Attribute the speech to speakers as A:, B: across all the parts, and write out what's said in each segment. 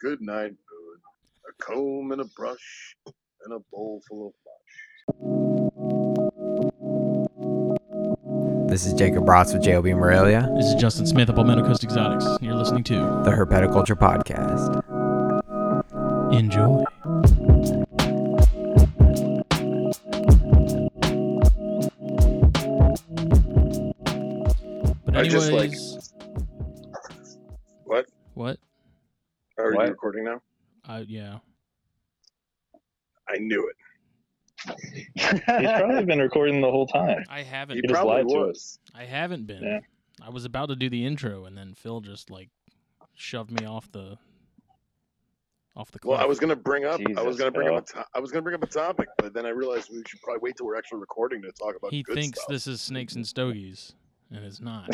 A: Good night, Moon. A comb and a brush and a bowl full of
B: This is Jacob Rotz with JLB Morelia,
C: This is Justin Smith of Palmetto Coast Exotics. and You're listening to
B: the Herpetoculture Podcast.
C: Enjoy. But
A: I
C: anyways,
A: just like- What?
C: what?
A: Are
D: What?
A: you recording now?
C: I yeah.
A: I knew it.
D: He's probably been recording the whole time.
C: I
A: He
C: haven't.
D: You just
A: probably
D: lied to
A: was.
D: us.
C: I haven't been.
D: Yeah.
C: I was about to do the intro, and then Phil just like shoved me off the off the.
A: Well, I
C: cliff.
A: was gonna bring up. I was
D: Jesus,
A: gonna bring
D: Phil.
A: up. A to- I was gonna bring up a topic, but then I realized we should probably wait till we're actually recording to talk about.
C: He
A: good
C: thinks
A: stuff.
C: this is snakes and stogies, and it's not.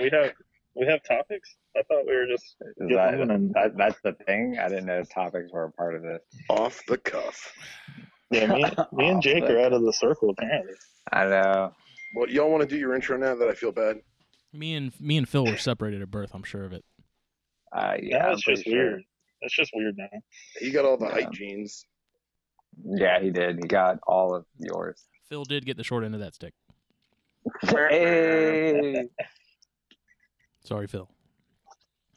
E: We have we have topics. I thought we were just
D: Is
E: Yeah,
D: that-
E: I'm gonna-
D: that- that's the thing. I didn't know topics were a part of this.
A: off the cuff.
E: yeah. Me, me and Jake are out of the circle apparently.
D: I know.
A: Well, y'all want to do your intro now that I feel bad.
C: me and me and Phil were separated at birth. I'm sure of it.
D: Uh, yeah,
E: Yeah,
D: I'm
E: it's just
D: pretty sure.
E: weird. It's just weird now.
A: He got all the
D: Yeah.
A: hype jeans.
D: Yeah, he did. He got all of yours.
C: Phil did get the short end of that stick.
D: Hey!
C: Sorry, Phil.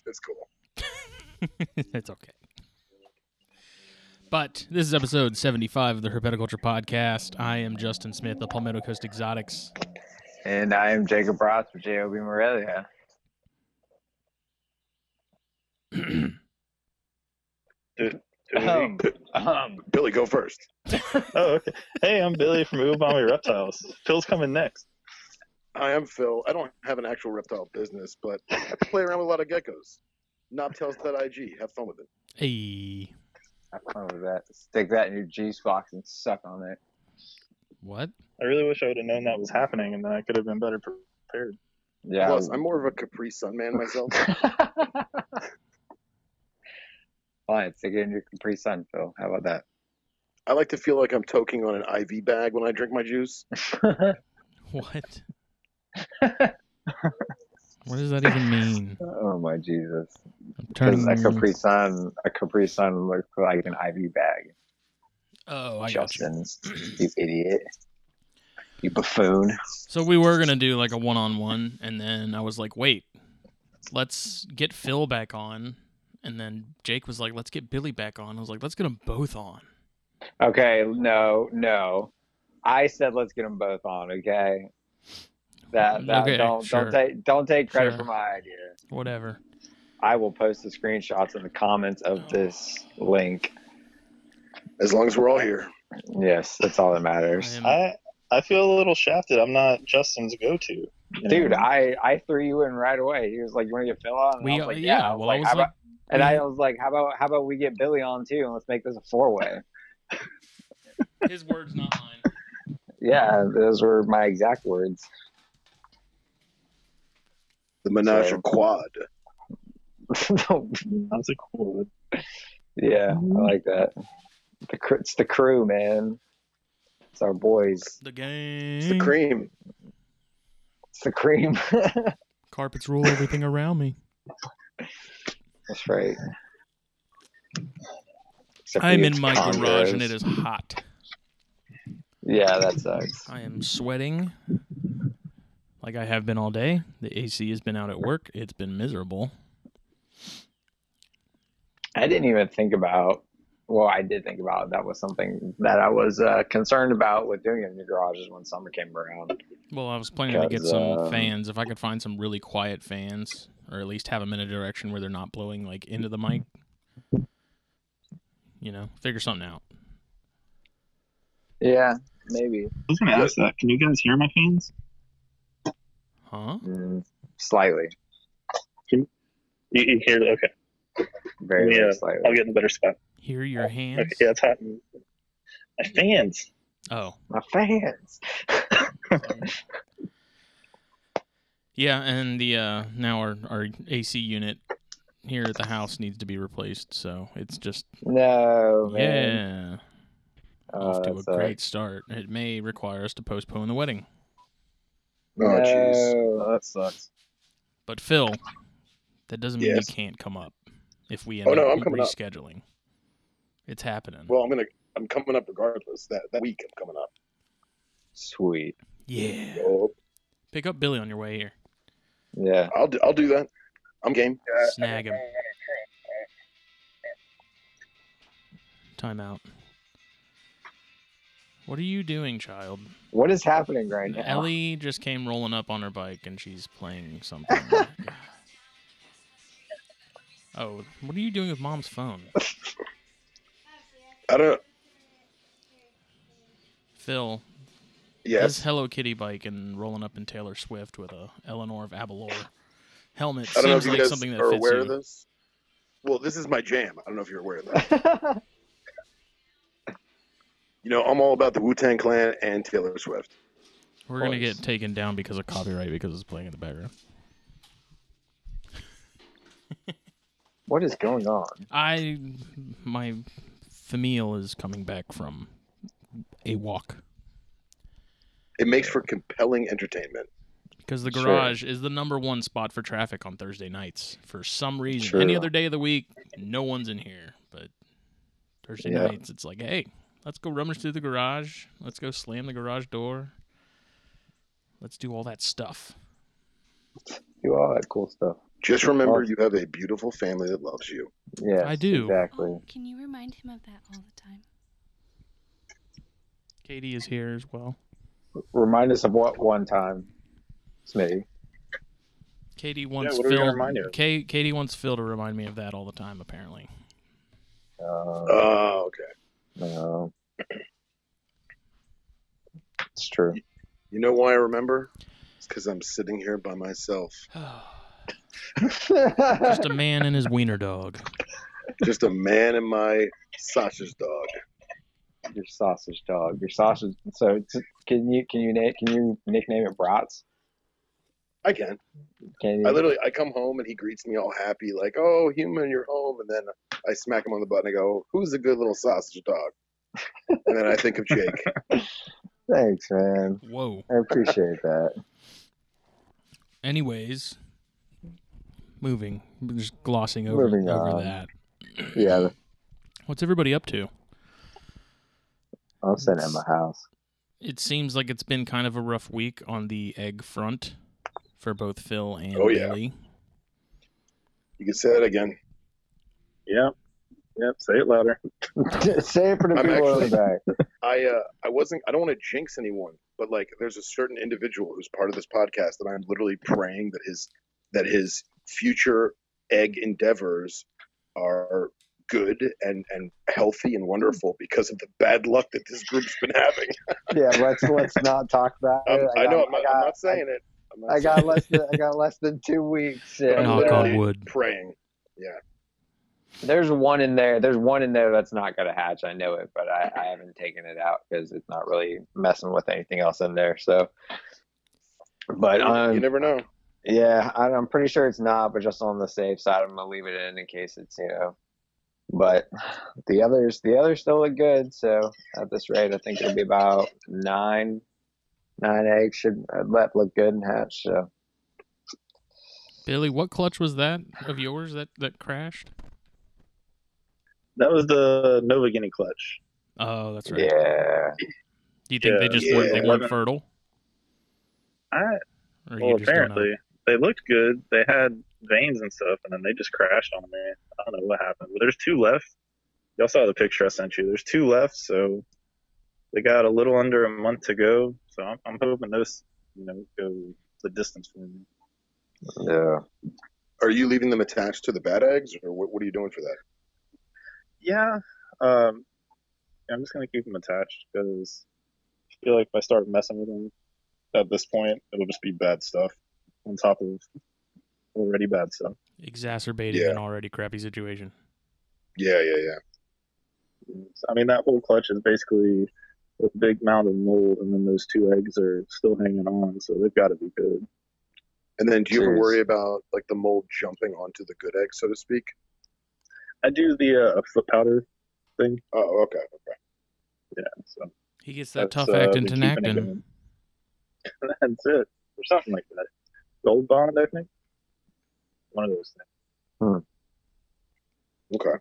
A: It's cool.
C: it's okay. But this is episode 75 of the Herpetoculture Podcast. I am Justin Smith of Palmetto Coast Exotics.
D: And I am Jacob Ross with JOB Morelia.
E: Dude,
D: Um, um,
A: Billy, go first.
E: Oh, okay. Hey, I'm Billy from Ubami Reptiles. Phil's coming next.
A: Hi, I'm Phil. I don't have an actual reptile business, but I play around with a lot of geckos. Nobtails.ig. Have fun with it.
C: Hey.
D: have fun with that. Stick that in your juice box and suck on it.
C: What?
E: I really wish I would have known that was happening, and then I could have been better prepared.
D: Yeah.
A: Plus, I'm more of a Capri Sun man myself.
D: Fine. Stick it in your Capri Sun, Phil. How about that?
A: I like to feel like I'm toking on an IV bag when I drink my juice.
C: What? what does that even mean?
D: oh my Jesus.
C: I'm
D: Because
C: turning.
D: a Capri Sun, a Capri Sun looks like an IV bag.
C: oh, I got you.
D: Justin, you idiot, you buffoon.
C: So we were gonna do like a one-on-one, and then I was like, "Wait, let's get Phil back on." And then Jake was like, "Let's get Billy back on." I was like, "Let's get them both on."
D: Okay, no, no. I said let's get them both on. Okay, that, that
C: Okay,
D: don't
C: sure.
D: don't take don't take credit
C: Sure.
D: for my idea.
C: Whatever.
D: I will post the screenshots in the comments of this link.
A: As long as we're all here.
D: Yes, that's all that
C: I
D: matters.
C: am-
E: I I feel a little shafted. I'm not Justin's go-to. you know?
D: Dude, I I threw you in right away. He was like, "You want to get Phil on?" And I
C: we
D: was like,
C: yeah,
D: I was
C: Well,
D: like,
C: I was
D: "How
C: like,
D: about-" and I
C: we-
D: was like, "How about how about we get Billy on too, and let's make this a four way."
C: his words, not mine.
D: Yeah, those were my exact words.
A: The menage
D: So-
A: a quad. Oh,
E: That's a cool. one.
D: yeah,
C: Mm-hmm.
D: I like that. The cr- it's the crew, man. It's our boys.
C: The game.
A: It's the cream.
D: It's the cream.
C: Carpets rule everything around me.
D: That's right. Except for
C: I'm
D: you
C: in my garage and
D: condos.
C: it is hot.
D: Yeah, that sucks.
C: I am sweating like I have been all day. The AC has been out at work. It's been miserable.
D: I didn't even think about. Well, I did think about that was something that I was uh, concerned about with doing it in the garages when summer came around.
C: Well, I was planning to get
D: Because,
C: some
D: um,
C: fans. If I could find some really quiet fans, or at least have them in a direction where they're not blowing like into the mic. You know, figure something out.
D: Yeah, maybe
E: I was gonna ask that. Can you guys hear my fans?
C: Huh?
D: mm, slightly,
E: You, you hear? Okay,
D: very,
E: Yeah.
D: very slightly.
E: I'll get in a better spot.
C: Hear
D: Oh,
C: your hands.
E: Okay, yeah, it's hot. in- My fans.
C: Oh.
D: My fans.
C: Yeah, and the uh now our our AC unit here at the house needs to be replaced, so it's just
D: No, man.
C: yeah.
D: Oh,
C: off to a
D: that sucks.
C: great start. It may require us to postpone the wedding.
A: Oh, jeez.
D: No, that sucks.
C: But Phil, that doesn't mean
A: Yes.
C: you can't come up. if we end
A: Oh, no,
C: up
A: I'm coming up.
C: rescheduling. It's happening.
A: Well, I'm gonna. I'm coming up regardless. That that week I'm coming up.
D: Sweet.
C: yeah.
A: So
C: Pick up Billy on your way here.
D: Yeah.
A: I'll do, I'll do that. I'm game.
C: Snag him. Time out. What are you doing, child?
D: What is happening right now?
C: Ellie just came rolling up on her bike and she's playing something. oh, what are you doing with mom's phone?
A: I don't.
C: Phil,
A: Yes.
C: his Hello Kitty bike and rolling up in Taylor Swift with a Eleanor of Avalor helmet
A: I don't know if
C: seems
A: you
C: like
A: guys
C: something that
A: are
C: fits
A: aware
C: you.
A: of this. Well, this is my jam. I don't know if you're aware of that. You know, I'm all about the Wu Tang Clan and Taylor Swift.
C: We're gonna
D: course.
C: get taken down because of copyright because it's playing in the background.
D: what is going on?
C: I, my familial is coming back from a walk
A: It makes for compelling entertainment.
C: because the
D: Sure.
C: garage is the number one spot for traffic on Thursday nights for some reason.
D: Sure.
C: Any other day of the week, no one's in here, but Thursday
D: Yeah.
C: nights, it's like, hey, let's go rummage through the garage. Let's go slam the garage door. Let's do all that stuff.
D: Do all that cool stuff.
A: Just remember,
D: Oh.
A: you have a beautiful family that loves you.
D: Yeah.
C: I do.
D: Exactly.
F: Oh, can you remind him of that all the time?
C: Katie is here as well.
D: Remind us of what one time, Smitty.
C: Katie wants
E: what are we
C: Phil.
E: gonna remind you of?
C: Ka- Katie wants Phil to remind me of that all the time. Apparently,
D: Uh,
A: Oh, okay.
D: no. It's true.
A: You know why I remember? It's because I'm sitting here by myself,
C: just a man and his wiener dog.
A: just a man and my sausage dog.
D: Your sausage dog. Your sausage. So t- can you can you na- can you nickname it Brats?
A: I can.
D: Can you?
A: I literally, I come home and he greets me all happy, like, "Oh, human, you're home." And then I smack him on the butt and I go, "Who's a good little sausage dog?" and then I think of Jake.
D: Thanks, man.
C: Whoa.
D: I appreciate that.
C: Anyways, moving. We're just glossing over
D: Moving
C: over
D: on.
C: that.
D: Yeah,
C: What's everybody up to?
D: I'm sitting at my house.
C: It seems like it's been kind of a rough week on the egg front for both Phil and
A: Oh, yeah.
C: Billy.
A: You can say that again.
E: Yep. Yep. Say it louder.
D: Say it for the
A: I'm
D: people in
A: actually-
D: the back.
A: I uh, I wasn't. I don't want to jinx anyone, but like, there's a certain individual who's part of this podcast that I'm literally praying that his that his future egg endeavors are good and and healthy and wonderful because of the bad luck that this group's been having.
D: Yeah, let's let's not talk about
A: Um,
D: it.
A: I, know. I'm
D: got-
A: not, I'm not saying it. I'm not
D: I got
A: saying it.
D: less than I got less than two weeks.
A: I'm
D: Yeah.
C: Knock
A: literally
C: on wood.
A: praying.
D: There's one in there. There's one in there that's not gonna hatch. I know it, but I, I haven't taken it out because it's not really messing with anything else in there. So, but um,
A: you never know.
D: yeah, I, I'm pretty sure it's not. But just on the safe side, I'm gonna leave it in in case it's you know. But the others, the others still look good. So at this rate, I think it'll be about nine, nine eggs should uh, let look good and hatch. So.
C: Billy, what clutch was that of yours that that crashed?
E: That was the Nova Guinea clutch.
C: Oh, that's right.
D: Yeah.
C: Do you think they
E: Yeah.
C: just weren't they
E: Yeah.
C: weren't fertile?
E: I,
C: Or you
E: well,
C: just don't know?
E: apparently they looked good. They had veins and stuff, and then they just crashed on me. I don't know what happened, but there's two left. Y'all saw the picture I sent you. There's two left, so they got a little under a month to go. So I'm, I'm hoping those, you know, go the distance for me.
D: Yeah.
A: Are you leaving them attached to the bad eggs, or what, what are you doing for that?
E: Yeah, um, I'm just gonna keep them attached because I feel like if I start messing with them at this point, it'll just be bad stuff on top of already bad stuff.
C: exacerbating
A: Yeah.
C: an already crappy situation.
A: Yeah, yeah, yeah.
E: I mean, that whole clutch is basically a big mound of mold, and then those two eggs are still hanging on, so they've got to be good.
A: And then, do you ever
D: Jeez.
A: worry about like the mold jumping onto the good egg, so to speak?
E: I do the uh, foot powder thing.
A: Oh, okay, okay.
E: Yeah, so
C: He gets that
E: That's,
C: tough
E: uh,
C: actin
E: been keeping it
C: tenactin.
E: going. that's it, or something like that. Gold bond, I think. One of those things.
A: Okay.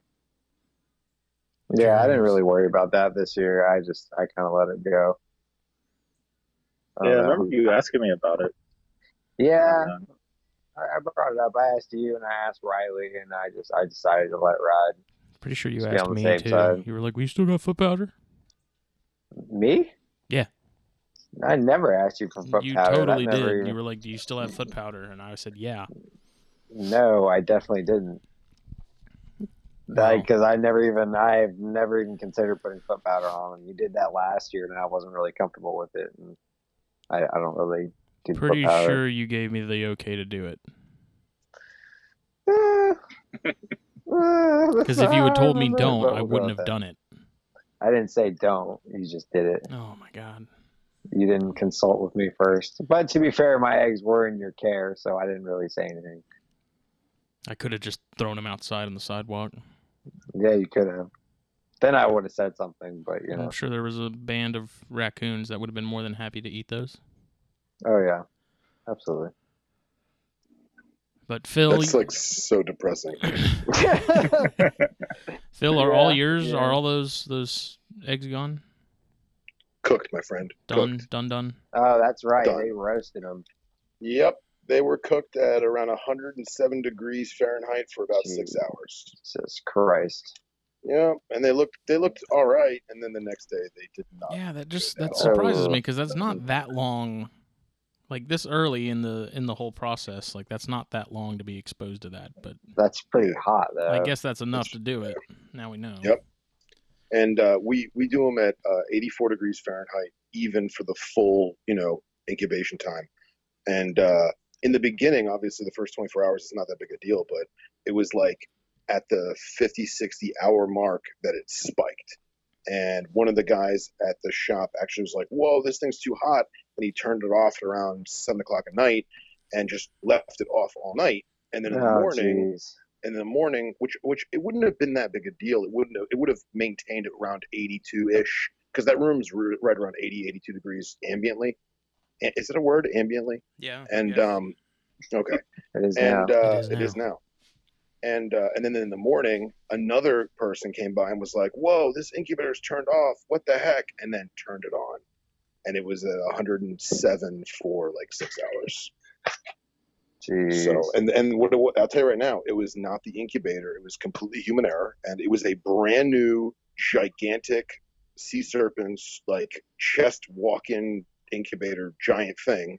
D: Yeah, I didn't really worry about that this year. I just I kind of let it go. I
E: Yeah,
D: don't
E: I
D: know.
E: remember you asking me about it.
D: Yeah,
E: Uh,
D: I I brought it up. I asked you and I asked Riley, and I just I decided to let it ride.
C: Pretty sure you
D: Just be
C: asked
D: on the
C: me
D: safe
C: too.
D: side.
C: You were like, "We still got foot powder."
D: Me?
C: Yeah.
D: I never asked you for foot
C: you
D: powder. That
C: totally did.
D: never
C: You
D: even-
C: were like, "Do you still have foot powder?" And I said, "Yeah."
D: No, I definitely didn't.
C: Wow.
D: Because I never even I've never even considered putting foot powder on, and you did that last year, and I wasn't really comfortable with it, and I, I don't really do
C: Pretty
D: foot powder.
C: sure you gave me the okay to do it. Because
D: Because
C: if you had told me don't, I wouldn't have done it.
D: I didn't say don't. You just did it.
C: Oh my god.
D: You didn't consult with me first. But to be fair, my eggs were in your care, so I didn't really say anything.
C: I could have just thrown him outside on the sidewalk.
D: Yeah, you could have. Then I would have said something, but you know.
C: I'm sure there was a band of raccoons that would have been more than happy to eat those.
D: Oh yeah, absolutely.
C: But Phil,
A: That's like so depressing.
C: Phil, are all
D: Yeah,
C: yours?
D: yeah.
C: Are all those those eggs gone?
A: Cooked, my friend.
C: Done,
A: Cooked.
C: done, done.
D: oh, that's right.
A: Done.
D: They roasted them.
A: Yep. They were cooked at around 107 degrees Fahrenheit for about six
D: Jeez.
A: hours.
D: Jesus Christ.
A: Yeah, and they looked they looked all right, and then the next day they did not.
C: Yeah, that just
A: good at
C: that
A: all.
C: surprises
D: Oh.
C: me because that's not that long. Like this early in the in the whole process, like that's not that long to be exposed to that. But
D: That's pretty hot though.
C: I guess that's enough to do it. Now we know.
A: Yep. And uh, we we do them at uh, 84 degrees Fahrenheit, even for the full you know incubation time. And uh, in the beginning, obviously, the first 24 hours is not that big a deal, but it was like at the 50, 60 hour mark that it spiked. And one of the guys at the shop actually was like, "Whoa, this thing's too hot," and he turned it off at around seven o'clock at night, and just left it off all night. And then in the
D: Oh,
A: morning,
D: jeez.
A: in the morning, which which it wouldn't have been that big a deal. It wouldn't have, it would have maintained at around 82 ish because that room's r- right around 80 82 degrees ambiently. A- Is it a word ambiently?
C: Yeah.
A: And um, okay,
D: It is now.
A: and uh,
C: It is
A: it is
C: now.
A: now. And uh, and then in the morning, another person came by and was like, "Whoa, this incubator's turned off. What the heck?" And then turned it on, and it was uh, 107 for like six hours.
D: Jeez.
A: So and and what, what I'll tell you right now, it was not the incubator. It was completely human error, and it was a brand new gigantic sea serpent's like chest walk-in incubator giant thing.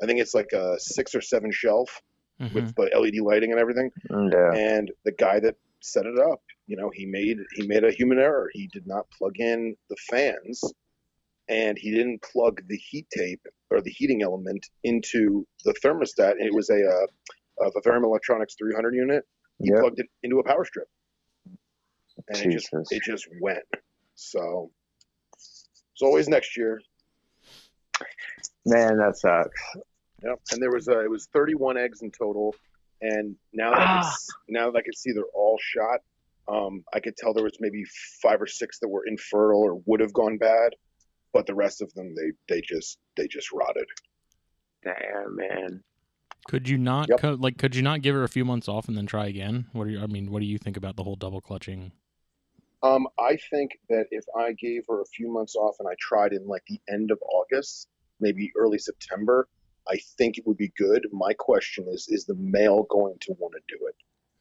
A: I think it's like a six or seven shelf
C: Mm-hmm.
A: with the LED lighting and everything.
D: Mm, yeah.
A: And the guy that set it up, you know, he made he made a human error. He did not plug in the fans, and he didn't plug the heat tape or the heating element into the thermostat. It was a uh, a Vivarium Electronics 300 unit. He
D: Yep.
A: plugged it into a power strip, and it
D: Jesus.
A: just it just went. So it's always next year.
D: Man, that sucks.
A: Yep. And there was uh, it was 31 eggs in total, and now that I could, s- now that I could see they're all shot, um, I could tell there was maybe five or six that were infertile or would have gone bad, but the rest of them they they just they just rotted.
D: Damn, man.
C: Could you not
A: Yep.
C: co- like could you not give her a few months off and then try again? What do you I mean, what do you think about the whole double clutching?
A: Um, I think that if I gave her a few months off and I tried in like the end of August, maybe early September, I think it would be good. My question is, is the male going to want to do it?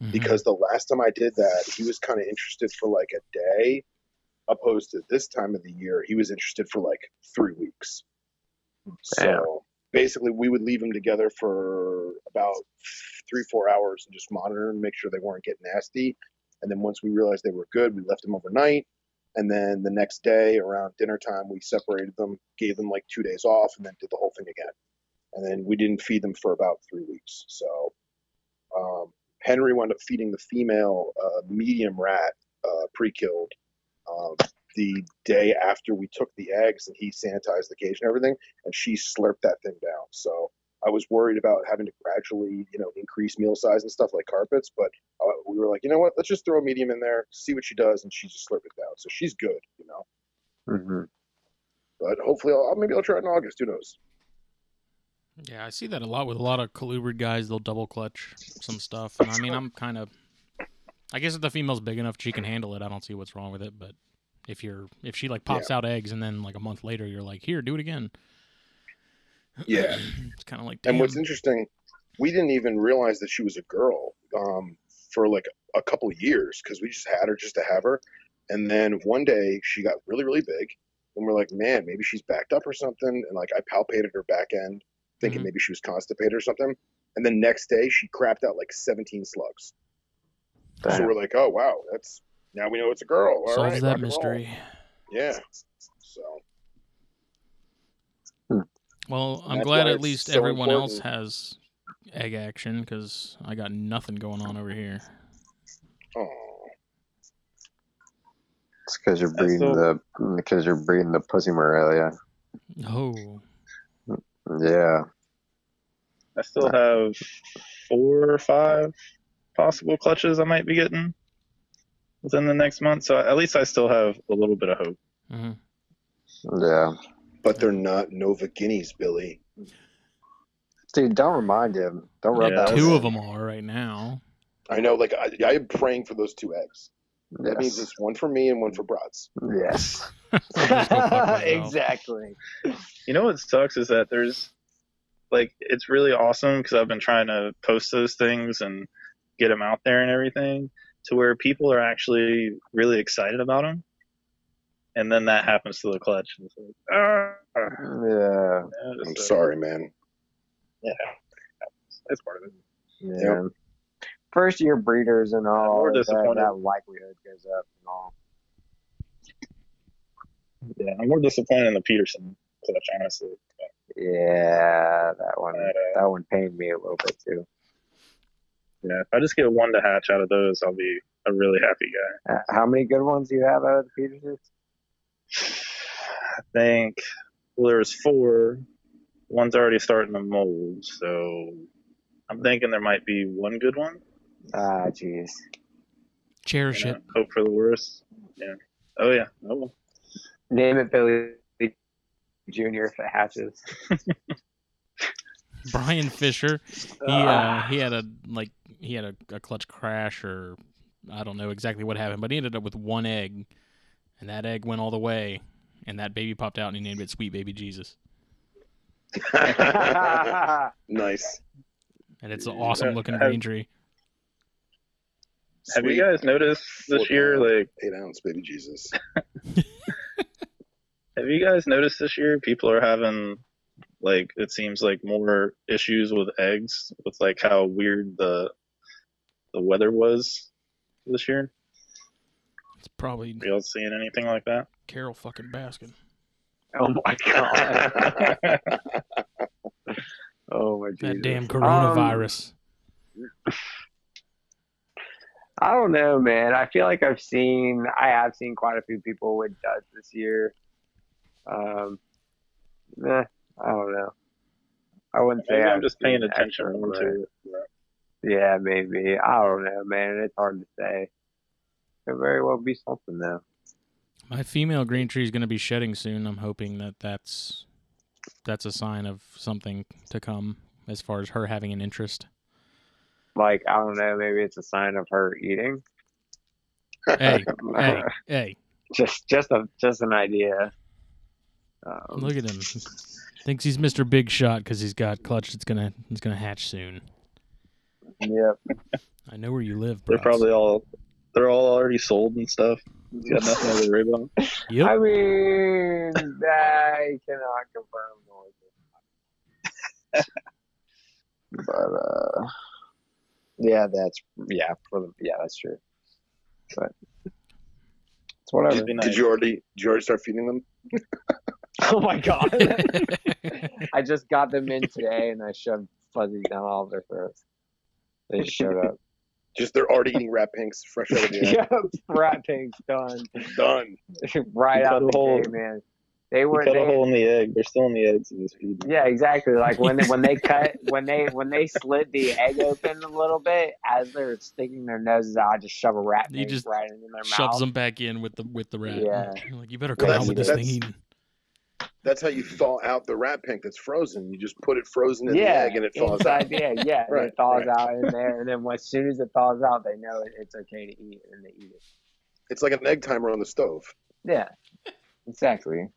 C: Mhm.
A: Because the last time I did that, he was kind of interested for like a day, opposed to this time of the year, he was interested for like three weeks. So
D: Damn.
A: basically, we would leave them together for about three, four hours and just monitor them, make sure they weren't getting nasty. And then once we realized they were good, we left them overnight. And then the next day, around dinner time, we separated them, gave them like two days off, and then did the whole thing again. And then we didn't feed them for about three weeks. So um, Henry wound up feeding the female uh, medium rat uh, pre-killed um, the day after we took the eggs and he sanitized the cage and everything, and she slurped that thing down. So I was worried about having to gradually, you know, increase meal size and stuff like carpets, but uh, we were like, you know what, let's just throw a medium in there, see what she does, and she just slurped it down. So she's good, you know.
D: hmm
A: But hopefully, I'll maybe I'll try it in August. Who knows?
C: Yeah, I see that a lot with a lot of collured guys. They'll double clutch some stuff, and I mean, I'm kind of I guess if the female's big enough, she can handle it. I don't see what's wrong with it. But if you're if she like pops out eggs and then like a month later you're like here do it again.
A: Yeah.
C: it's kind of like damn.
A: And what's interesting, we didn't even realize that she was a girl um, for like a couple of years because we just had her just to have her. And then one day she got really, really big. And we're like, man, maybe she's backed up or something. And like I palpated her back end, thinking
C: Mhm.
A: maybe she was constipated or something. And then next day she crapped out like 17 slugs. So
D: Damn.
A: we're like, oh, wow, that's now we know it's a girl. All
C: solves
A: right, rock
C: that
A: and roll.
C: mystery.
A: Yeah. So
C: Well, I'm
A: That's
C: glad
A: why
C: at
A: it's
C: least
A: so
C: everyone else
A: important.
C: has egg action because I got nothing going on over here.
A: oh,
D: It's because you're
E: That's
D: breeding the because you're breeding the pussy Morelia.
C: Oh,
D: Yeah.
E: I still have four or five possible clutches I might be getting within the next month. So at least I still have a little bit of hope.
C: Mhm.
D: Yeah.
A: but they're not Nova Guineas, Billy.
D: Dude, don't remind him. Don't rub
E: Yeah.
D: that.
C: two
D: one
C: of them are right now.
A: I know, like I, I am praying for those two eggs.
D: in.
A: That means it's one for me and one for Bratz.
D: Yes.
C: Just go fuck myself.
D: yes. exactly.
E: You know what sucks is that there's like it's really awesome because I've been trying to post those things and get them out there and everything to where people are actually really excited about them. And then that happens to the clutch. And it's like, ah,
D: Yeah.
A: I'm sorry, man.
E: That's part of it.
D: Yeah. First year breeders and all
E: We're
D: that,
E: disappointed.
D: that likelihood goes up and all.
E: Yeah, I'm more disappointed in the Peterson clutch, honestly.
D: Yeah, that one
E: But, uh,
D: that one pained me a little bit too.
E: Yeah, if I just get one to hatch out of those, I'll be a really happy guy.
D: Uh, How many good ones do you have out of the Petersons?
E: I think well, there's four. One's already starting to mold, so I'm thinking there might be one good one.
D: Ah, jeez.
C: Cherish
E: you know,
C: it.
E: Hope for the worst. Yeah. Oh yeah. Oh, well.
D: Name it Billy Junior if it hatches.
C: Brian Fisher. He uh, he had a like he had a, a clutch crash or I don't know exactly what happened, but he ended up with one egg, and that egg went all the way, and that baby popped out, and he named it Sweet Baby Jesus,
D: Oh,
A: nice.
C: and it's
E: Uh,
C: an awesome looking
E: have-
C: green tree.
E: Have
A: Sweet.
E: you guys noticed this
A: Four
E: year?
A: pound.
E: Like,
A: eight ounce baby Jesus?
E: have you guys noticed this year people are having like it seems like more issues with eggs with like how weird the the weather was this year?
C: It's probably
E: Are y'all seeing anything like that?
C: Carol fucking Baskin.
D: oh my god. Oh my
C: That
D: Jesus.
C: damn coronavirus.
D: I don't know, man. I feel like I've seen, I have seen quite a few people with duds this year. Um, eh, I don't know. I wouldn't say
E: Maybe
D: I've
E: I'm just paying
D: seen
E: attention
D: extra,
E: more
D: but-
E: to it.
D: Yeah, maybe. I don't know, man. It's hard to say. Could very well be something though.
C: My female green tree is going to be shedding soon. I'm hoping that that's that's a sign of something to come as far as her having an interest.
D: Like I don't know. Maybe it's a sign of her eating.
C: Hey, hey, hey!
D: just, just a, just an idea. Um,
C: Look at him. Thinks he's Mr. Big Shot because he's got clutch. It's gonna it's gonna hatch soon.
D: Yep.
C: I know where you live, bro.
E: They're probably all they're all already sold and stuff. You got nothing to worry about.
C: Yep.
D: I mean, I cannot confirm nor deny. but uh, yeah, that's yeah, for the, yeah, that's true. But it's whatever.
E: It'd be
A: Did
E: nice.
A: you already did you already start feeding them?
D: oh my god! I just got them in today, and I shoved fuzzies down all their throats. They showed up.
A: Just they're already eating rat pinks fresh out of the egg.
D: yep, rat pink's done
A: Done.
D: right
E: You
D: out
E: cut a
D: the
E: hole-
D: gate, man. They
E: You
D: were
E: cut
D: they,
E: a hole in the egg. They're still in the eggs in this feed.
D: Yeah, exactly. Like when they, when they cut when they when they slit the egg open a little bit as they're sticking their noses out, I just shove a rat
C: You
D: bait
C: just
D: right into their
C: Shoves
D: mouth.
C: them back in with the with the rat.
D: Yeah.
C: You're like you better
A: Well,
C: come out
D: that's-
C: with this
A: that's-
C: thing eaten.
A: That's how you thaw out the rat pink that's frozen. You just put it frozen in
D: yeah,
A: the egg and it thaws
D: inside,
A: out.
D: Yeah, yeah, and
A: Right,
D: it thaws
A: right.
D: out in there, and then as soon as it thaws out, they know it, it's okay to eat, and they eat it.
A: It's like an egg timer on the stove.
D: Yeah, exactly.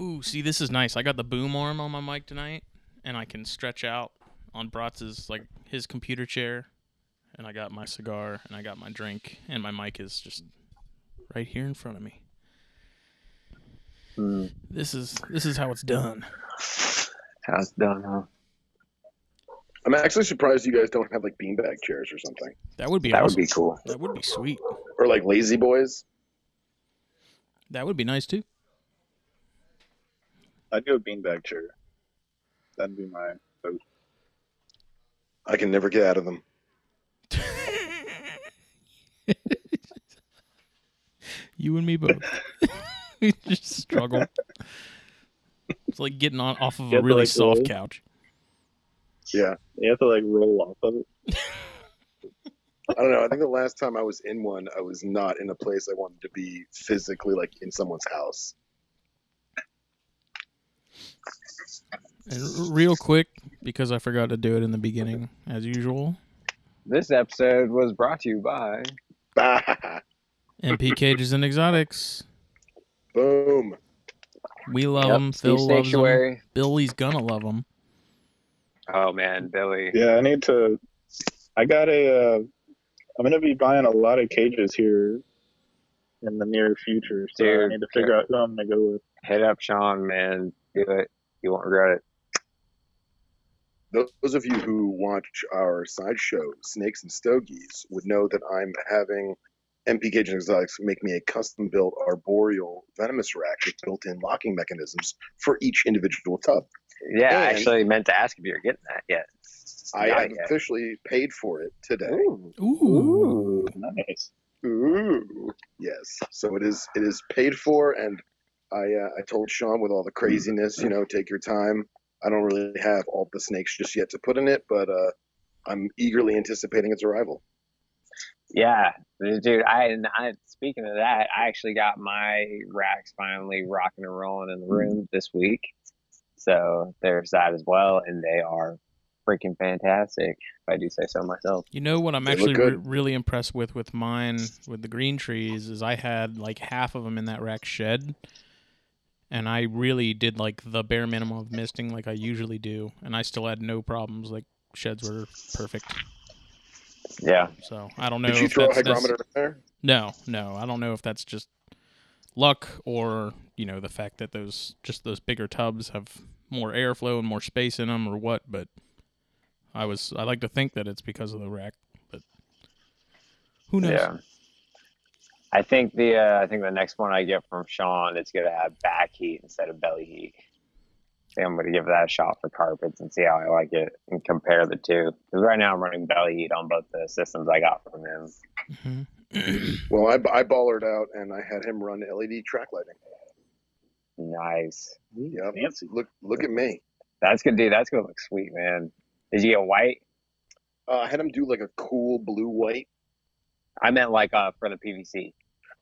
C: Ooh, see, this is nice. I got the boom arm on my mic tonight, and I can stretch out on Bratz's like his computer chair, and I got my cigar, and I got my drink, and my mic is just right here in front of me.
A: Hmm.
D: Mm,
C: This is this is how it's done.
D: how's done, huh?
A: I'm actually surprised you guys don't have like beanbag chairs or something,
C: That would be
D: That would
C: awesome.
D: be cool.
C: that would be sweet.
A: or like lazy boys.
C: That would be nice too.
E: I'd go beanbag chair. That'd be my vote.
A: I can never get out of them.
C: you and me both. we just struggle. It's like getting on off of
E: Yeah,
C: a
E: but
C: really
E: like,
C: soft
E: really?
C: couch.
A: Yeah,
E: You have to like roll off of it.
A: I don't know. I think the last time I was in one, I was not in a place I wanted to be physically, like in someone's house.
C: And r- real quick, because I forgot to do it in the beginning, as usual.
D: This episode was brought to you by
A: Bah!
C: MP Cages and Exotics.
A: Boom.
C: We love
D: Yep,
C: them.
D: Steve
C: Phil loves them.
D: Sanctuary.
C: Billy's gonna love them.
D: Oh man, Billy.
E: Yeah, I need to. I got a. Uh, I'm gonna be buying a lot of cages here in the near future, so I
D: Dude,
E: need to figure out who I'm gonna go with.
D: Hit up Sean, man. Do it. You won't regret it.
A: Those of you who watch our side show, Snakes and Stogies, would know that I'm having MP Cage and Exotics make me a custom built arboreal venomous rack with built in locking mechanisms for each individual tub.
D: Yeah, I
A: And-
D: actually meant to ask if you were getting that yet.
A: I
D: Not
A: have
D: yet.
A: officially paid for it today.
D: Ooh.
C: Ooh.
E: Nice.
A: Ooh. Yes. So it is it is paid for and I uh, I told Sean with all the craziness, you know, take your time. I don't really have all the snakes just yet to put in it, but uh, I'm eagerly anticipating its arrival.
D: Yeah, dude. I and I. Speaking of that, I actually got my racks finally rocking and rolling
C: Hmm.
D: in the room this week, so there's that as well, and they are freaking fantastic. If I do say so myself.
C: You know what I'm
A: They look
C: actually re-
A: good.
C: really impressed with with mine with the green trees is I had like half of them in that rack shed, and I really did like the bare minimum of misting like I usually do, and I still had no problems. Like sheds were perfect.
D: Yeah.
C: So I don't know.
A: Did you
C: if
A: throw a
C: that's
A: hygrometer in there?
C: No, no, I don't know if that's just luck or you know the fact that those just those bigger tubs have more airflow and more space in them or what. But I was I like to think that it's because of the rack, but who knows?
D: Yeah. I think the uh, I think the next one I get from Sean, it's gonna have back heat instead of belly heat. I think I'm gonna give that a shot for carpets and see how I like it and compare the two. Because right now I'm running belly heat on both the systems I got from him.
C: Mhm.
A: Well, I, I ballered out and I had him run LED track lighting.
D: Nice.
A: Yeah,
E: Fancy.
A: look look at me.
D: That's gonna do. That's gonna look sweet, man. Did you get white?
A: Uh, I had him do like a cool blue white.
D: I meant like uh for the PVC.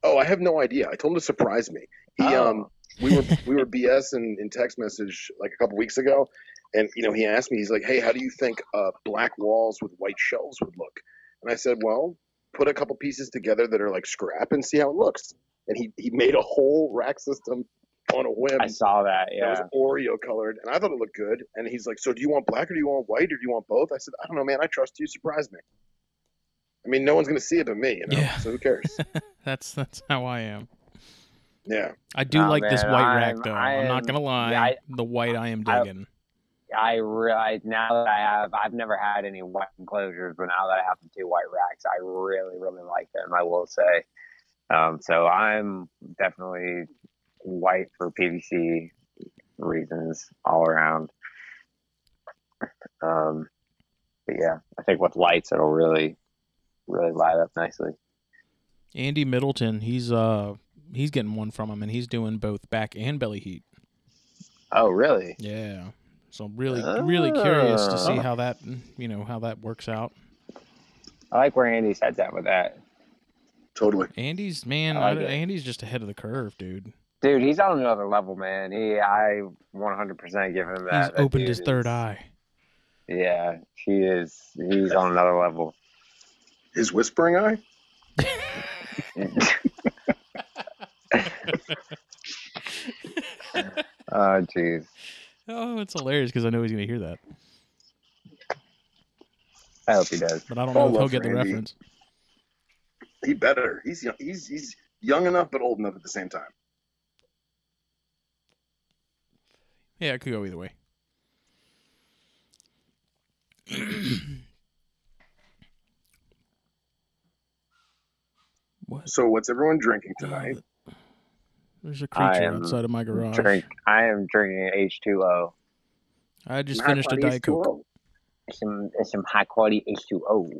A: Oh, I have no idea. I told him to surprise me. He
D: Oh.
A: um we were we were BS in, in text message like a couple weeks ago, and you know he asked me he's like, hey, how do you think uh, black walls with white shelves would look? And I said, well, put a couple pieces together that are like scrap and see how it looks. And he he made a whole rack system on a whim.
D: I saw that.
A: that
D: Yeah.
A: was Oreo colored, and I thought it looked good. And he's like, "So do you want black or do you want white or do you want both?" I said, "I don't know, man. I trust you. Surprise me." I mean, no one's gonna see it but me, you know.
C: Yeah.
A: So who cares?
C: That's that's how I am.
A: yeah.
C: I do
D: Nah,
C: like this
D: Oh, man,
C: white
D: I
C: rack
D: am-
C: though.
D: I
C: I'm
D: am-
C: not gonna lie,
D: yeah, I-
C: the white I am
D: I-
C: digging.
D: I realize now that I have, I've never had any white enclosures, but now that I have the two white racks, I really, really like them. I will say. Um, so I'm definitely white for PVC reasons all around. Um, but yeah, I think with lights, it'll really, really light up nicely.
C: Andy Middleton, he's uh he's getting one from him, and he's doing both back and belly heat.
D: Oh, really?
C: Yeah. So I'm really really curious to see
D: Ah.
C: how that you know how that works out.
D: I like where Andy's head's at with that.
A: Totally.
C: Andy's man,
D: I like
C: I-
D: it.
C: Andy's just ahead of the curve, dude.
D: Dude, he's on another level, man. He, I 100% give him that.
C: He's
D: That
C: opened
D: dude
C: his third
D: is-
C: eye.
D: Yeah, he is. He's on another level.
A: His whispering eye?
D: Oh, jeez.
C: Oh, it's hilarious because I know he's going to hear that,
D: I hope he does.
C: but I don't
A: All
C: know if he'll
A: love
C: get the
A: Randy.
C: reference.
A: He better. He's young, he's he's young enough but old enough at the same time.
C: Yeah, it could go either way. what?
A: So what's everyone drinking
C: Oh,
A: tonight?
C: the- There's a
D: I
C: creature
D: am
C: outside of my garage.
D: Drink. I am drinking H2O.
C: I just
A: My
C: finished a
A: body's
C: Diet
A: too
C: Coke.
A: old.
D: Some some high quality H2O.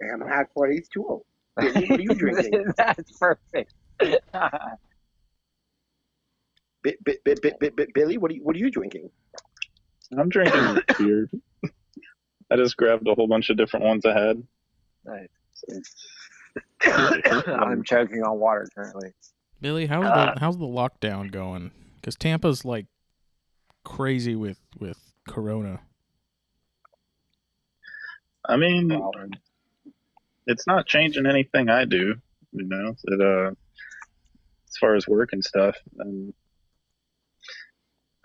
A: And my body's too old. What are you drinking?
D: That's perfect.
A: Bi- bi- bi- bi- bi- bi- Billy, what are you what are you drinking?
E: I'm drinking beer. I just grabbed a whole bunch of different ones I had.
D: I'm choking on water currently.
C: Billy, how's
D: Uh,
C: the how's the lockdown going? Because Tampa's like crazy with with Corona.
E: I mean,
D: Wow.
E: it's not changing anything I do, you know. It, uh, as far as work and stuff, and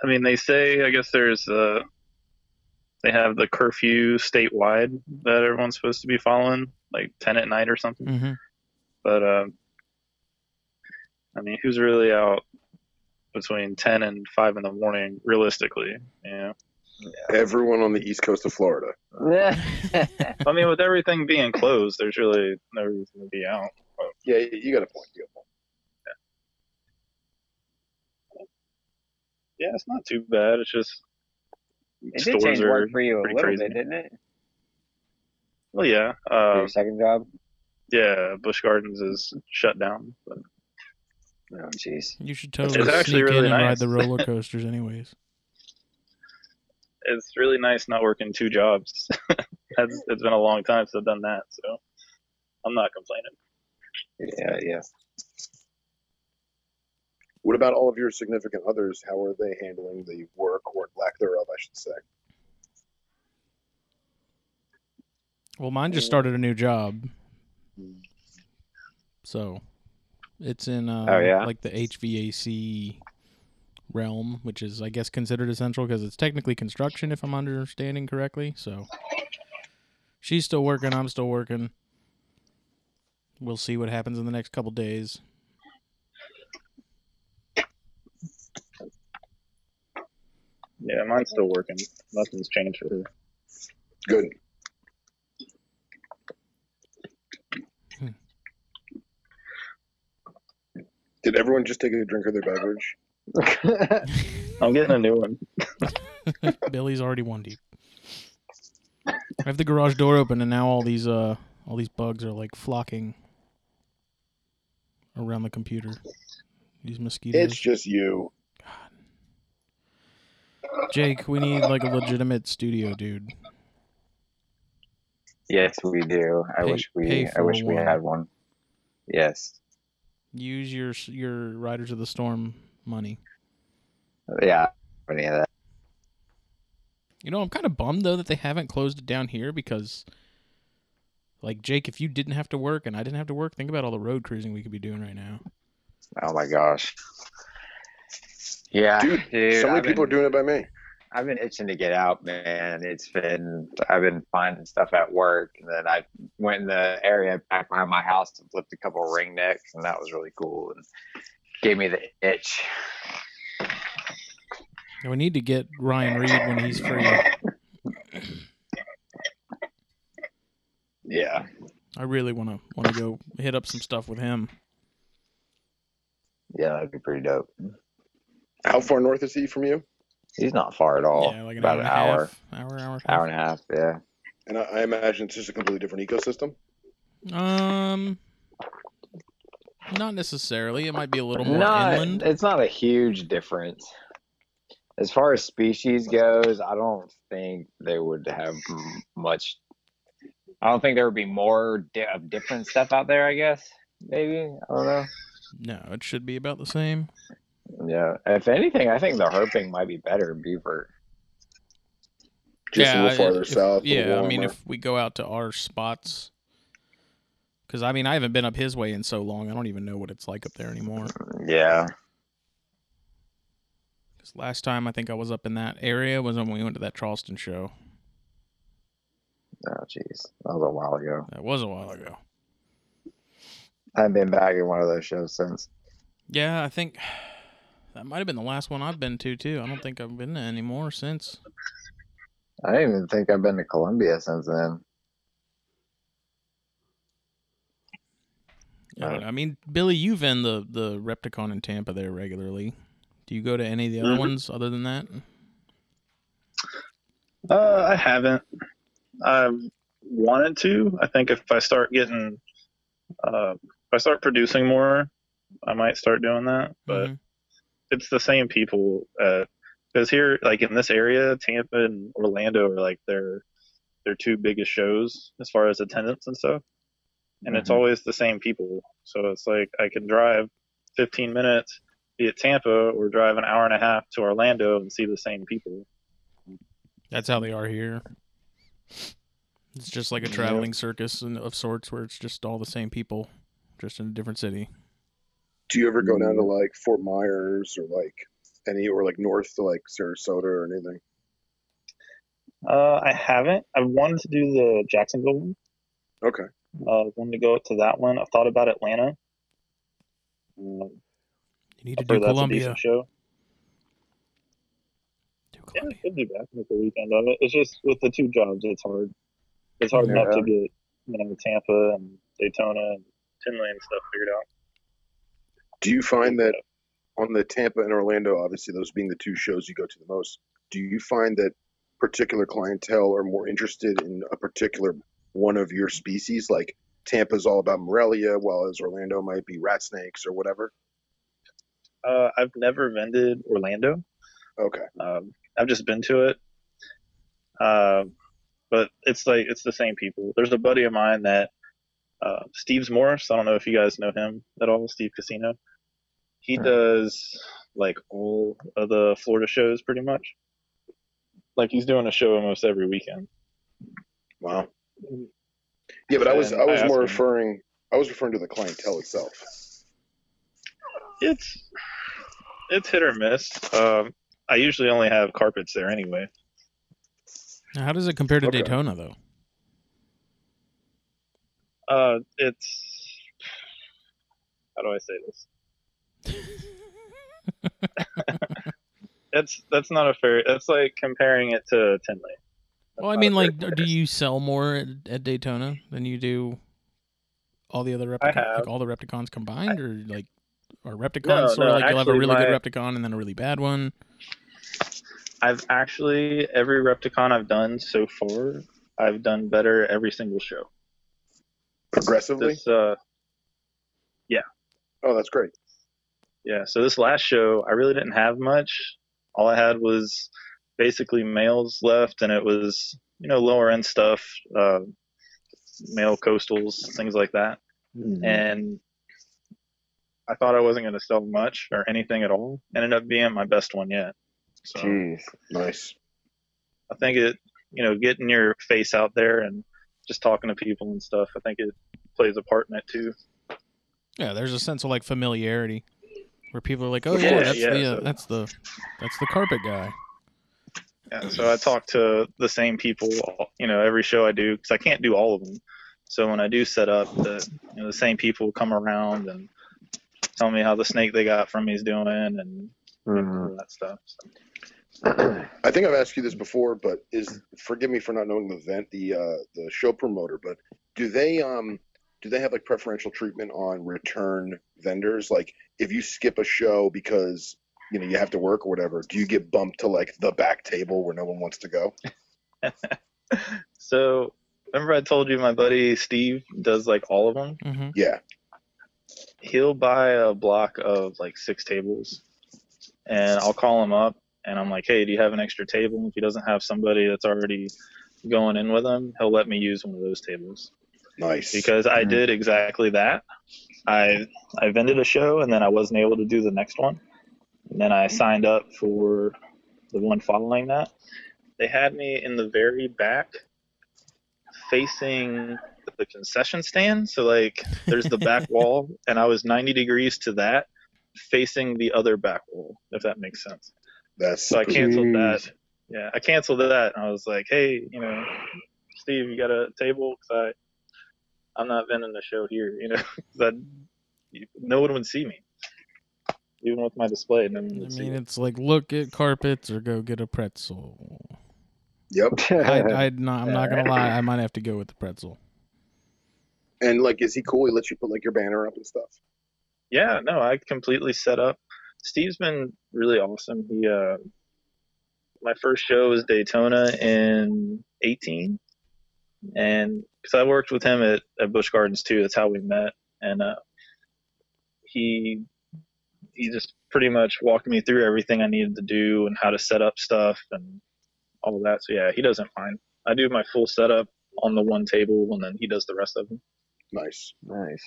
E: I mean, they say I guess there's uh, they have the curfew statewide that everyone's supposed to be following, like ten at night or something.
C: Mm-hmm.
E: But uh, I mean, who's really out between ten and five in the morning, realistically? You know.
A: Everyone on the east coast of Florida.
E: I mean, with everything being closed, there's really no reason to be out.
A: Yeah, you- you got a point. You got a point.
E: Yeah, it's not too bad. It's just
D: It did
E: stores
D: change
E: are
D: work for you a
E: pretty
D: little
E: crazy.
D: bit, didn't it?
E: well, yeah,
D: For
E: uh,
D: your second job.
E: yeah. Bush Gardens is shut down. But
D: Oh, jeez.
C: You should
E: It's
C: totally
E: actually
C: sneak in
E: really
C: and ride
E: nice.
C: the roller coasters, anyways.
E: it's really nice not working two jobs. That's it's been a long time since I've done that, so I'm not complaining.
D: Yeah, yeah.
A: What about all of your significant others? How are they handling the work or lack thereof, I should say?
C: Well, mine just started a new job, so it's in uh,
D: Oh, yeah?
C: like the HVAC realm, which is I guess considered essential because it's technically construction, if I'm understanding correctly. So she's still working, I'm still working. We'll see what happens in the next couple days.
E: Yeah, mine's still working. Nothing's changed for her.
A: Good.
C: Hmm.
A: Did everyone just take a drink of their beverage?
E: I'm getting a new one.
C: Billy's already one deep. I have the garage door open, and now all these uh all these bugs are like flocking around the computer. These mosquitoes.
A: It's just you.
C: Jake, we need like a legitimate studio, dude.
D: yes, we do. I
C: Pay-
D: wish
C: pay
D: we. I
C: for
D: wish we
C: one.
D: had one. Yes.
C: Use your s- your Riders of the Storm money.
D: Yeah. Any of that.
C: You know, I'm kind of bummed though that they haven't closed it down here because, like Jake, if you didn't have to work and I didn't have to work, think about all the road cruising we could be doing right now.
D: Oh my gosh. Yeah,
A: Dude, so many
D: I've
A: people
D: been-
A: are doing it by me.
D: I've been itching to get out, man. It's been I've been finding stuff at work, and then I went in the area back behind my house and flipped a couple of ring necks, and that was really cool and gave me the itch.
C: And we need to get Ryan Reed when he's free.
D: Yeah,
C: I really want to want to go hit up some stuff with him.
D: yeah, that'd be pretty dope.
A: How far north is he from you?
D: He's not far at all.
C: yeah, like an
D: Oh, about
C: hour,
D: an
C: and a
D: hour,
C: half, hour, hour, and a
D: hour and a half. Yeah,
A: And I, I imagine it's just a completely different ecosystem.
C: half. Um, not necessarily. It might be a little more
D: not,
C: inland.
D: it's not a huge difference. As far as species goes, I don't think they would have m- much. I don't think there would be more di- of different stuff out there. I guess maybe I don't know.
C: No, it should be about the same.
D: Yeah. If anything, I think the herping might be better in Beaver.
A: Just a
C: I-
A: little farther
C: if-
A: south. a little
C: Yeah, I mean,
A: warmer.
C: if we go out to our spots, because I mean, I haven't been up his way in so long. I don't even know what it's like up there anymore.
D: Yeah.
C: 'Cause last time I think I was up in that area was when we went to that Charleston show.
D: Oh, jeez. That was a while ago.
C: That was a while ago.
D: I haven't been back in one of those shows since.
C: Yeah, I think that might have been the last one I've been to too. I don't think I've been to any more since.
D: I don't even think I've been to Columbia since then.
C: I, don't know. I mean, Billy, you've been the the Repticon in Tampa there regularly. Do you go to any of the other
E: Mhm.
C: ones other than that?
E: Uh, I haven't. I've wanted to. I think if I start getting, uh, if I start producing more, I might start doing that. But
C: Mhm.
E: it's the same people. Because here, like in this area, Tampa and Orlando are like their their two biggest shows as far as attendance and stuff. And it's
D: Mhm.
E: always the same people. So it's like I can drive 15 minutes, be at Tampa, or drive an hour and a half to Orlando and see the same people.
C: that's how they are here. It's just like a
D: Yeah.
C: traveling circus and of sorts, where it's just all the same people, just in a different city.
A: Do you ever go down to
C: Mm.
A: like Fort Myers or like any or like north to like Sarasota or anything?
E: Uh, I haven't. I wanted to do the Jacksonville one.
A: Okay.
E: Uh, I wanted to go to that one. I've thought about Atlanta. Uh,
C: You need to
E: I've
C: do
E: heard that's a
C: Columbia.
E: decent show.
C: Do
E: Yeah,
C: Columbia.
E: could be back with the weekend of it. It's just with the two jobs, it's hard. It's hard
D: Yeah.
E: enough to get you know Tampa and Daytona and Tinley and stuff figured out.
A: Do you find that on the Tampa and Orlando, obviously those being the two shows you go to the most, do you find that particular clientele are more interested in a particular one of your species? Like Tampa's all about Morelia, while as Orlando might be rat snakes or whatever.
E: Uh, I've never vended Orlando.
A: Okay.
E: Um, I've just been to it. Um, but it's like it's the same people. There's a buddy of mine that uh, Steve's Morris. I don't know if you guys know him at all, Steve Casino. He
D: Hmm.
E: does like all of the Florida shows pretty much. Like he's doing a show almost every weekend.
A: Wow. Yeah, but I was
E: And
A: I was
E: I asked
A: more
E: him-
A: referring I was referring to the clientele itself.
E: It's it's hit or miss. Um, I usually only have carpets there anyway.
C: Now, how does it compare to
A: Okay.
C: Daytona though?
E: Uh, it's how do I say this? That's that's not a fair. That's like comparing it to Tinley. That's
C: Well, I
E: not
C: mean,
E: a fair
C: like, do you sell more at, at Daytona than you do all the other
E: I
C: Repticons, like
E: have.
C: all the Repticons combined, or like, are Repticons
E: No,
C: sort of
E: no,
C: like you'll have a
E: actually,
C: really
E: my-
C: good Repticon and then a really bad one?
E: I've actually every Repticon I've done so far, I've done better every single show.
A: Progressively?
E: This uh,
A: Oh, that's great.
E: yeah. So this last show, I really didn't have much. All I had was basically males left, and it was you know lower end stuff, uh, male coastals, things like that. and I thought I wasn't going to sell much or anything at all. Ended up being my best one yet. So
A: Jeez. Nice.
E: I think it, you know, getting your face out there and just talking to people and stuff, I think it plays a part in it too.
C: Yeah, there's a sense of like familiarity where people are like, oh
E: Yeah,
C: yeah, that's
E: yeah,
C: the uh,
E: so-
C: that's the that's the carpet guy.
E: Yeah, so I talk to the same people, you know, every show I do because I can't do all of them. So when I do set up, the you know, the same people come around and tell me how the snake they got from me's doing and
D: Mhm.
E: all that stuff. So,
A: I think I've asked you this before, but is forgive me for not knowing the event, the uh, the show promoter, but do they um do they have like preferential treatment on return vendors? Like if you skip a show because you know you have to work or whatever, do you get bumped to like the back table where no one wants to go?
E: so remember I told you my buddy Steve does like all of them.
C: Mm-hmm.
A: Yeah.
E: he'll buy a block of like six tables and I'll call him up and I'm like, hey, do you have an extra table? And if he doesn't have somebody that's already going in with him, he'll let me use one of those tables
A: Nice.
E: because I
D: Mhm.
E: did exactly that. I I vended a show and then I wasn't able to do the next one. And then I signed up for the one following that. They had me in the very back facing the concession stand. So, like, there's the back wall, and I was 90 degrees to that, facing the other back wall, if that makes sense.
A: That's
E: So I
A: super-
E: canceled
D: Jeez.
E: that. Yeah, I canceled that, and I was like, "Hey, you know, Steve, you got a table? Cause I, I'm not vending the show here. You know, 'cause I, you- no one would see me, even with my display. No one
C: I
E: would see
C: mean,
E: me.
C: it's like look at carpets or go get a pretzel.
A: Yep.
C: I, I, no, I'm not gonna lie. I might have to go with the pretzel.
A: And like, is he cool? He lets you put like your banner up and stuff.
E: yeah no i completely set up steve's been really awesome he uh my first show was daytona in 18 and because i worked with him at, at bush gardens too that's how we met and uh he he just pretty much walked me through everything i needed to do and how to set up stuff and all of that so yeah he doesn't mind i do my full setup on the one table and then he does the rest of them
A: Nice.
D: Nice.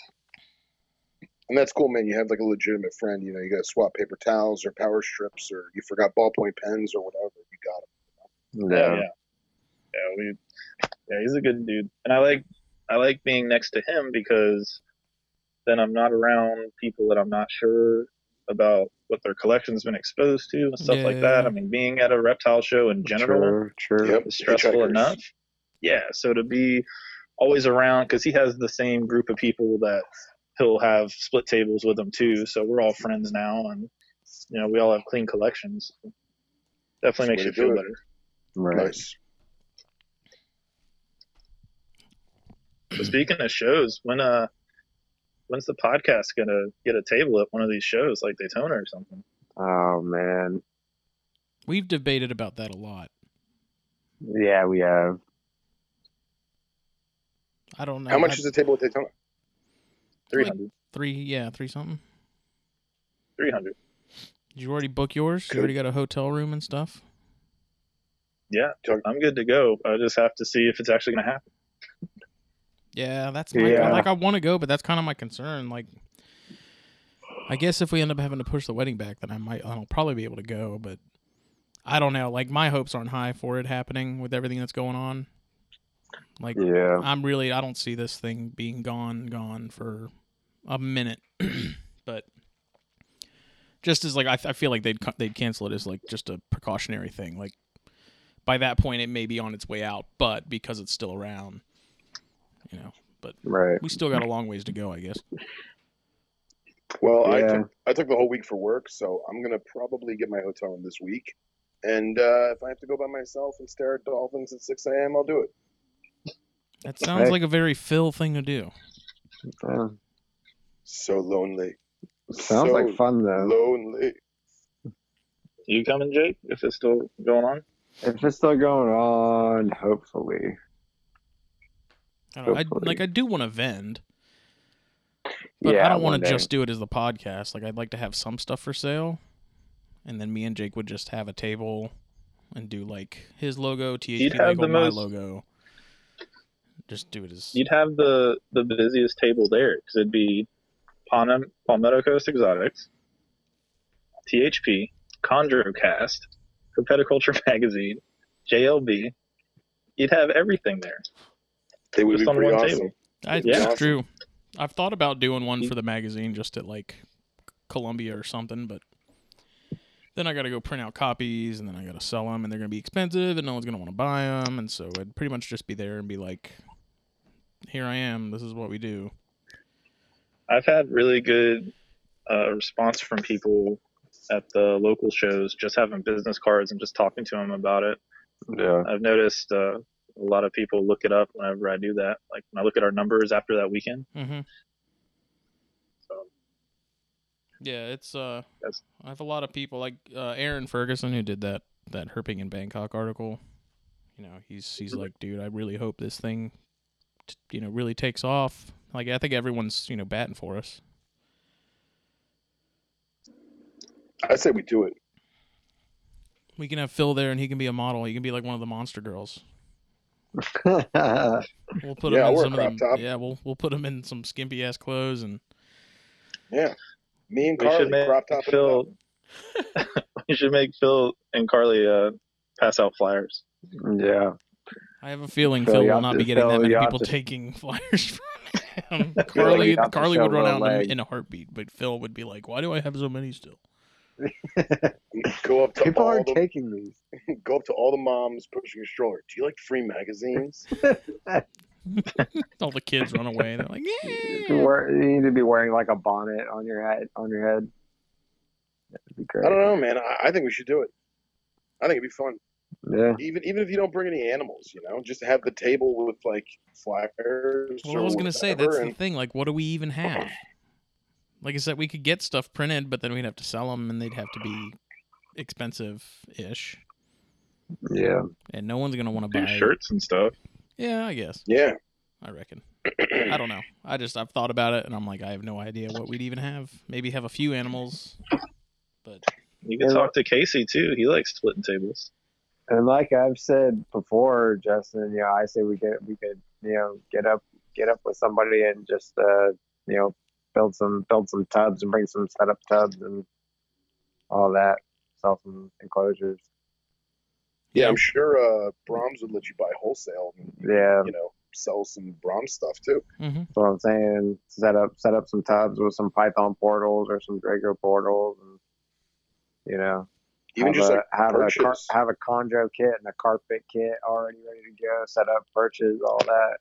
A: And that's cool, man. You have like a legitimate friend. You know, you got to swap paper towels or power strips, or you forgot ballpoint pens or whatever. You got it.
E: yeah. Yeah, we yeah, he's a good dude. And I like I like being next to him because then I'm not around people that I'm not sure about what their collection's been exposed to and stuff like that.
C: Yeah.
E: I mean, being at a reptile show in general
D: True. True.
A: Yep.
E: is stressful
A: Hitchhikers.
E: enough. Yeah, so to be always around because he has the same group of people that he'll have split tables with him too. So we're all friends now, and you know we all have clean collections. Definitely
A: Way
E: makes you
A: to do
E: feel
A: it.
E: better.
D: Right.
A: Nice.
E: But speaking of shows, when uh, when's the podcast gonna get a table at one of these shows like Daytona or something?
D: Oh man.
C: We've debated about that a lot.
D: Yeah, we have.
C: I don't know.
A: How much
C: I-
A: is a table at Daytona?
E: Three hundred.
C: Three, yeah, three something.
E: Three hundred.
C: Did you already book yours? You already got a hotel room and stuff.
E: Yeah, I'm good to go. I just have to see if it's actually gonna happen.
C: Yeah, that's my
D: Yeah.
C: like I want to go, but that's kind of my concern. Like, I guess if we end up having to push the wedding back, then I might I'll probably be able to go, but I don't know. Like my hopes aren't high for it happening with everything that's going on. Like
D: Yeah.
C: I'm really I don't see this thing being gone gone for a minute, but just as like I, I feel like they'd ca- they'd cancel it as like just a precautionary thing. Like by that point it may be on its way out, but because it's still around, you know,
D: Right.
C: we still got a long ways to go, I guess.
A: Well, I
D: Yeah.
A: took, I took the whole week for work, so I'm gonna probably get my hotel room this week. And uh, if I have to go by myself and stare at dolphins at 6 a.m., I'll do it.
C: That sounds
D: Hey.
C: like a very Phil thing to do.
D: Yeah.
A: So lonely.
D: Sounds
A: So
D: like fun though.
A: Lonely.
E: You coming, Jake? If it's still going on?
D: If it's still going on, hopefully.
C: I don't, I,
D: Hopefully.
C: like I do want to vend, but
D: yeah.
C: I don't
D: one
C: want to
D: day.
C: just do it as the podcast. Like I'd like to have some stuff for sale, and then me and Jake would just have a table and do like his logo,
E: You'd
C: THP
E: have
C: logo,
E: the
C: my
E: most-
C: logo. Just do it as
E: You'd have the the busiest table there because it'd be Palm, Palmetto Coast Exotics, THP, Condrocast, Herpeticulture Magazine, JLB. You'd have everything there.
A: They would
E: Just
A: be
E: on
A: pretty
E: one
A: awesome.
E: table.
C: I,
E: Yeah.
C: It's true. I've thought about doing one
E: You-
C: for the magazine just at like Columbia or something, but then I got to go print out copies and then I got to sell them and they're going to be expensive and no one's going to want to buy them. And so I'd pretty much just be there and be like, here I am. This is what we do.
E: I've had really good uh, response from people at the local shows, just having business cards and just talking to them about it.
D: Yeah.
E: I've noticed uh, a lot of people look it up whenever I do that. Like when I look at our numbers after that weekend,
C: Mm-hmm.
E: So-
C: Yeah, it's uh,
E: That's-
C: I have a lot of people like uh, Aaron Ferguson who did that that herping in Bangkok article. You know, he's
A: Mm-hmm.
C: he's like, dude, I really hope this thing, t- you know, really takes off. Like, I think everyone's you know batting for us.
A: I say we do it.
C: We can have Phil there, and he can be a model. He can be like one of the monster girls. We'll put
A: Yeah,
C: him in
A: or a
C: some
A: crop
C: of them.
A: top.
C: Yeah, we'll we'll put him in some skimpy ass clothes, and
A: Yeah. Me and
E: we
A: Carly,
E: should make
A: crop top and
E: Phil. We should make Phil and Carly uh, pass out flyers.
D: Yeah.
C: I have a feeling
D: Phil,
C: Phil
D: you
C: will
D: have
C: not
D: to-
C: be getting
D: Phil,
C: that
D: you
C: many
D: have
C: people
D: to-
C: taking flyers from him. Carly,
D: you have to
C: Carly
D: show
C: would run
D: low
C: out in a-
D: leg.
C: in a heartbeat, but Phil would be like, "Why do I have so many still?"
A: Go up to
D: People
A: all
D: are
A: the
D: taking these.
A: go up to all the moms pushing a stroller. Do you like free magazines?
C: All the kids run away. They're like,
D: You
C: "Yeah."
D: wear- you need to be wearing like a bonnet on your head. On your head. That'd be great.
A: I don't know, man. I, I think we should do it. I think it'd be fun.
D: Yeah.
A: Even even if you don't bring any animals, you know, just have the table with like flyers.
C: Well, I
A: or
C: was gonna say
A: whatever,
C: that's the
A: and
C: thing. Like, what do we even have? Like I said, we could get stuff printed, but then we'd have to sell them, and they'd have to be expensive-ish,
D: Yeah.
C: and no one's gonna want to
E: Do
C: buy.
E: shirts and stuff.
C: Yeah, I guess.
A: yeah,
C: I reckon. I don't know. I just I've thought about it, and I'm like, I have no idea what we'd even have. Maybe have a few animals, but
E: You can
D: Yeah.
E: talk to Casey too. He likes splitting tables.
D: And like I've said before, Justin, you know, I say we get we could, you know, get up get up with somebody and just uh, you know, build some build some tubs and bring some setup tubs and all that. Sell some enclosures.
A: yeah. I'm sure uh, Brahms would let you buy wholesale. And,
D: Yeah.
A: you know, sell some Brahms stuff too.
C: hmm
D: That's what I'm saying. Set up set up some tubs with some Python portals or some Draco portals and you know
A: Even
D: have
A: just
D: a,
A: like
D: have a car,
A: perches.
D: have a conjo kit and a carpet kit already ready to go, set up perches, all that.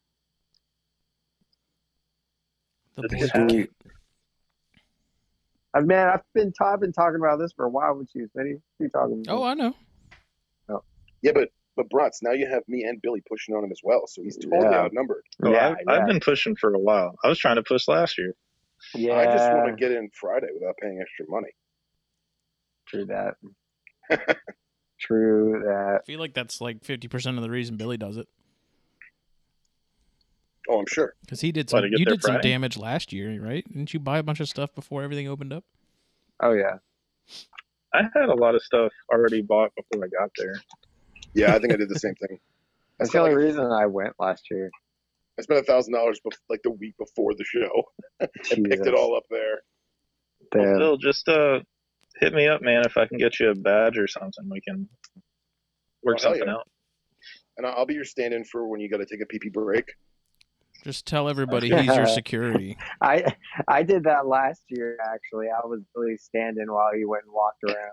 C: the
E: Did
C: boy
E: you
C: can
E: have-
C: get-
D: I man, I've been I've been talking about this for a while with you, Smitty. You talking?
C: Oh, I know.
A: Yeah, but but Bratz, now you have me and Billy pushing on him as well, so he's totally
D: Yeah.
A: outnumbered.
E: Oh,
D: yeah,
E: I've,
D: yeah,
E: I've been pushing for a while. I was trying to push last year.
D: yeah.
A: I just want to get in Friday without paying extra money.
D: through that. True that.
C: I feel like that's like fifty percent of the reason Billy does it
A: Oh, I'm sure.
C: because he did some.
E: Why, to get
C: You
E: there
C: did some
E: Friday?
C: damage last year, right? Didn't you buy a bunch of stuff before everything opened up?
D: Oh yeah.
E: I had a lot of stuff already bought before I got there.
A: Yeah, I think I did the same thing. I
D: That's the
A: spent
D: only
A: like,
D: reason I went last year.
A: I spent a thousand dollars like the week before the show. and picked it
D: Jesus.
A: all up there.
E: Well,
D: Damn.
E: Phil, just uh, hit me up, man. If I can get you a badge or something, we can work
A: Oh, hell
E: something
A: yeah.
E: out.
A: And I'll be your stand-in for when you got to take a PP break.
C: Just tell everybody he's your security.
D: I I did that last year actually. I was really standing while he went and walked around.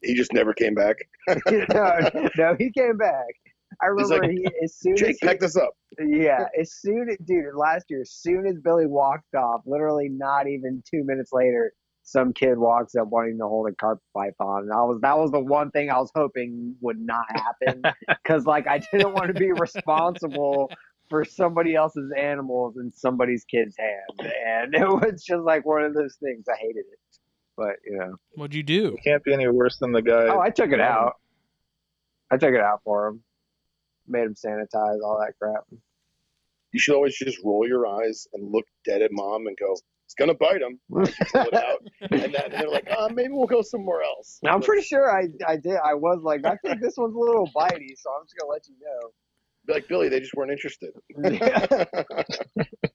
A: He just never came back.
D: no, no, he came back. I
A: He's
D: remember he as soon
A: Jake
D: as
A: packed us up.
D: he, yeah, as soon as dude last year, as soon as Billy walked off, literally not even two minutes later, some kid walks up wanting to hold a carpet python, and I was that was the one thing I was hoping would not happen because like I didn't want to be responsible for somebody else's animals in somebody's kid's hand, and it was just like one of those things. I hated it, but you know.
C: What'd you do?
E: It can't be any worse than the guy.
D: Oh, I took it out. I took it out for him. Made him sanitize all that crap.
A: You should always just roll your eyes and look dead at mom and go, "It's gonna bite him." Pull it out, and, that, and they're like, "Ah, maybe we'll go somewhere else."
D: Now, I'm pretty sure I, I did. I was like, I think this one's a little bitey, so I'm just gonna let you
A: Be like Billy, they just weren't interested.
D: know. I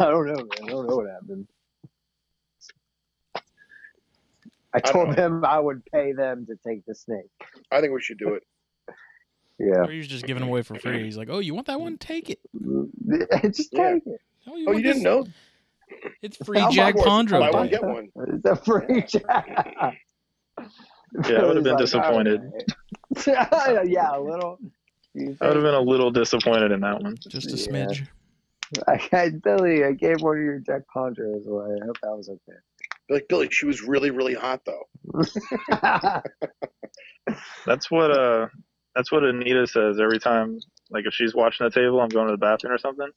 D: don't know, man. I don't know what happened. I
A: don't
D: told
A: know.
D: them I would pay them to take the snake.
A: I think we should do it.
D: Yeah,
C: Or he was just giving away for free. He's like, "Oh, you want that one? Take it.
D: just take
A: Yeah.
D: it.
C: Oh, you,
A: Oh,
C: want
A: you didn't
C: this?
A: know?
C: It's free
D: How much
C: Jack
A: was it?
C: Condro.
A: Buy
D: How
A: one
D: much?
C: dude.
A: get one.
D: It's a free job.
E: Yeah, I would've been
D: Billy's like, "All
E: disappointed.
D: right." yeah, a little. You
E: I would have
D: think?
E: been a little disappointed in that one.
C: Just a
D: Yeah.
C: smidge.
D: I, I, Billy, I gave one of your Jack Conjurers away. I hope that was
A: Be like Billy, she was really, really hot though.
D: okay.
E: That's what uh, that's what Anita says every time. Like if she's watching the table, I'm going to the bathroom or something.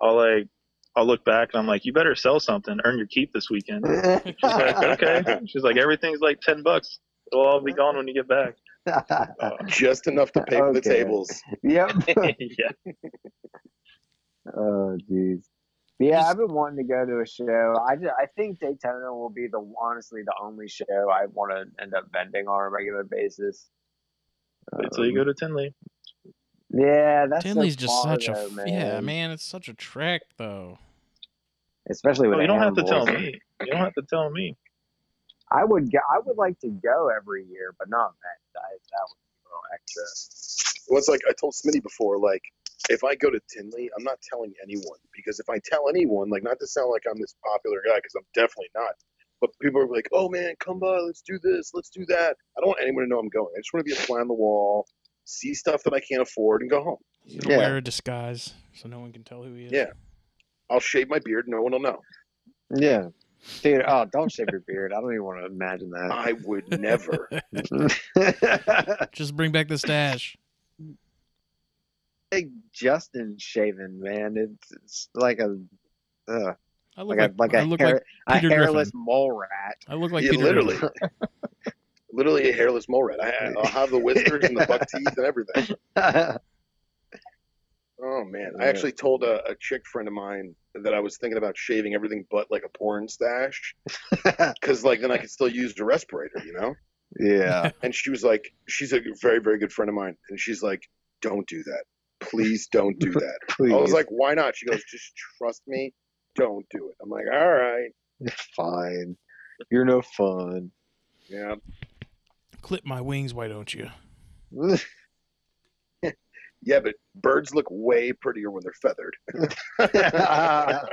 E: I'll like, I'll look back and I'm like, you better sell something, earn your keep this weekend. She's like, okay. She's like, everything's like ten bucks. It'll all be gone when you get back. Uh,
A: Just enough to pay for the
D: Okay.
A: tables.
D: yep.
E: yeah.
D: Oh, jeez. Yeah,
C: Just-
D: I've been wanting to go to a show. I, ju- I think Daytona will be the honestly the only show I want to end up vending on a regular basis. Um,
E: Wait till you go to Tinley.
D: Yeah, that's so
C: Tinley's just
D: far,
C: such a
D: though,
C: f-
D: man.
C: yeah, man. It's such a trek though.
D: Especially with
E: Oh, you don't have to
D: animals.
E: tell me. You don't have to tell me.
D: I would go, I would like to go every year, but not that. I, that would be a little extra.
A: Well, it's like I told Smitty before, like, if I go to Tinley, I'm not telling anyone because if I tell anyone, like, not to sound like I'm this popular guy because I'm definitely not, but people are like, oh man, come by, let's do this, let's do that. I don't want anyone to know I'm going. I just want to be a fly on the wall, see stuff that I can't afford, and go home.
C: He's gonna
D: Yeah.
C: wear a disguise so no one can tell who he is.
A: Yeah. I'll shave my beard, no one will know.
D: Yeah, dude. Oh, don't shave your beard. I don't even want to imagine
A: I would never.
D: that.
C: Just bring back the stash.
D: Big Justin shaving, man. It's, it's like a ugh,
C: I look
D: like,
C: like,
D: a like
C: I
D: a,
C: look
D: hair,
C: like
D: a
C: Peter Griffin.
D: hairless mole rat.
C: I look like
A: Yeah,
C: Peter
A: literally.
C: Griffin.
A: Literally a hairless mole rat. I, I'll have the whiskers and the buck teeth and everything. Oh man, I
D: Yeah.
A: actually told a, a chick friend of mine that I was thinking about shaving everything but like a porn stash, because like then I could still use the respirator, you know.
D: yeah.
A: And she was like, she's a very very good friend of mine, and she's like, don't do that, please don't do that.
D: Please.
A: I was like, why not? She goes, just trust me, don't do it. I'm like, all right,
D: fine. You're no fun.
A: yeah.
C: Clip my wings, why don't you?
A: Yeah, but birds look way prettier when they're feathered.
D: Got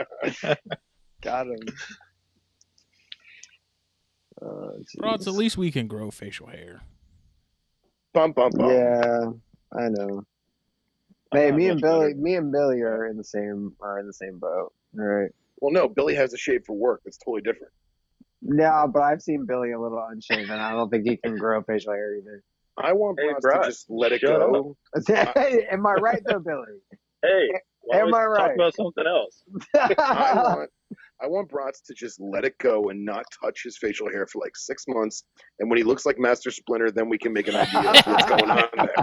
D: him. Uh,
C: Broads, at
D: jeez.
C: least we can grow facial hair.
A: Bum bum bum.
D: Yeah, I know.
E: I'm
D: Hey,
E: not
D: me and
E: much
D: Billy,
E: better.
D: me and Billy are in the same are in the same boat. All right.
A: Well, no, Billy has a shave for work. It's totally different.
D: No, but I've seen Billy a little unshaven. I don't think he can grow facial hair either.
A: I want
E: Hey,
A: Bronze
E: Bronz,
A: to just let it
E: shut
A: go.
D: Am I right though, Billy?
E: Hey, why don't
D: Am
E: we
D: I
E: talk
D: right?
E: about something else?
A: I want I want Bratz to just let it go and not touch his facial hair for like six months, and when he looks like Master Splinter, then we can make an idea of what's going on there.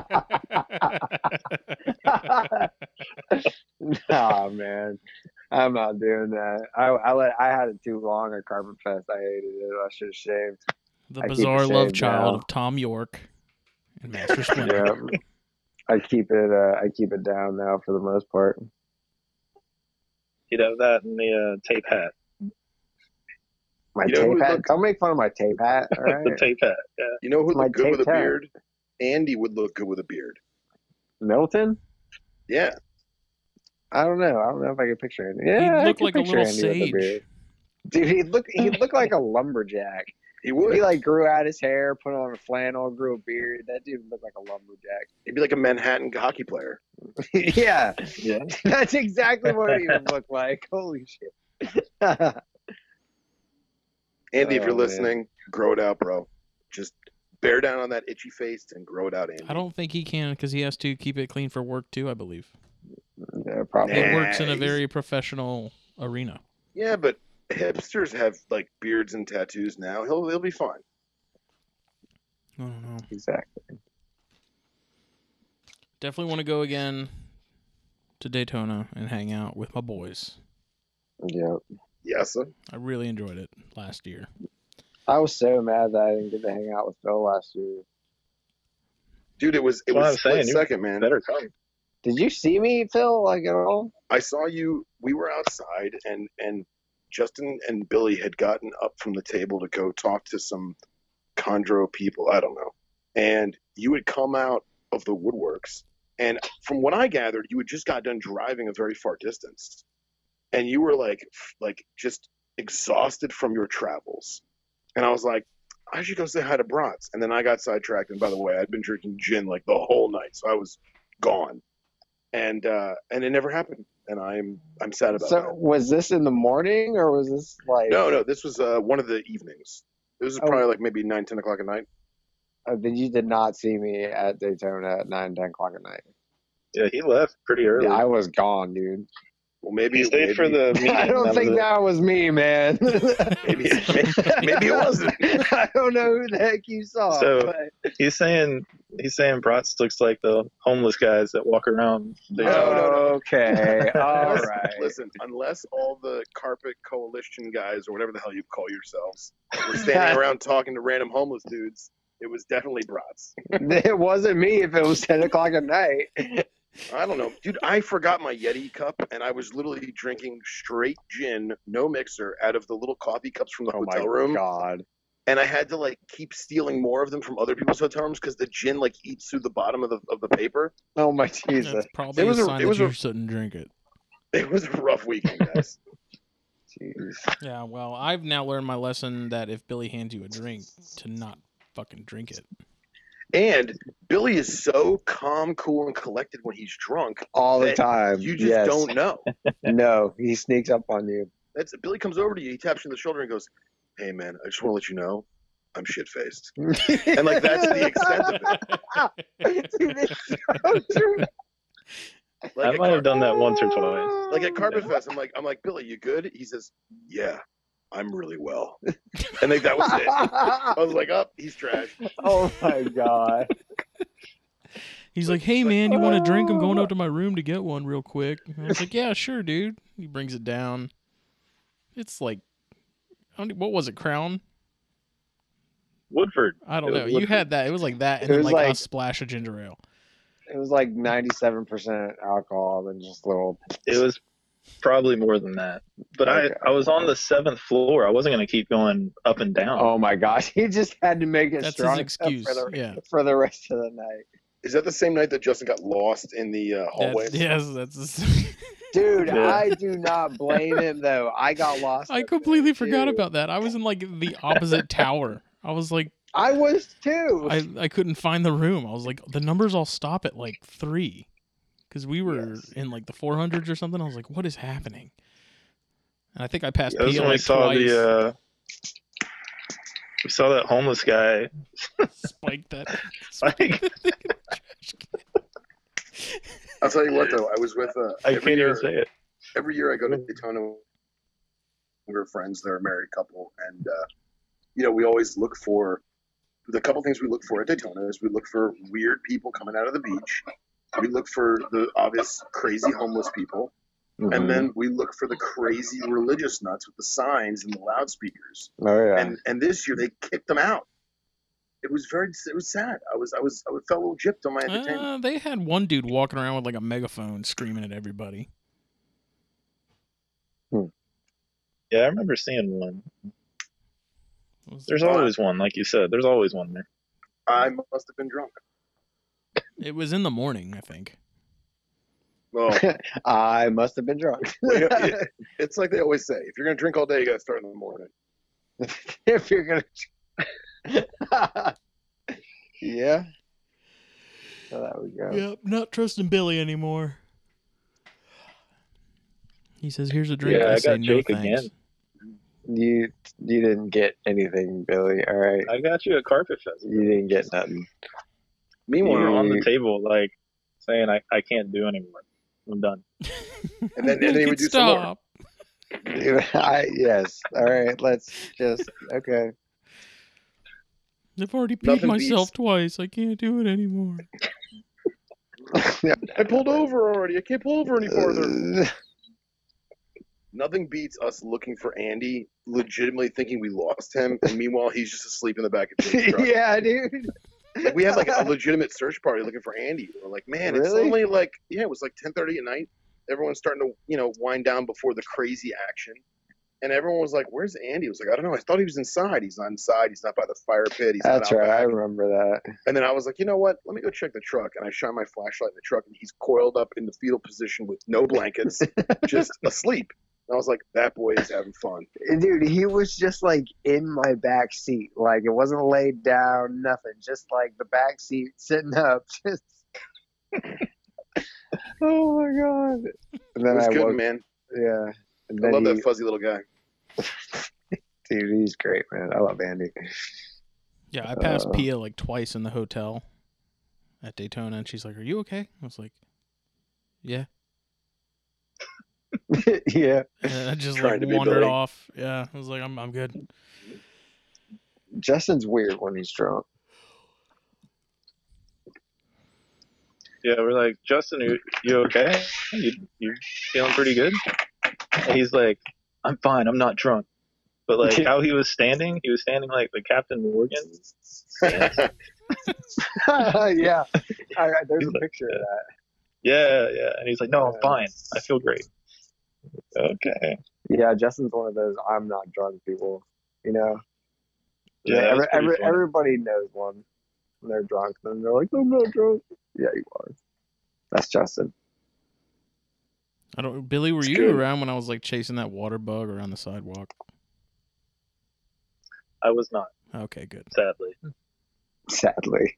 D: nah, man, I'm not doing that. I I, let, I had it too long at Carpet Fest. I hated it. I should have shaved.
C: the
D: I keep
C: bizarre
D: it
C: love
D: shaved
C: child
D: now.
C: of Tom York and Master Splinter.
D: Yeah, I keep it. Uh, I keep it down now for the most part.
E: He'd have that in the uh, tape hat.
D: My
A: You know
D: tape
A: who
D: hat.
A: looked-
D: Don't make fun of my tape hat. All right.
E: The tape hat. Yeah.
A: You know who
D: My
A: look good with a
D: tape hat.
A: beard? Andy would look good with a beard.
D: Middleton.
A: Yeah,
D: I don't know. I don't know if I can picture it.
C: He
D: Yeah, I
C: looked
D: can
C: like a
D: picture
C: little
D: Andy with the
C: sage.
D: beard. Dude, he looked he looked like a lumberjack.
A: he would.
D: He like grew out his hair, put on a flannel, grew a beard. That dude looked like a lumberjack.
A: He'd be like a Manhattan hockey player.
D: yeah,
E: Yeah.
D: that's exactly what he would look like. Holy shit.
A: Andy, if
D: Oh,
A: you're
D: man.
A: listening, grow it out, bro. Just bear down on that itchy face and grow it out, Andy.
C: I don't think he can because he has to keep it clean for work too. I believe
D: yeah, probably.
A: Nah.
C: it works in a
A: he's-
C: very professional arena.
A: Yeah, but hipsters have like beards and tattoos now. He'll he'll be fine.
C: I don't know.
D: Exactly.
C: Definitely want to go again to Daytona and hang out with my boys.
D: Yeah.
A: Yes, sir.
C: I really enjoyed it last year.
D: I was so mad that I didn't get to hang out with Phil last year.
A: dude. It was it
E: That's what
A: was
E: I'm
A: split
E: saying. You
A: second, man.
E: Better come.
D: Did you see me, Phil, like at all?
A: I saw you. We were outside, and and Justin and Billy had gotten up from the table to go talk to some chondro people. I don't know. And you had come out of the woodworks, and from what I gathered, you had just got done driving a very far distance, and you were like f- like just exhausted from your travels. And I was like, I should go say hi to Bratz. And then I got sidetracked. And by the way, I'd been drinking gin like the whole night, so I was gone. And uh, and it never happened. And I'm I'm sad about
D: So was this in the morning or was this like
A: that. No, no, this was uh, one of the evenings. This was
D: Oh.
A: probably like maybe nine, ten o'clock at night.
D: Oh, then you did not see me at Daytona at nine, ten o'clock at night.
E: Yeah, he left pretty early.
D: Yeah, I was gone, dude.
A: Well, maybe
E: he stayed for
A: maybe-
E: the meeting.
D: I don't
E: was
D: think
E: it.
D: that was me, man.
A: maybe, maybe it wasn't.
D: I don't know who the heck you saw.
E: So-
D: but-
E: He's saying he's saying Bratz looks like the homeless guys that walk around. the-
A: No, no, no.
D: Okay, all
A: Unless-
D: right.
A: Listen, unless all the carpet coalition guys or whatever the hell you call yourselves were standing around talking to random homeless dudes, it was definitely Bratz.
D: It wasn't me if it was ten o'clock at night.
A: I don't know, dude. I forgot my Yeti cup, and I was literally drinking straight gin, no mixer, out of the little coffee cups from the
D: Oh my
A: hotel room.
D: god!
A: and I had to like keep stealing more of them from other people's hotel rooms because the gin like eats through the bottom of the of the paper.
D: Oh my Jesus.
C: That's probably
A: was
C: a
A: a-
C: sign
A: it was
C: that
A: a-
C: you shouldn't drink it.
A: It was a rough weekend, guys.
D: Jeez.
C: Yeah, well, I've now learned my lesson that if Billy hands you a drink, to not fucking drink it.
A: and Billy is so calm, cool, and collected when he's drunk.
D: All the
A: That
D: time.
A: You just
D: yes.
A: don't know.
D: No, he sneaks up on you.
A: That's Billy comes over to you, he taps you on the shoulder and goes, "Hey man, I just want to let you know, I'm shit faced."
D: and
A: like, that's the extent of
D: it. Dude, it's so true.
A: Like
E: I
A: at
E: might
A: Car-
E: have done that once or twice.
A: like at Carpet Fest, I'm like, I'm like, Billy, you good? He says, Yeah, I'm really well. And like that was it. I was like, Up, he's trash.
D: oh my god.
C: He's
A: Like-
C: like, "Hey
A: like-
C: man, you want a drink? I'm going up to my room to get one real quick." And I was like, "Yeah, sure, dude." He brings it down. It's like, I don't, e, what was it? Crown?
E: Woodford.
C: I
E: It
C: don't
E: was
C: know. You
E: Woodford.
C: had that. It was like that, and
D: It
C: then
D: was
C: like, a
D: like-
C: splash of ginger ale.
D: It was like 97% alcohol and just little.
E: It was probably more than that. But
D: Okay.
E: I, I was on the seventh floor. I wasn't going to keep going up and down.
D: Oh my gosh. He just had to make it
C: That's
D: strong
C: his
D: enough
C: excuse.
D: For, the,
C: Yeah.
D: for the rest of the night.
A: Is that the same night that Justin got lost in the uh, hallway?
C: That's, yes, that's.
D: Dude,
E: Yeah.
D: I do not blame him though. I got lost.
C: I
D: up
C: completely
D: there,
C: forgot
D: too.
C: about that. I was in like the opposite tower. I was like,
D: I was too.
C: I I couldn't find the room. I was like, the numbers all stop at like three, because we were
D: Yes.
C: in like the four hundreds or something. I was like, what is happening? And I think I passed
E: That was
C: P
E: when we
C: like
E: saw
C: twice.
E: the. Uh, we saw that homeless guy.
C: spike that.
E: Like,
A: I'll tell you what though, I was with uh,
E: I
A: every
E: can't even
A: year-
E: say it.
A: every year I go to Daytona. We're friends; they're a married couple, and uh, you know we always look for the couple things we look for at Daytona is we look for weird people coming out of the beach, we look for the obvious crazy homeless people, and then we look for the crazy religious nuts with the signs and the loudspeakers.
D: oh yeah.
A: And and this year they kicked them out. It was very it was sad. I was I was I felt a little gypped on my entertainment.
C: Uh, they had one dude walking around with like a megaphone screaming at everybody.
E: Yeah, I remember seeing one.
C: It was-
E: There's always one, like you said. There's always one there.
A: I must have been drunk.
C: It was in the morning, I think.
A: Well,
D: I must have been drunk.
A: it's like they always say: if you're gonna drink all day, you gotta start in the morning.
D: if you're gonna. yeah. So that we go.
C: Yep, not trusting Billy anymore. He says, "Here's a drink."
E: Yeah,
C: I,
E: I
C: say,
E: got
C: "No
E: Jake
C: thanks."
E: again.
D: You you didn't get anything, Billy. All right.
E: I got you a carpet fest.
D: You didn't get nothing.
E: You were on the
D: You-
E: table, like saying, I, I can't do anymore. I'm done.
A: And then- and then he
C: Make
A: would
C: it
A: do some more.
C: stop.
D: I, yes. All right. Let's just okay.
C: I've already peed
A: Nothing
C: myself
A: beats-
C: twice. I can't do it anymore.
A: I pulled over already. I can't pull over any
E: Uh.
A: farther. Nothing beats us looking for Andy, legitimately thinking we lost him, and meanwhile he's just asleep in the back of Jake's truck.
D: yeah, dude.
A: Like, we had like a legitimate search party looking for Andy. We're like, man, it's
D: Really?
A: only like yeah, it was like 10:30 at night. Everyone's starting to you know wind down before the crazy action, and everyone was like, "Where's Andy?" I was like, "I don't know. I thought he was inside. He's not inside. He's not by the fire pit. He's not
D: That's
A: out
D: right.
A: back."
D: I remember that.
A: And then I was like, you know what? Let me go check the truck. And I shine my flashlight in the truck, and he's coiled up in the fetal position with no blankets, just asleep. And I was like, that boy is having fun.
D: Dude, he was just like in my back seat. Like it wasn't laid down, nothing. Just like the back seat sitting up. Just Oh my god. And
A: It
D: then
A: was
D: I
A: good,
D: woke
A: man.
D: yeah. And
A: I
D: then
A: love
D: he,
A: that fuzzy little guy.
D: dude, he's great, man. I love Andy.
C: Yeah, I passed
D: Uh.
C: Pia like twice in the hotel at Daytona, and she's like, "Are you okay?" I was like, "Yeah,"
D: yeah.
C: and then I just
A: Trying
C: like
A: to be
C: wandered
A: Billy.
C: off. Yeah, I was like, "I'm I'm good."
D: Justin's weird when he's drunk.
E: Yeah, we're like, Justin, you, you okay? You, you're feeling pretty good? And he's like, I'm fine. I'm not drunk. But like how he was standing, he was standing like the Captain Morgan.
D: yeah. All right, there's
E: He's
D: a
E: like,
D: picture of that.
E: Yeah, yeah. And he's like, No, I'm fine. I feel great. Okay.
D: Yeah, Justin's one of those I'm not drunk people. You know? Yeah,
E: that was
D: every,
E: pretty
D: every,
E: funny.
D: everybody knows one. When they're drunk, then they're like, "I'm not drunk." Yeah, you are. That's Justin.
C: I don't. Billy, were
A: It's
C: you
A: good.
C: around when I was like chasing that water bug around the sidewalk?
E: I was not,
C: Okay, good.
E: sadly.
D: Sadly,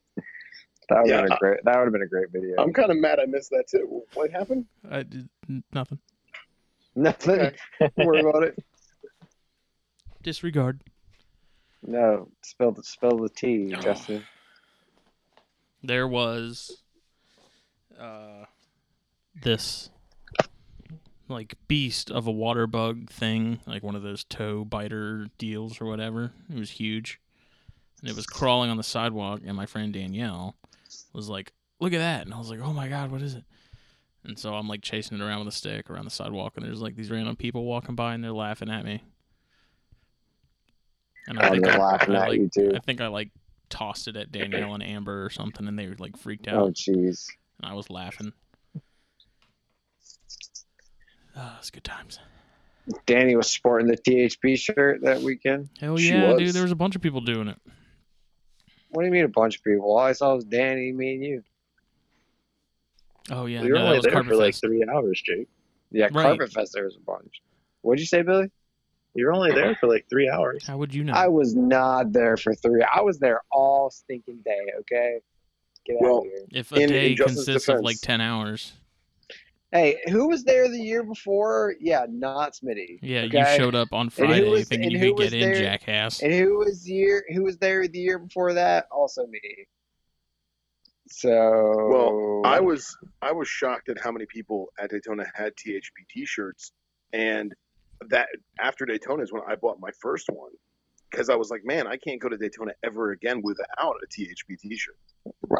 D: that would
A: Yeah,
D: have been a great. That would have been a great video.
A: I'm kind of mad I missed that too. What happened?
C: I did n- nothing.
D: Nothing. Don't worry about it.
C: Disregard.
D: No, spill the spill the tea, Justin.
C: There was, uh, this like beast of a water bug thing, like one of those toe biter deals or whatever. It was huge, and it was crawling on the sidewalk. And my friend Danielle was like, "Look at that!" And I was like, "Oh my god, what is it?" And so I'm like chasing it around with a stick around the sidewalk, and there's like these random people walking by, and they're laughing at me. And
D: God, they're laughing
C: I,
D: at
C: like,
D: you too.
C: I think I like tossed it at Danielle and Amber or something, and they were like freaked out,
D: Oh, jeez.
C: and I was laughing. Ah, it's good times.
D: Danny was sporting the THP shirt that weekend.
C: Hell
A: She
C: yeah,
A: was.
C: dude! There was a bunch of people doing it.
D: What do you mean a bunch of people? All I saw was Danny, me, and you.
C: Oh yeah,
E: we were
C: no, that
E: only
C: was
E: there
C: Carpet
E: for like
C: Fest.
E: three hours, Jake.
D: Yeah,
C: Right.
D: Carpet Fest. There was a bunch. What'd you say, Billy?
E: You were only there for like three hours.
C: How would you know?
D: I was not there for three. I was there all stinking day. Okay, get out
A: Well-
D: of here.
C: if a
A: In- in
C: day
A: Justin's
C: consists of like
A: defense-
C: ten hours,
D: Hey, who was there the year before? Yeah, not Smitty.
C: yeah,
D: Okay.
C: you showed up on
D: who
C: Friday
D: was-
C: thinking
D: and
C: you
D: who
C: could get
D: was
C: in,
D: there?
C: jackass.
D: And who was the year? Who was there the year before that? Also me. So
A: Well, I was I was shocked at how many people at Daytona had THP T-shirts, and that after Daytona is when I bought my first one because I was like, man, I can't go to Daytona ever again without a THP T-shirt.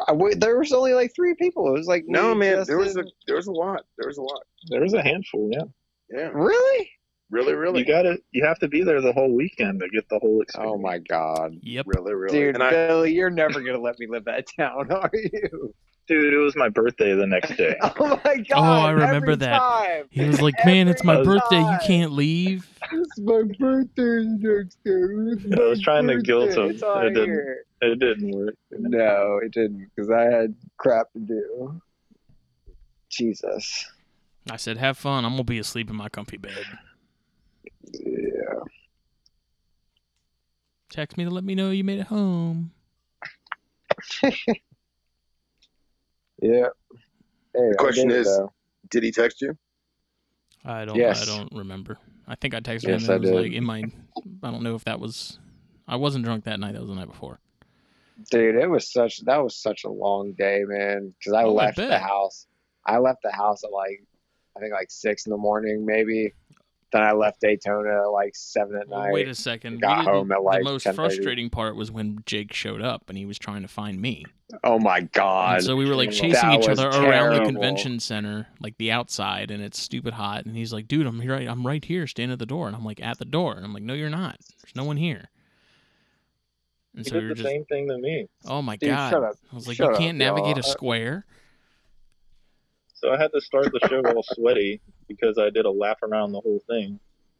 D: I w- there was only like three people. It was like
A: No,
D: me,
A: man, there was a
D: Justin-
A: there was a lot, there was a lot.
E: There was a handful, yeah.
A: Yeah,
D: really.
A: really, really,
E: You gotta, you have to be there the whole weekend to get the whole experience.
D: Oh my god,
C: Yep.
A: really, really.
D: dude,
A: and I,
D: Billy, you're never gonna let me live that down, are you?
E: dude, it was my birthday the next day.
D: Oh my god.
C: I remember
D: every
C: that.
D: Time.
C: He was like, "Man, it's my
E: Every
C: birthday. You
D: time.
C: can't leave."
D: It's my birthday next
E: I was trying to guilt him,
D: It's on
E: and it didn't.
D: here.
E: It didn't work.
D: No, it didn't, because I had crap to do. Jesus.
C: I said, "Have fun. I'm gonna be asleep in my comfy bed.
D: Yeah.
C: Text me to let me know you made it home."
D: Yeah. Hey, I
A: question
D: did it,
A: is-
D: though.
A: did he text you?
C: I don't.
D: Yes.
C: I don't remember. I think I texted
D: Yes,
C: him.
D: I
C: And it was like
D: did.
C: in my. I don't know if that was. I wasn't drunk that night. That was the night before.
D: dude, it was such that was such a long day, man. Because I
C: Oh, I
D: left the
C: bet.
D: house. I left the house at like, I think like six in the morning, maybe. Then I left Daytona at like seven at night.
C: Wait a second.
D: got
C: we didn't-
D: home at, like,
C: the most
D: 10:30.
C: frustrating part was when Jake showed up and he was trying to find me.
D: oh my god.
C: And so we were like
A: That
C: chasing each
D: was
C: other around the
D: terrible.
C: convention center, like the outside, and it's stupid hot. And he's like, "Dude, I'm here. I'm right here, standing at the door." And I'm like, "At the door." And I'm like, "No, you're not. There's no one here." And
E: He
C: so we
E: did
C: were
E: the
C: just,
E: same thing to me.
C: "Oh my
D: Dude,
C: god!"
D: shut up.
C: I was like,
D: Shut
C: "You
D: up,
C: can't navigate
D: y'all.
C: a square."
E: So I had to start the show all sweaty because I did a lap around the whole thing,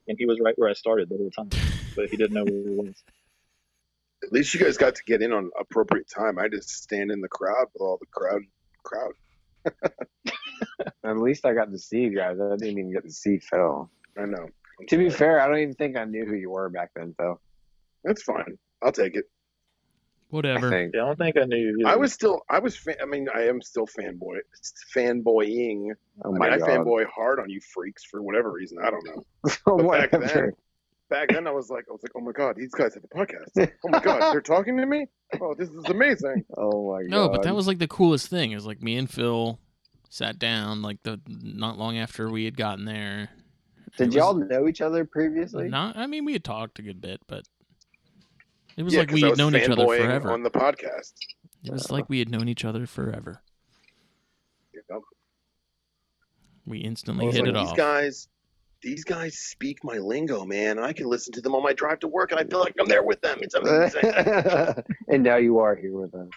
E: and he was right where I started the whole time, but he didn't know where he was.
A: At least you guys got to get in on appropriate time. I had to stand in the crowd with all the crowd crowd.
D: At least I got to see you guys. I didn't even get to see Phil.
A: I know. I'm
D: To be
A: sorry.
D: fair, I don't even think I knew who you were back then, Phil.
A: that's fine. I'll take it.
D: I
C: Whatever.
D: think.
E: Yeah, I don't think I knew. you Either.
A: I was still, I was, fa- I mean, I am still fanboy, fanboying.
D: Oh
A: I
D: my
A: mean, I
D: god.
A: fanboy hard on you freaks for whatever reason. I don't know.
D: Oh,
A: But back
D: whatever.
A: Back then, I was like, I was like, oh my god, these guys have a podcast. Oh my god, they're talking to me. Oh, this is amazing.
D: Oh my god.
C: No, but that was like the coolest thing. It was like me and Phil sat down like the not long after we had gotten there.
D: Did
C: It was
D: y'all know each other previously?
C: Not. I mean, we had talked a good bit, but it was
A: Yeah,
C: like
A: 'cause
C: we
A: I
C: had
A: was
C: known each other
A: fanboying
C: forever.
A: on the podcast.
C: It was like we had known each other forever.
A: You know?
C: We
A: I
C: instantly
A: was
C: hit
A: like,
C: it
A: these
C: off.
A: guys, these guys speak my lingo, man. I can listen to them on my drive to work, and I feel like I'm there with them. It's amazing.
D: and now you are here with us.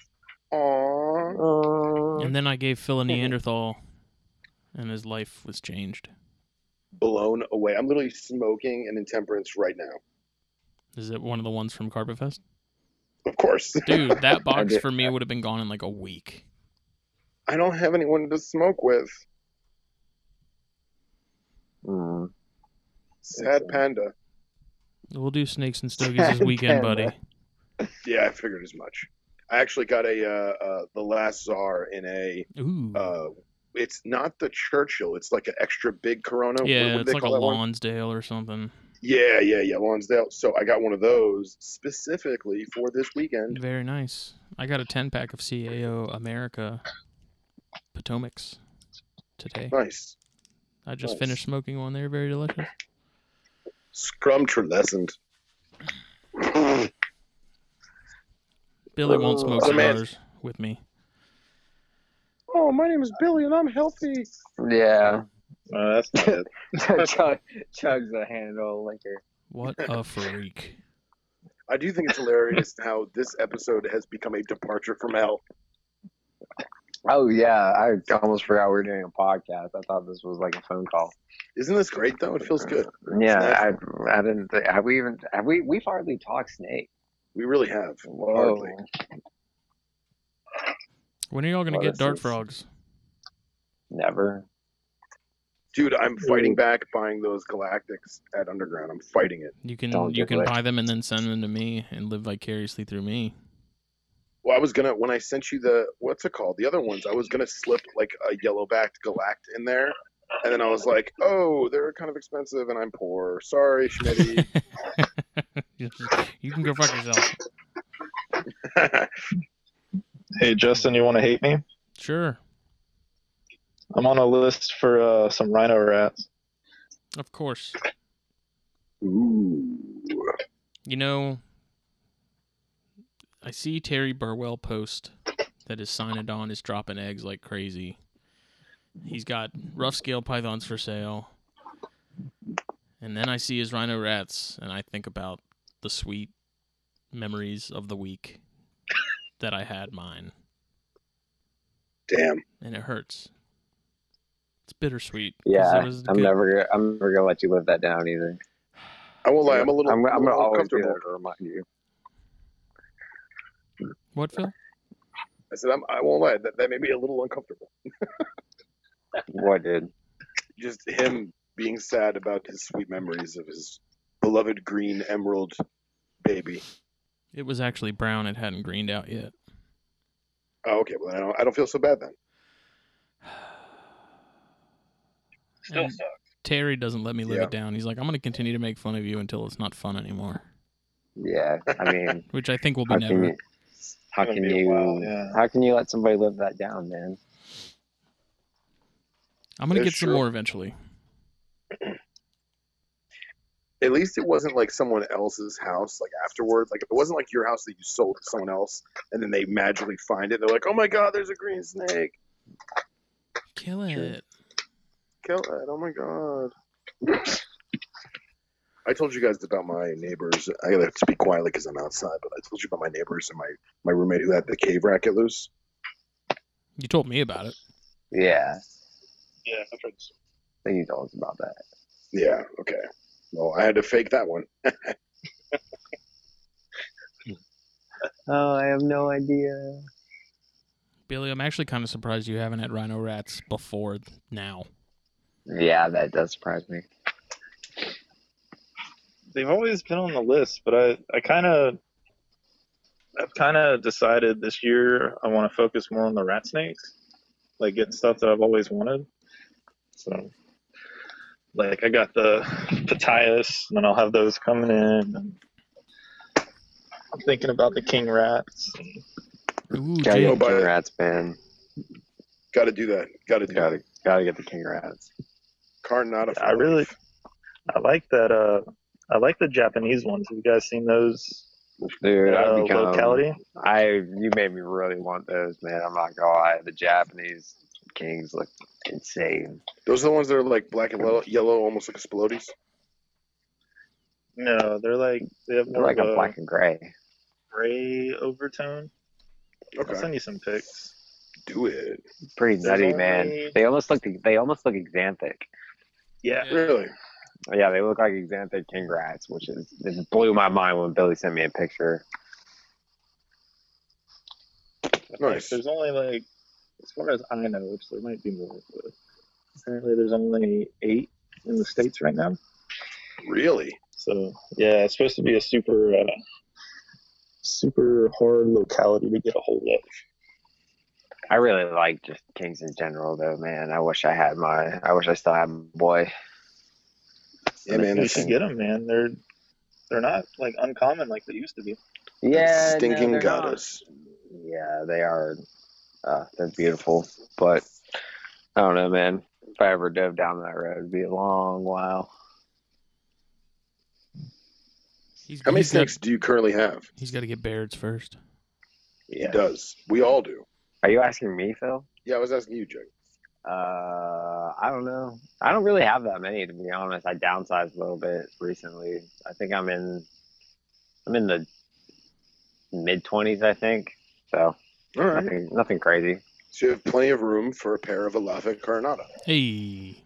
A: Aww.
D: Oh,
C: and then I gave Phil a Neanderthal, and his life was changed.
A: Blown away. I'm literally smoking an intemperance right now.
C: Is it one of the ones from Carpet Fest?
A: Of course.
C: Dude, that box
D: do.
C: for me would have been gone in like a week.
A: I don't have anyone to smoke with.
D: Mm.
A: Sad
D: Exactly.
A: panda.
C: We'll do snakes and stogies this weekend, buddy.
A: Yeah, I figured as much. I actually got a uh, uh, the last czar in a.
C: Ooh.
A: Uh, it's not the Churchill. It's like an extra big Corona. What- what
C: yeah,
A: do
C: it's
A: they
C: like a
A: call that one?
C: Lonsdale or something.
A: Yeah, yeah, yeah, Lonsdale. So I got one of those specifically for this weekend.
C: Very nice. I got a 10 pack of CAO America Potomacs today.
A: Nice.
C: I just
A: nice.
C: finished smoking one there. Very delicious.
A: Scrumtrelescent. Oh,
C: Billy won't
D: Oh,
C: smoke
A: so man-
C: cigars with me.
A: Oh, my name is Billy and I'm healthy.
D: Yeah.
E: Uh, that's not it.
D: Chug, chugs a handle of liquor.
C: What a freak.
A: I do think it's hilarious how this episode has become a departure from hell.
D: Oh yeah, I almost forgot we were doing a podcast. I thought this was like a phone call.
A: Isn't this great though? It feels good.
D: Yeah, I, I didn't. Think, have we even? Have we? We've hardly talked snake.
A: We really have.
D: Whoa.
A: Hardly.
C: When are y'all going to
D: Well,
C: get
D: this
C: dart
D: is-
C: frogs?
D: Never.
A: Dude, I'm fighting back buying those Galactics at Underground. I'm fighting it.
C: You can
D: Don't
C: you
D: get
C: can
D: licked.
C: buy them and then send them to me and live vicariously through me.
A: Well, I was gonna when I sent you the what's it called? The other ones, I was gonna slip like a yellow backed Galact in there. And then I was like, oh, they're kind of expensive and I'm poor. Sorry, Schmitty.
C: you can go fuck yourself.
E: Hey, Justin, you want to hate me?
C: Sure.
E: I'm on a list for uh, some rhino rats.
C: Of course.
A: Ooh.
C: You know, I see Terry Burwell post that his Cynodon is dropping eggs like crazy. He's got rough scale pythons for sale. And then I see his rhino rats, and I think about the sweet memories of the week that I had mine.
A: Damn.
C: And it hurts. It's bittersweet. 'cause it
D: Yeah,
C: was
D: I'm
C: good.
D: never. gonna- I'm never gonna let you live that down either.
A: I won't lie, I'm a little,
D: I'm, I'm
A: a
D: gonna
A: little
D: always be
A: uncomfortable.
D: there to remind you.
C: What, Phil?
A: I said, I'm, I won't lie, that, that made me a little uncomfortable.
D: What did?
A: Just him being sad about his sweet memories of his beloved green emerald baby.
C: It was actually brown. It hadn't greened out yet.
A: Oh, okay, well, I don't, I don't feel so bad then.
E: Still
C: And Terry doesn't let me live
A: Yeah.
C: it down. He's like, I'm going to continue to make fun of you until it's not fun anymore,
D: Yeah, I mean,
C: which I think will be
D: how can
C: never.
D: you? How
E: Gonna
D: can
E: be a
D: you?
E: while, yeah.
D: How can you let somebody live that down, man?
C: I'm going to
A: It's
C: get some
A: true.
C: more eventually.
A: At least it wasn't like someone else's house, like afterwards. Like, it wasn't like your house that you sold to someone else and then they magically find it. They're like, oh my god, there's a green snake.
C: Kill it.
A: Kill it. Oh my god. I told you guys about my neighbors. I have to be quiet because I'm outside, but I told you about my neighbors and my, my roommate who had the cave racket loose.
C: You told me about it.
D: Yeah,
E: Yeah, I've heard this.
D: I think you told us about that.
A: Yeah, okay. Well, I had to fake that one.
D: Oh, I have no idea.
C: Billy, I'm actually kind of surprised you haven't had rhino rats before now.
D: Yeah, that does surprise me.
E: They've always been on the list, but I, I kind of, I've kind of decided this year I want to focus more on the rat snakes, like getting stuff that I've always wanted. So, like I got the Patias, and then I'll have those coming in. And I'm thinking about the king rats.
C: Ooh,
D: Gotta
C: Jake,
D: get the
A: Jake.
D: king rats, man.
A: Got to do that. Got to do that.
D: Gotta gotta get the king rats.
A: Carnata.
E: I really, I like that. Uh, I like the Japanese ones. Have you guys seen those?
D: Dude, um,
E: uh,
D: I've become,
E: locality.
D: I you made me really want those, man. I'm not gonna lie. The Japanese kings look insane.
A: Those are the ones that are like black and yellow, yellow almost like explodies.
E: No, they're like they have
D: They're
E: more
D: like
E: of
D: a black and gray.
E: gray overtone.
A: Okay.
E: I'll send you some pics.
A: Do it.
D: Pretty
E: There's
D: nutty, man.
E: only-
D: They almost look they almost look exanthic.
E: Yeah,
A: Really?
D: Yeah, they look like exanthic king rats, which is it blew my mind when Billy sent me a picture.
E: Like,
A: Nice.
E: there's only like, as far as I know, which there might be more, but apparently there's only eight in the states right now.
A: Really?
E: So yeah, it's supposed to be a super, uh, super hard locality to get a hold of.
D: I really like just Kings in general, though, man. I wish I had my. I wish I still had my boy.
A: Yeah,
E: And I
A: man.
E: think
A: that
E: you
A: thing-
E: should get them, man. They're they're not like uncommon like they used to be.
D: Yeah, no,
A: Stinking
D: they're not.
A: goddess.
D: Yeah, they are. Uh, they're beautiful, but I don't know, man. If I ever dove down that road, it'd be a long while.
C: He's,
A: How many
C: he's got-
A: snakes do you currently have?
C: he's got to get Baird's first.
A: He does. We all do.
D: Are you asking me, Phil?
A: Yeah, I was asking you, Jake.
D: Uh, I don't know. I don't really have that many, to be honest. I downsized a little bit recently. I think I'm in, I'm in the mid twenties, I think. So
A: All right.
D: nothing, nothing crazy.
A: So you have plenty of room for a pair of Alava Coronado.
C: Hey,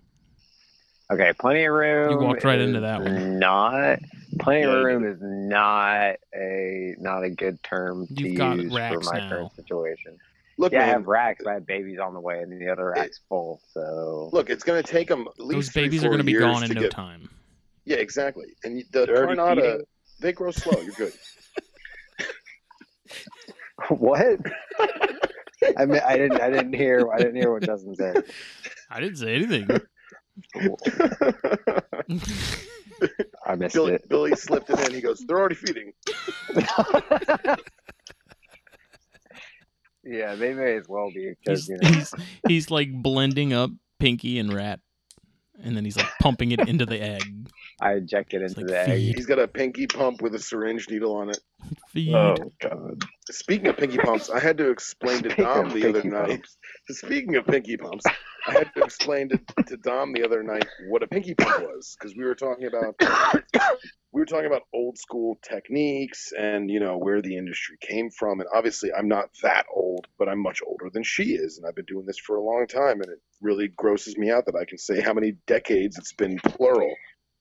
D: Okay, plenty of room.
C: You walked right into
D: is
C: that one.
D: Not plenty
E: Yeah,
D: of
E: you
D: room is not a not a good term to
C: You've got
D: use for
C: racks
D: my
C: now.
D: current situation.
A: Look,
D: yeah, I
A: man.
D: have racks. but I have babies on the way, and the other rack's full. So
A: Look, it's going to take them at least
C: those
A: three,
C: babies are
A: four
C: going to be
A: years
C: gone in
A: to
C: no
A: get-
C: time.
A: Yeah, exactly. And you- the
E: They're already
A: Coronado,
E: feeding.
A: they grow slow. You're good.
D: what? I mean, I didn't. I didn't hear. I didn't hear what Justin said.
C: I didn't say anything.
D: I missed
A: Billy,
D: it.
A: Billy slipped it in. He goes, they're already feeding.
D: yeah, they may as well be because
C: he's,
D: you know.
C: he's, he's like blending up Pinky and Rat, and then he's like pumping it into the egg.
D: I inject it into
C: like
D: the egg.
C: feed.
A: He's got a pinky pump with a syringe needle on it.
C: Feed.
E: Oh god.
A: Speaking of pinky pumps, I had to explain to
D: Speaking
A: Dom
D: of
A: the other
D: pinky
A: night. Speaking of pinky pumps, I had to explain to, to Dom the other night what a pinky pump was because we were talking about we were talking about old school techniques and you know where the industry came from. And obviously, I'm not that old, but I'm much older than she is, and I've been doing this for a long time, and it really grosses me out that I can say how many decades it's been plural.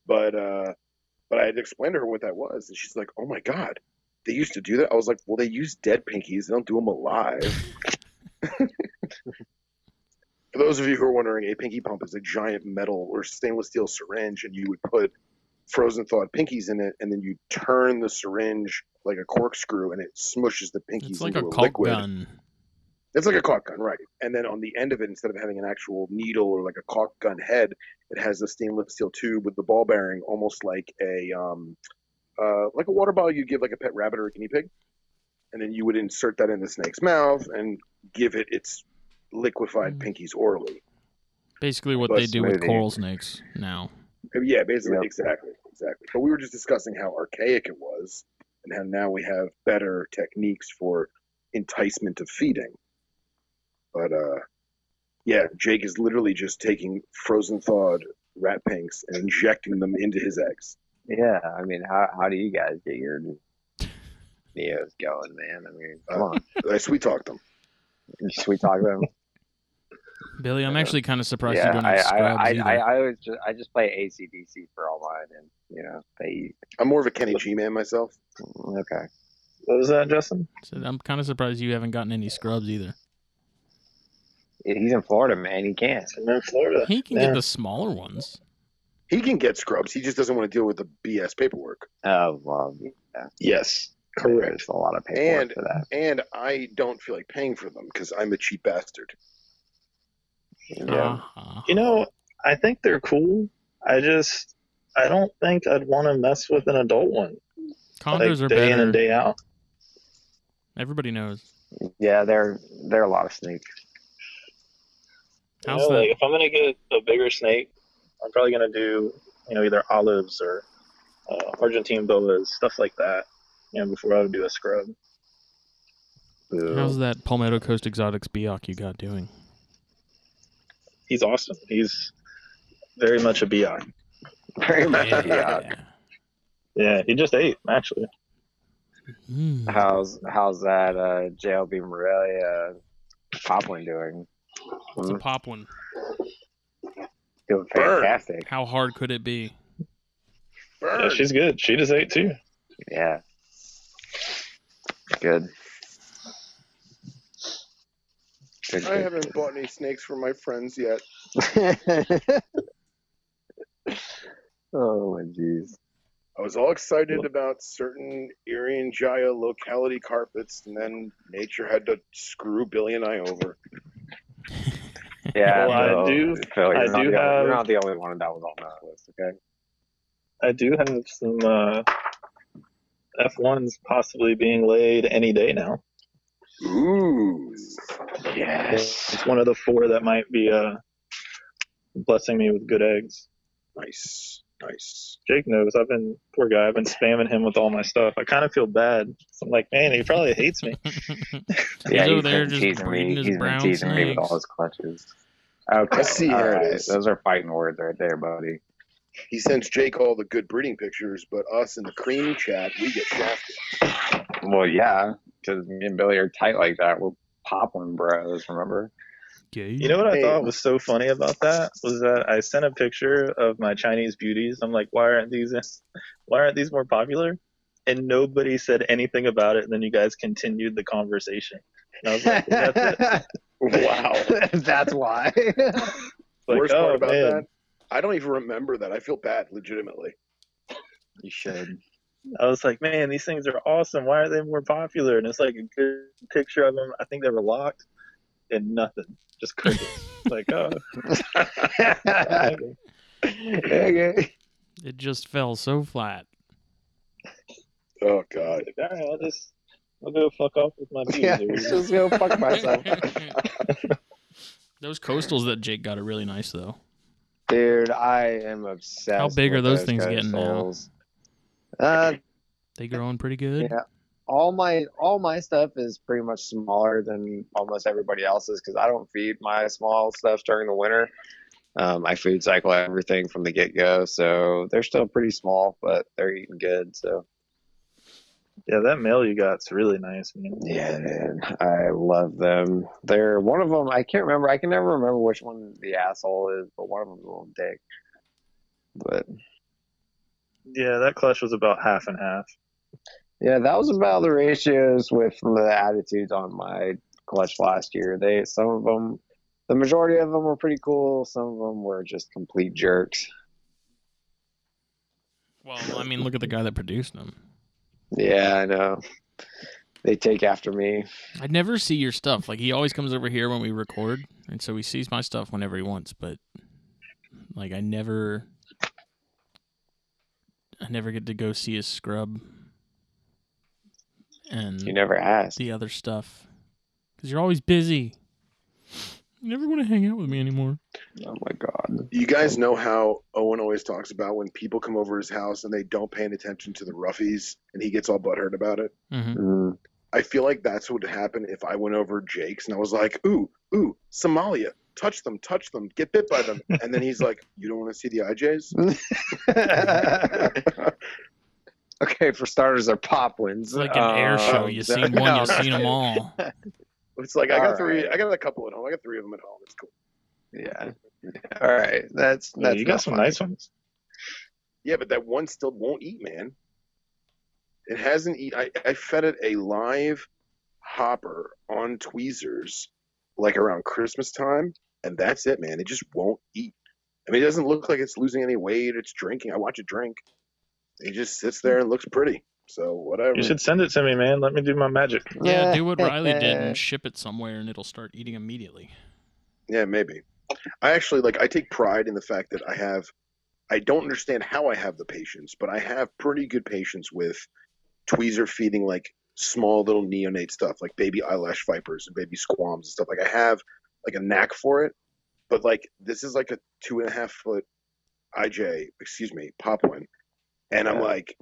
A: But uh, but I had to explain to her what that was, and she's like, "Oh my god." They used to do that. I was like, well, they use dead pinkies. They don't do them alive. For those of you who are wondering, a pinky pump is a giant metal or stainless steel syringe, and you would put frozen thawed pinkies in it, and then you turn the syringe like a corkscrew, and it smushes the pinkies
C: it's like a
A: into
C: caulk
A: a liquid.
C: gun.
A: It's like a caulk gun, right? And then on the end of it, instead of having an actual needle or like a caulk gun head, it has a stainless steel tube with the ball bearing, almost like a um, uh, like a water bottle you give like a pet rabbit or a guinea pig, and then you would insert that in the snake's mouth and give it its liquefied
C: Mm.
A: pinkies orally.
C: Basically, what
A: Plus
C: they do with
D: smoothie.
C: coral snakes now.
A: Yeah, basically,
D: Yeah.
A: exactly, exactly. But we were just discussing how archaic it was, and how now we have better techniques for enticement of feeding. But uh, yeah, Jake is literally just taking frozen thawed rat pinks and injecting them into his eggs.
D: Yeah, I mean, how how do you guys get your neos going, man? I mean, come on.
A: I sweet talked them.
D: Should we talk about? Them?
C: Billy, I'm
D: Uh,
C: actually kind of surprised you
D: Yeah,
C: don't
D: I
C: have
D: I,
C: scrubs
D: I,
C: either.
D: I I always just I just play ACDC for all mine, and you know they
A: I'm more of a Kenny G man myself.
D: okay.
E: What was that, Justin?
C: so I'm kind of surprised you haven't gotten any scrubs either.
D: He's in Florida, man. He can't.
E: I'm in Florida.
C: He can
E: Yeah.
C: get the smaller ones.
A: He can get scrubs. He just doesn't want to deal with the BS paperwork.
D: Oh well, yeah,
E: Yes.
D: there's a lot of paperwork
A: And-
D: for that.
A: And I don't feel like paying for them because I'm a cheap bastard.
E: Yeah.
C: Uh-huh.
E: You know, I think they're cool. I just I don't think I'd want to mess with an adult one.
C: Condors
E: like
C: are
E: day
C: better.
E: in and day out.
C: Everybody knows.
D: Yeah, there there are a lot of snakes.
E: You
C: How's
E: know,
C: that?
E: like if I'm gonna get a bigger snake, I'm probably gonna do you know either olives or uh, Argentine boas, stuff like that. You know, before I would do a scrub.
D: Ooh.
C: How's that Palmetto Coast Exotics Bioc you got doing?
E: He's awesome. He's very much a bi.
D: Very much. Yeah.
E: Yeah, he just ate actually.
C: Mm.
D: How's how's that uh, JLB Morelia Poplin doing?
C: What's a pop one?
D: Doing
A: Burn.
D: fantastic.
C: How hard could it be?
E: Yeah,
A: Burn.
E: she's good. She just ate too.
D: Yeah. Good. Should
A: I
D: be.
A: haven't bought any snakes for my friends yet.
D: oh my jeez.
A: I was all excited about certain Erie and Jaya locality carpets, and then nature had to screw Billy and I over.
D: Yeah,
E: Well, I
D: Phil,
E: do-
D: Phil, you're
E: I
D: not
E: do
D: the only-
E: have-
D: You're not the only one that was on that list. Okay.
E: I do have some uh, F1s possibly being laid any day now.
A: Ooh.
D: Yes.
E: It's one of the four that might be uh, blessing me with good eggs.
A: Nice. Nice.
E: Jake knows. I've been poor guy. I've been spamming him with all my stuff. I kind of feel bad. I'm like, man, he probably hates me.
C: He's
D: Yeah,
C: over
D: he's
C: there
D: been
C: just
D: teasing
C: breeding
D: me.
C: his
D: He's been
C: brown
D: teasing me with
C: snakes.
D: all his clutches. Okay.
A: I see
D: all
A: how it
D: right,
A: is.
D: Those are fighting words right there, buddy.
A: He sends Jake all the good breeding pictures, but us in the cream chat, we get shafted.
D: Well, yeah, because me and Billy are tight like that. We're popping bros. Remember?
E: You know what I
A: Hey.
E: thought was so funny about that was that I sent a picture of my Chinese beauties. I'm like, why aren't these why aren't these more popular? And nobody said anything about it. And then you guys continued the conversation. And I was like, that's it.
A: Wow.
D: That's why.
E: Like,
A: Worst
E: oh,
A: part about
E: man.
A: that, I don't even remember that. I feel bad, legitimately.
D: you should.
E: I was like, man, these things are awesome. Why are they more popular? And it's like a good picture of them. I think they were locked and nothing, just crickets. like, oh, okay.
D: okay.
C: It just fell so flat.
A: Oh
E: I
A: God.
E: was like, all right, I'll just I'll go fuck off with my
D: Yeah,
E: views.
D: just go fuck myself.
C: Those coastals that Jake got are really nice though.
D: Dude, I am obsessed.
C: How big
D: with
C: are those things getting now?
D: consoles. Uh,
C: They growing pretty good.
D: yeah. All my all my stuff is pretty much smaller than almost everybody else's because I don't feed my small stuff during the winter. Um, I food cycle everything from the get go, so they're still pretty small, but they're eating good. So
E: yeah, that mail you got's really nice, man.
D: yeah, man, I love them. They're one of them. I can't remember. I can never remember which one the asshole is, but one of them's a little dick. But
E: Yeah, that clutch was about half and half.
D: Yeah, that was about the ratios with the attitudes on my clutch last year. They some of them, the majority of them were pretty cool. Some of them were just complete jerks.
C: Well, I mean, look at the guy that produced them.
D: Yeah, I know. They take after me.
C: I never see your stuff. Like he always comes over here when we record, and so he sees my stuff whenever he wants. But like, I never, I never get to go see his scrub and
D: You never asked.
C: the other stuff because you're always busy. You never want to hang out with me anymore.
D: Oh my god.
A: You guys know how Owen always talks about when people come over his house and they don't pay any attention to the roughies and he gets all butthurt about it?
C: Mm-hmm.
D: Mm.
A: I feel like that's what would happen if I went over Jake's and I was like, ooh, ooh, Somalia, touch them, touch them, get bit by them. And then he's like, you don't want to see the IJs?
D: okay, for starters, they're poplins.
C: It's Oh, like an air show.
D: Um,
C: You
D: so-
C: seen one, you
D: no.
C: seen them all.
A: It's like, I got
D: All
A: three,
D: right.
A: I got a couple at home. I got three of them at home. It's cool.
D: Yeah. All right. That's
E: Yeah,
D: that's
E: you
D: not
E: got some
D: funny.
E: nice ones.
A: Yeah, but that one still won't eat, man. It hasn't eat. I, I fed it a live hopper on tweezers, like around Christmas time, and that's it, man. It just won't eat. I mean, it doesn't look like it's losing any weight. It's drinking. I watch it drink. It just sits there and looks pretty. So whatever.
E: You should send it to me, man. Let me do my magic.
C: Yeah, do what Riley did and ship it somewhere, and it'll start eating immediately.
A: Yeah, maybe. I actually like. I take pride in the fact that I have. I don't understand how I have the patience, but I have pretty good patience with tweezer feeding like small little neonate stuff, like baby eyelash vipers and baby squams and stuff. Like I have like a knack for it, but like this is like a two and a half foot IJ, excuse me, poplin, and I'm
D: Yeah.
A: like,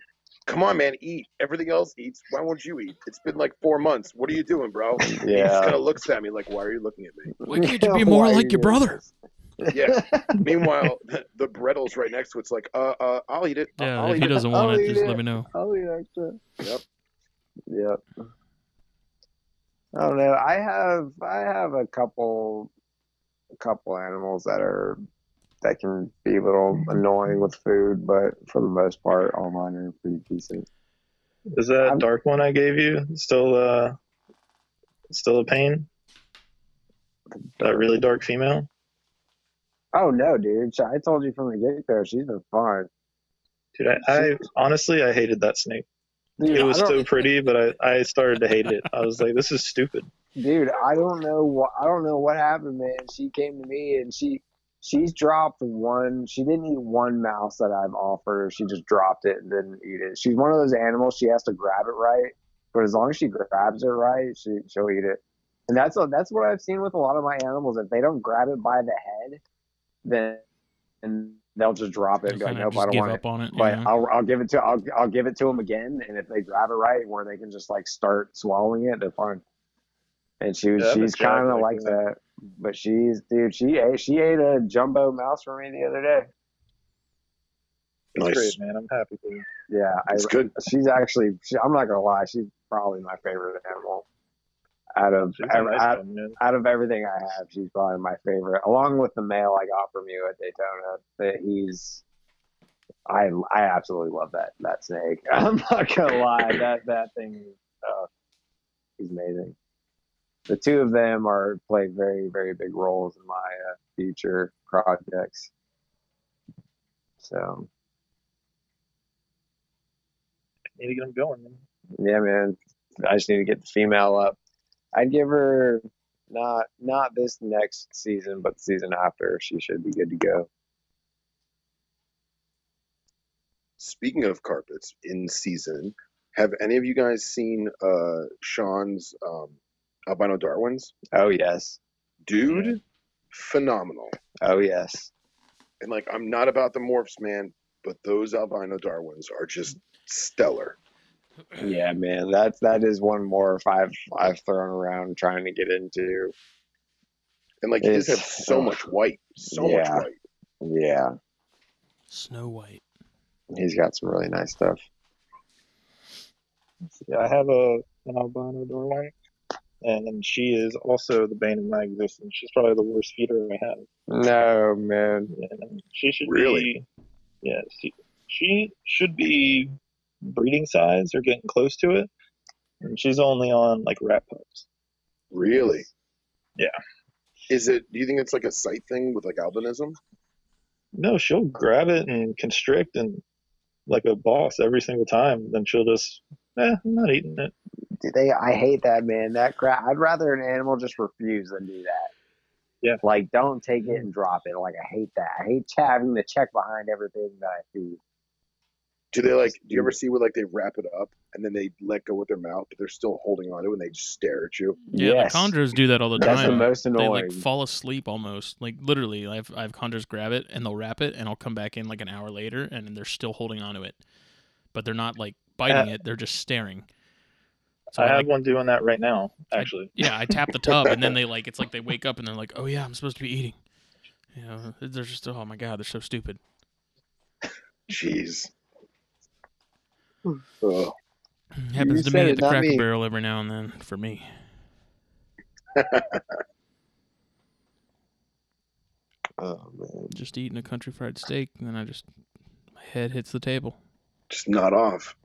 A: come on, man, eat. Everything else eats. Why won't you eat? It's been like four months. What are you doing, bro? He just kind
D: Yeah.
A: of looks at me like, why are you looking at me?
C: Why can't you be more
D: Why are
C: like
D: you
C: your
D: doing
C: brother?
D: this?
A: Yeah. Meanwhile, the, the Brettles right next to it's like, uh, uh, I'll eat it. Uh,
C: Yeah,
A: I'll
C: if
A: eat
C: he
A: it.
C: doesn't
D: I'll
C: want it,
D: eat
C: just
D: it.
C: let me know.
D: Oh yeah, extra.
A: Yep.
D: Yep. I don't know. I have I have a couple a couple animals that are that can be a little annoying with food, but for the most part, all mine are pretty decent.
E: Is that
D: I'm-
E: dark one I gave you still uh still a pain? That really dark female?
D: Oh no, dude! So I told you from the get go, she's been fine.
E: Dude, I, I honestly I hated that snake.
D: Dude,
E: It was
D: I don't,
E: so pretty, but I, I started to hate it. I was like, this is stupid.
D: dude, I don't know what I don't know what happened, man. She came to me and she she's dropped one. She didn't eat one mouse that I've offered. She just dropped it and didn't eat it. She's one of those animals. She has to grab it right, but as long as she grabs it right, she she'll eat it. And that's that's what I've seen with a lot of my animals. If they don't grab it by the head, then and they'll just drop
C: I
D: it. And be like,
C: kinda
D: nope, I
C: just
D: don't
C: give
D: want it.
C: up on it.
D: But
C: yeah.
D: I'll I'll give it to I'll I'll give it to them again, and if they grab it right, where they can just like start swallowing it, they're fine. And she was
E: Yeah, I've been
D: she's
E: jacked
D: kind of
E: like
D: like
E: that.
D: that, but she's dude she ate she ate a jumbo mouse for me the other day.
E: It's
A: Nice.
E: great, man. I'm happy for you.
D: Yeah, I,
A: It's good.
D: she's actually she, I'm not gonna lie, she's probably my favorite animal out of
E: She's a
D: out,
E: nice
D: out,
E: one, man.
D: out of everything I have. She's probably my favorite, along with the male I got from you at Daytona. That he's I I absolutely love that that snake. I'm not gonna lie, that that thing is uh, he's amazing. The two of them are play very very big roles in my uh, future projects. So
E: Need to get him going, man.
D: yeah, man, I just need to get the female up. I'd give her not not this next season, but the season after. She should be good to go.
A: Speaking of carpets in season, have any of you guys seen uh, Sean's um, albino Darwin's?
D: Oh yes.
A: Dude, phenomenal.
D: Oh yes.
A: And like, I'm not about the morphs, man, but those albino Darwins are just stellar.
D: Yeah, man. That's that is one more I've I've thrown around trying to get into.
A: And like, he just
D: It's-
A: has so much white, so much
D: Yeah.
A: white.
D: Yeah.
C: Snow White.
D: He's got some really nice stuff.
E: Yeah, I have a an albino Darwin, and she is also the bane of my existence. She's probably the worst feeder I have.
D: No, man.
E: And she should
A: Really?
E: be, yeah, she, she should be breeding size or getting close to it. And she's only on like rat pups.
A: Really?
E: Yeah.
A: Is it? Do you think it's like a sight thing with like albinism?
E: No, she'll grab it and constrict and like a boss every single time. Then she'll just, eh, I'm not eating it.
D: Do they I hate that man. That crap I'd rather an animal just refuse than do that.
E: Yeah.
D: Like don't take it and drop it. Like I hate that. I hate having to check behind everything that I feed.
A: Do they like? Do you ever see where like they wrap it up and then they let go with their mouth, but they're still holding on to it and they just stare at you?
C: Yeah,
D: Yes.
C: the Conjures do that all the
D: That's the
C: time.
D: most
C: they
D: annoying.
C: like fall asleep almost. Like literally, I've I've Conjures grab it and they'll wrap it, and I'll come back in like an hour later, and they're still holding onto it, but they're not like biting it; they're just staring. So
E: I
C: I,
E: have
C: like,
E: one doing that right now, actually.
C: yeah, I tap the tub, and then they like it's like they wake up and they're like, "Oh yeah, I'm supposed to be eating." You know, they're just oh my god, they're so stupid.
A: Jeez. Ugh.
C: happens to
D: Mm-hmm. said
C: me
D: it,
C: at the
D: not
C: Cracker
D: me.
C: Barrel every now and then for me.
D: oh man.
C: Just eating a country fried steak, and then I just my head hits the table.
A: Just not off.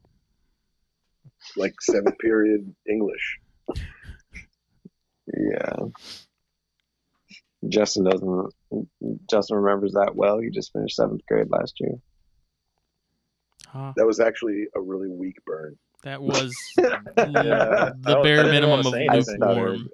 A: Like seventh period English.
D: Yeah. Justin doesn't. Justin remembers that well. He just finished seventh grade last year.
E: Ah.
C: Huh.
A: That was actually a really weak burn.
C: That was
E: Yeah, I
C: the
E: don't- I
C: bare
E: didn't
C: minimum
E: wanna
C: of
E: say anything.
C: lukewarm.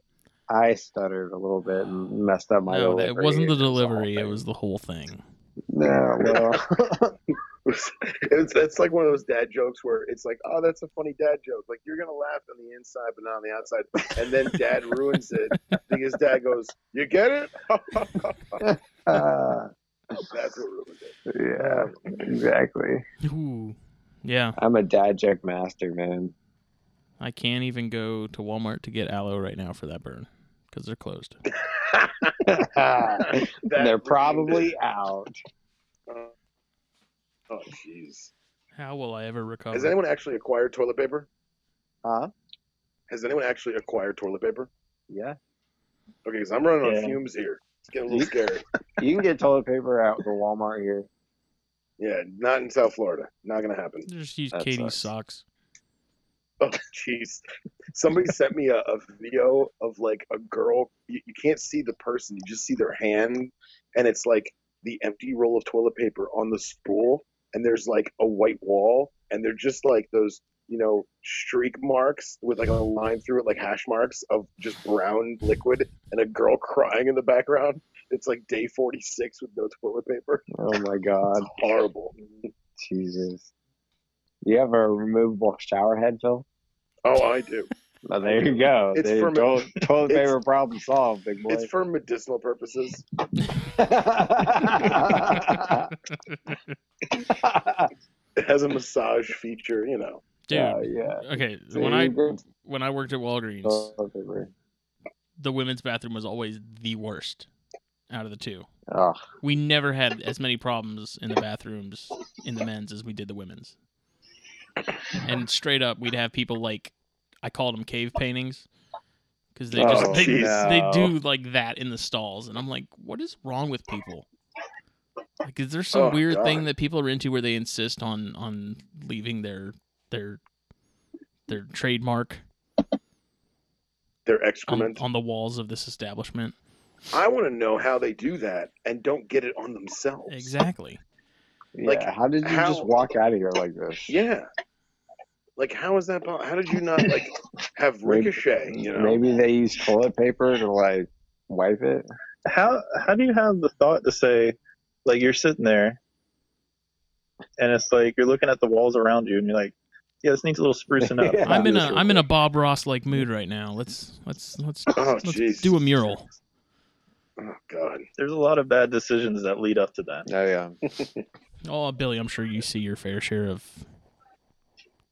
D: I stuttered a little bit and messed up my
C: No,
D: delivery.
C: it wasn't the
D: It's all
C: delivery; it
D: thing.
C: was the whole thing.
D: No, well,
A: It's that's like one of those dad jokes where it's like, oh, that's a funny dad joke. Like you're gonna laugh on the inside, but not on the outside. And then dad ruins it. I think his dad goes, "You get it?
D: uh,
A: that's what ruined it."
D: yeah, exactly.
C: Ooh, yeah.
D: I'm a dad joke master, man.
C: I can't even go to Walmart to get aloe right now for that burn because they're closed.
A: That
D: And Ah. They're
A: ruined it.
D: probably out.
A: Oh, jeez.
C: How will I ever recover?
A: Has anyone actually acquired toilet paper?
D: Huh?
A: Has anyone actually acquired toilet paper?
D: Yeah.
A: Okay, because I'm running on
E: Yeah.
A: fumes here. It's getting a little scary.
D: You can get toilet paper out at the Walmart here.
A: Yeah, not in South Florida. Not gonna happen.
C: Just use
D: That
C: Katie's socks.
D: sucks.
A: Oh, jeez. Somebody sent me a, a video of like a girl. You, you can't see the person, you just see their hand, and it's like the empty roll of toilet paper on the spool, and there's like a white wall, and they're just like those, you know, streak marks with like a line through it, like hash marks of just brown liquid, and a girl crying in the background. It's like day 46 with no toilet paper.
D: Oh my god,
A: It's horrible.
D: Jesus! You have a removable shower head, Phil?
A: Oh, I do.
D: Well, there you go.
A: It's
D: There-
A: for me-
D: toilet, toilet
A: it's-
D: paper problem solved, big boy.
A: It's for medicinal purposes. It has a massage feature, you know.
C: Dude,
D: Yeah, Oh, yeah.
C: okay.
D: See,
C: when I
D: good
C: when I worked at Walgreens,
A: Uh,
D: toilet paper.
C: the women's bathroom was always the worst out of the two.
D: Ugh.
C: We never had as many problems in the bathrooms in the men's as we did the women's. And straight up, we'd have people like I called them cave paintings because they just
A: Oh,
C: they,
A: jeez.
C: they
D: no.
C: do like that in the stalls, and I'm like, what is wrong with people? Like, is there some
A: Oh,
C: weird
A: God.
C: thing that people are into where they insist on on leaving their their their trademark
A: They're
C: on,
A: excrement.
C: on the walls of this establishment?
A: I want to know how they do that and don't get it on themselves.
C: Exactly.
D: Yeah,
A: Like,
D: how did you just
A: how-
D: walk out of here like this?
A: Yeah. Like, how is that? po- How did you not like have
D: Maybe-
A: ricochet? You know,
D: Maybe they use toilet paper to like wipe it.
E: how how do you have the thought to say like you're sitting there and it's like you're looking at the walls around you and you're like yeah this needs a little sprucing up
D: Yeah.
C: I'm in a
D: Obviously.
C: I'm in a Bob Ross like mood right now. Let's let's let's
A: Oh,
C: let's
A: jeez.
C: do a mural.
A: oh god.
E: there's a lot of bad decisions that lead up to that
D: Oh yeah.
C: Oh, Billy, I'm sure you see your fair share of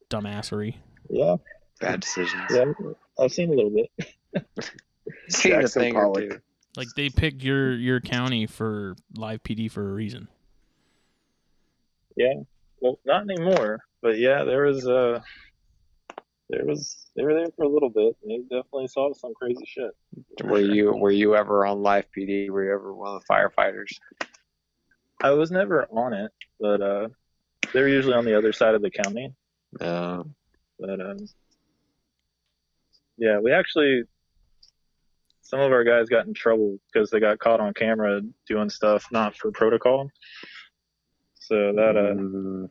C: dumbassery.
E: yeah
G: Bad decisions.
E: yeah i've seen a little bit
G: Seen a
A: Jackson
G: thing or
A: Pollock.
G: two.
C: Like they picked your your county for live PD for a reason.
E: well not anymore but yeah there was uh there was they were there for a little bit and they definitely saw some crazy shit
D: Were you were you ever on live PD? Were you ever one of the firefighters?
E: i was never on it but uh they were usually on the other side of the county
A: Uh,
D: No.
E: But um, yeah, we actually some of our guys got in trouble because they got caught on camera doing stuff not for protocol. So that uh,
D: Mm,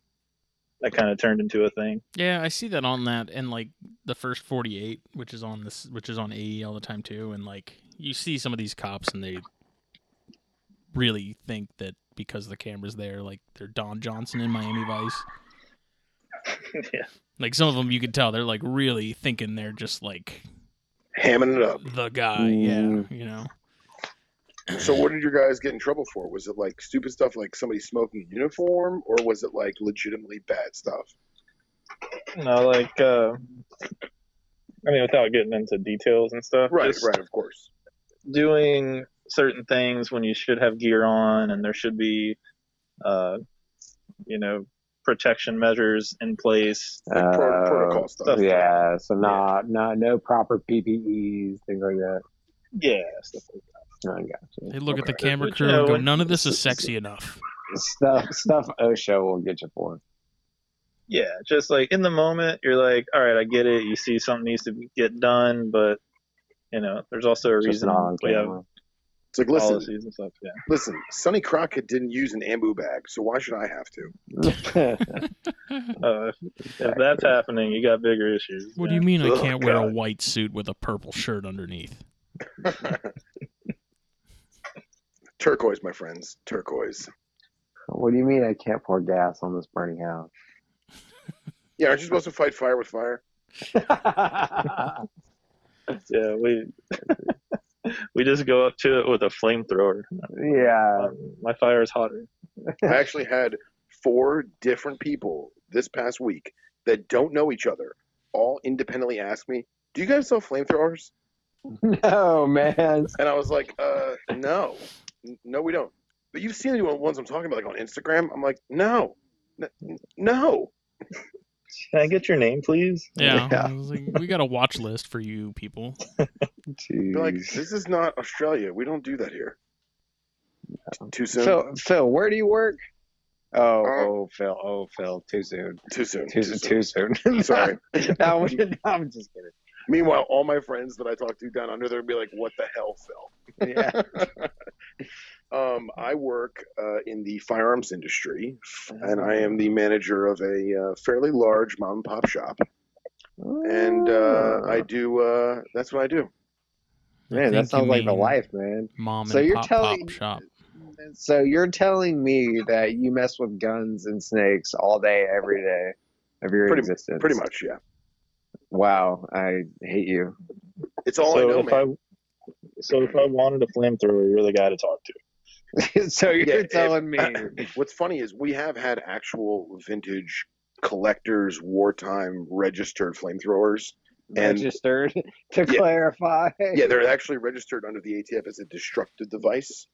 E: that kind of turned into a thing.
C: Yeah, I see that on that and like the first 48, which is on this which is on AE all the time too and like you see some of these cops and they really think that because the camera's there like they're Don Johnson in Miami Vice.
E: yeah,
C: Like some of them you could tell they're like really thinking they're just like
A: Hamming it up.
C: the guy,
D: Mm.
C: yeah, you know.
A: So, what did your guys get in trouble for? Was it like stupid stuff, like somebody smoking a uniform, or was it like legitimately bad stuff?
E: no, like uh, I mean, without getting into details and stuff,
A: Right,
E: just
A: right, of course.
E: doing certain things when you should have gear on and there should be, uh, you know, protection measures in place.
A: Like pro-
D: uh,
A: protocol stuff.
D: Yeah, so not not no proper PPEs, things like that.
E: Yeah, stuff like
D: Oh, I gotcha.
C: They look at the
E: Okay.
C: camera
E: But,
C: crew
E: you know,
C: and go,
E: when-
C: "None of this is sexy enough."
D: Stuff stuff OSHA will get you for.
E: Yeah, just like in the moment, you're like, all right, I get it. You see something needs to be- get done, but you know, there's also a
D: Just
E: reason
D: not on
E: we have
D: camera.
A: It's like, listen,
E: policies and stuff. Yeah,
A: listen, Sonny Crockett didn't use an ambu bag, so why should I have to?
E: uh, if that's happening, you got bigger issues.
C: What do you mean I
A: Ugh,
C: can't wear a
A: God.
C: white suit with a purple shirt underneath?
A: Turquoise, my friends, turquoise.
D: what do you mean I can't pour gas on this burning house?
A: Yeah, aren't you supposed to fight fire with fire?
E: Yeah, we we just go up to it with a flamethrower.
D: yeah.
E: Um, my fire is hotter.
A: I actually had four different people this past week that don't know each other all independently ask me, "Do you guys sell flamethrowers?"
D: No, man.
A: And I was like, "Uh, no, N- no, we don't." But you've seen the ones I'm talking about, like on Instagram. I'm like, "No, N- no."
E: Can I get your name, please?
C: Yeah,
D: Yeah.
C: I was like, we got a watch list for you people.
D: Jeez.
A: They're like, "This is not Australia. We don't do that here." Too soon.
D: Phil, Phil, where do you work? Oh,
A: Uh,
D: oh, Phil, oh, Phil, too soon,
A: too soon.
D: too, soon, too soon.
A: Sorry.
D: no, we- no, I'm just kidding.
A: Meanwhile, all my friends that I talk to down under there would be like, "What the hell, Phil?"
G: yeah.
A: Um, I work uh, in the firearms industry, and I am the manager of a uh, fairly large mom and pop shop. And uh,
E: Ah.
A: I do. Uh, that's what I do.
D: man, that
C: think you
D: sounds like the
C: mean
D: life, man.
C: Mom and
D: So you're
C: pop,
D: telling-
C: pop shop.
D: So you're telling me that you mess with guns and snakes all day, every day of your
A: Pretty-
D: existence.
A: Pretty much, yeah.
D: Wow, I hate you.
A: It's all
E: so
A: I know,
E: if
A: man.
E: I so if I wanted a flamethrower, you're the guy to talk to.
D: so you're
A: Yeah, if-
D: telling me
A: What's funny is we have had actual vintage collectors, wartime registered flamethrowers. and-
D: registered to
A: Yeah.
D: clarify.
A: Yeah, they're actually registered under the ATF as a destructive device,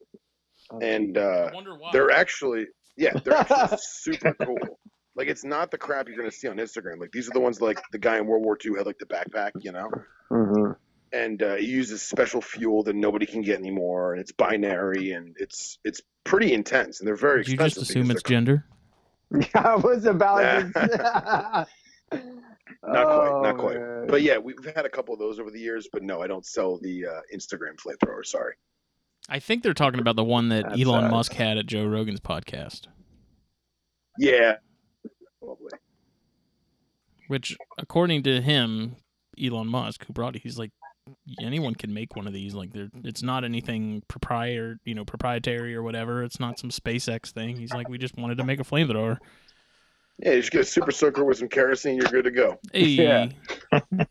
A: and uh,
C: wonder why.
A: they're actually yeah, they're actually super cool. Like it's not the crap you're gonna see on Instagram. Like these are the ones like the guy in World War II had like the backpack, you know,
D: Mhm.
A: and uh, he uses special fuel that nobody can get anymore, and it's binary, and it's it's pretty intense, and they're very.
C: Did you just
A: expensive
C: assume
A: because
C: it's
A: they're-
C: gender?
D: I was about to.
A: quite, not
D: Oh,
A: quite.
D: man.
A: But yeah, we've had a couple of those over the years, but no, I don't sell the uh, Instagram flamethrower. Sorry.
C: I think they're talking about the one that
D: That's,
C: Elon
D: uh,
C: Musk had at Joe Rogan's podcast.
A: Yeah. Probably.
C: Which, according to him, Elon Musk, who brought it, he's like, anyone can make one of these. Like, they're, it's not anything proprietary, you know, proprietary or whatever. It's not some SpaceX thing. He's like, we just wanted to make a flamethrower.
A: Yeah, you just get a super soaker with some kerosene, you're good to go.
C: Hey,
D: Yeah.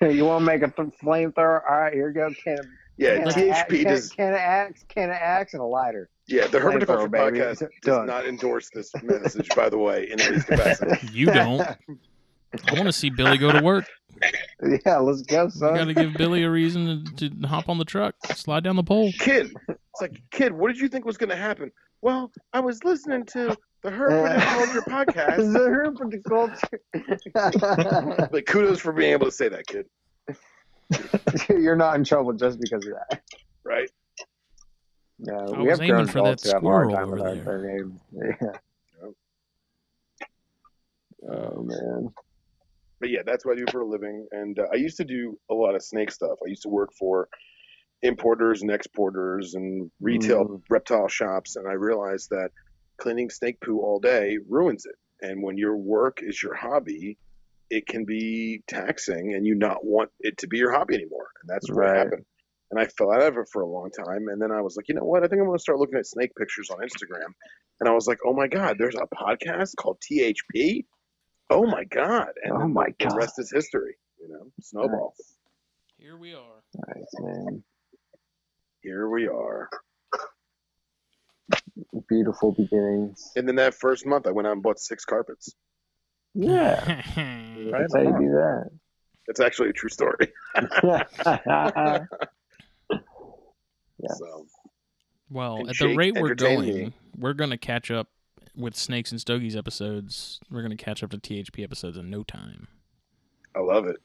D: you want to make a th- flamethrower? All right, here you go. Can of,
A: Yeah,
D: can of axe,
A: THP
D: can,
A: does.
D: can of axe, can of axe, and a lighter.
A: Yeah, the Herbert
D: flamethrower,
A: Coffee
D: baby.
A: podcast does
D: Done.
A: not endorse this message, by the way, in any capacity.
C: you don't. I want to see Billy go to work.
D: yeah, let's go,
C: We
D: son.
C: got to give Billy a reason to, to hop on the truck, slide down the pole.
A: Kid, it's like, kid, what did you think was going to happen? Well, I was listening to the Herbert Coffee podcast.
D: the herb of the culture.
A: Like, kudos for being able to say that, kid.
D: You're not in trouble just because of that.
A: Right?
D: No,
C: I
D: we
C: was
D: have grown
C: aiming for that
D: adults who have a hard
C: squirrel
D: time with
C: over
D: our, our game. Yeah. Oh man.
A: but yeah, that's what I do for a living. And uh, I used to do a lot of snake stuff. I used to work for importers and exporters and retail
D: Mm.
A: reptile shops, and I realized that cleaning snake poo all day ruins it. And when your work is your hobby, it can be taxing, and you not want it to be your hobby anymore. And that's what
D: Right.
A: happened. And I fell out of it for a long time, and then I was like, you know what? I think I'm going to start looking at snake pictures on Instagram. And I was like, oh my god, there's a podcast called THP. Oh my god! And
D: Oh
A: then
D: my
A: the
D: God.
A: rest is history. You know, snowball.
C: Here we are.
D: Nice man.
A: Here we are.
D: Beautiful beginnings.
A: And then that first month, I went out and bought six carpets.
D: Yeah. That's how you do that.
A: That's actually a true story.
D: yeah. Yeah.
A: So
C: Well,
A: And
C: at the
A: Jake
C: rate we're
A: entertained
C: going,
A: me.
C: we're going to catch up with Snakes and Stogies episodes. We're going to catch up to THP episodes in no time.
A: I love it.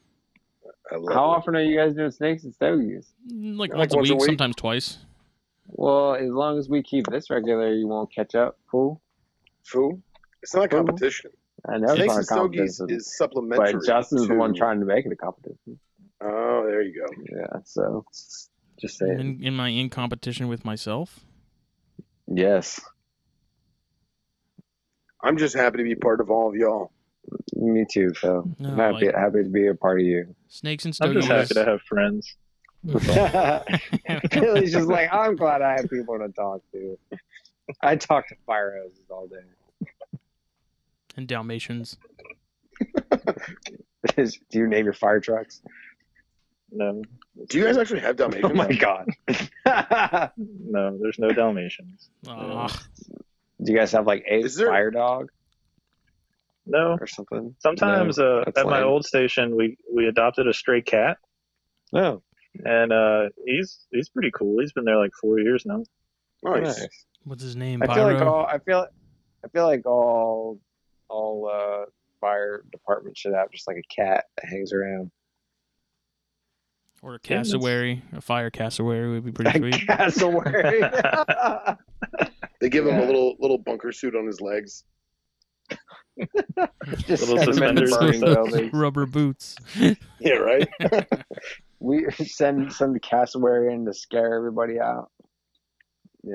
A: I love
D: How
A: it.
D: often are you guys doing snakes and stogies?
C: Like
A: Like
C: once a
A: once a
C: week,
A: week?
C: sometimes twice.
D: Well, as long as we keep this regular, you won't catch up. Cool.
A: Fool. It's not a
D: Fool.
A: competition.
D: I know
A: Snakes and
D: it's not a
A: Stogies
D: competition,
A: is supplementary.
D: but Justin's the one
A: to-
D: trying to make it a competition.
A: Oh, there you go.
D: Yeah. So, just saying.
C: In, in my in competition with myself.
D: Yes.
A: I'm just happy to be part of all of y'all.
D: Me too, Phil.
C: No,
D: I'm happy,
C: like-
D: happy to be a part of you.
C: Snakes and
E: I'm just happy to
C: Stogies.
E: have friends.
D: Billy's just like, I'm glad I have people to talk to. I talk to fire hoses all day.
C: and Dalmatians.
D: Is- Do you name your fire trucks?
E: No,
A: Do you guys actually have Dalmatians?
D: Oh my god. Do
E: no, there's no Dalmatians.
C: Aw.
D: you guys have like a
A: Is there-
D: fire dog
E: No.
D: or something?
E: Sometimes uh,
D: that's
E: at my
D: lame.
E: old station, we we adopted a stray cat,
D: No.
E: and uh, he's he's pretty cool. He's been there like four years now.
A: Nice.
D: Nice.
C: What's his name?
D: I feel like
C: Pyro?
D: all I feel I feel like all all uh fire department should have just like a cat that hangs around.
C: or a
E: Yeah, that's-
C: cassowary. A fire cassowary would be pretty
D: A
C: sweet.
D: cassowary.
A: They give him
D: Yeah.
A: a little little bunker suit on his legs.
D: Just
E: Little
D: send them into
E: suspenders.
D: burning buildings.
C: Rubber boots.
A: Yeah, right.
D: We send send the cassowary in to scare everybody out. Yeah,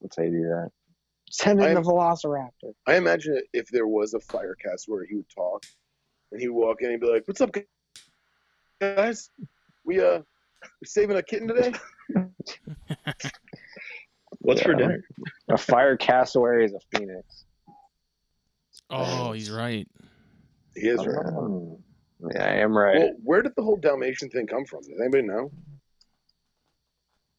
D: that's how you do that. Send in
A: I'm-
D: the Velociraptor.
A: I imagine if there was a firecast where he would talk, and he would walk in and be like, "What's up, guys? We uh, we saving a kitten today?
E: What's for
D: Yeah.
E: dinner?
D: A fire cassowary is a phoenix.
C: Oh, he's right.
A: He is right.
D: Um, yeah, I am right.
A: Uh-huh. Well, where did the whole Dalmatian thing come from? Does anybody know?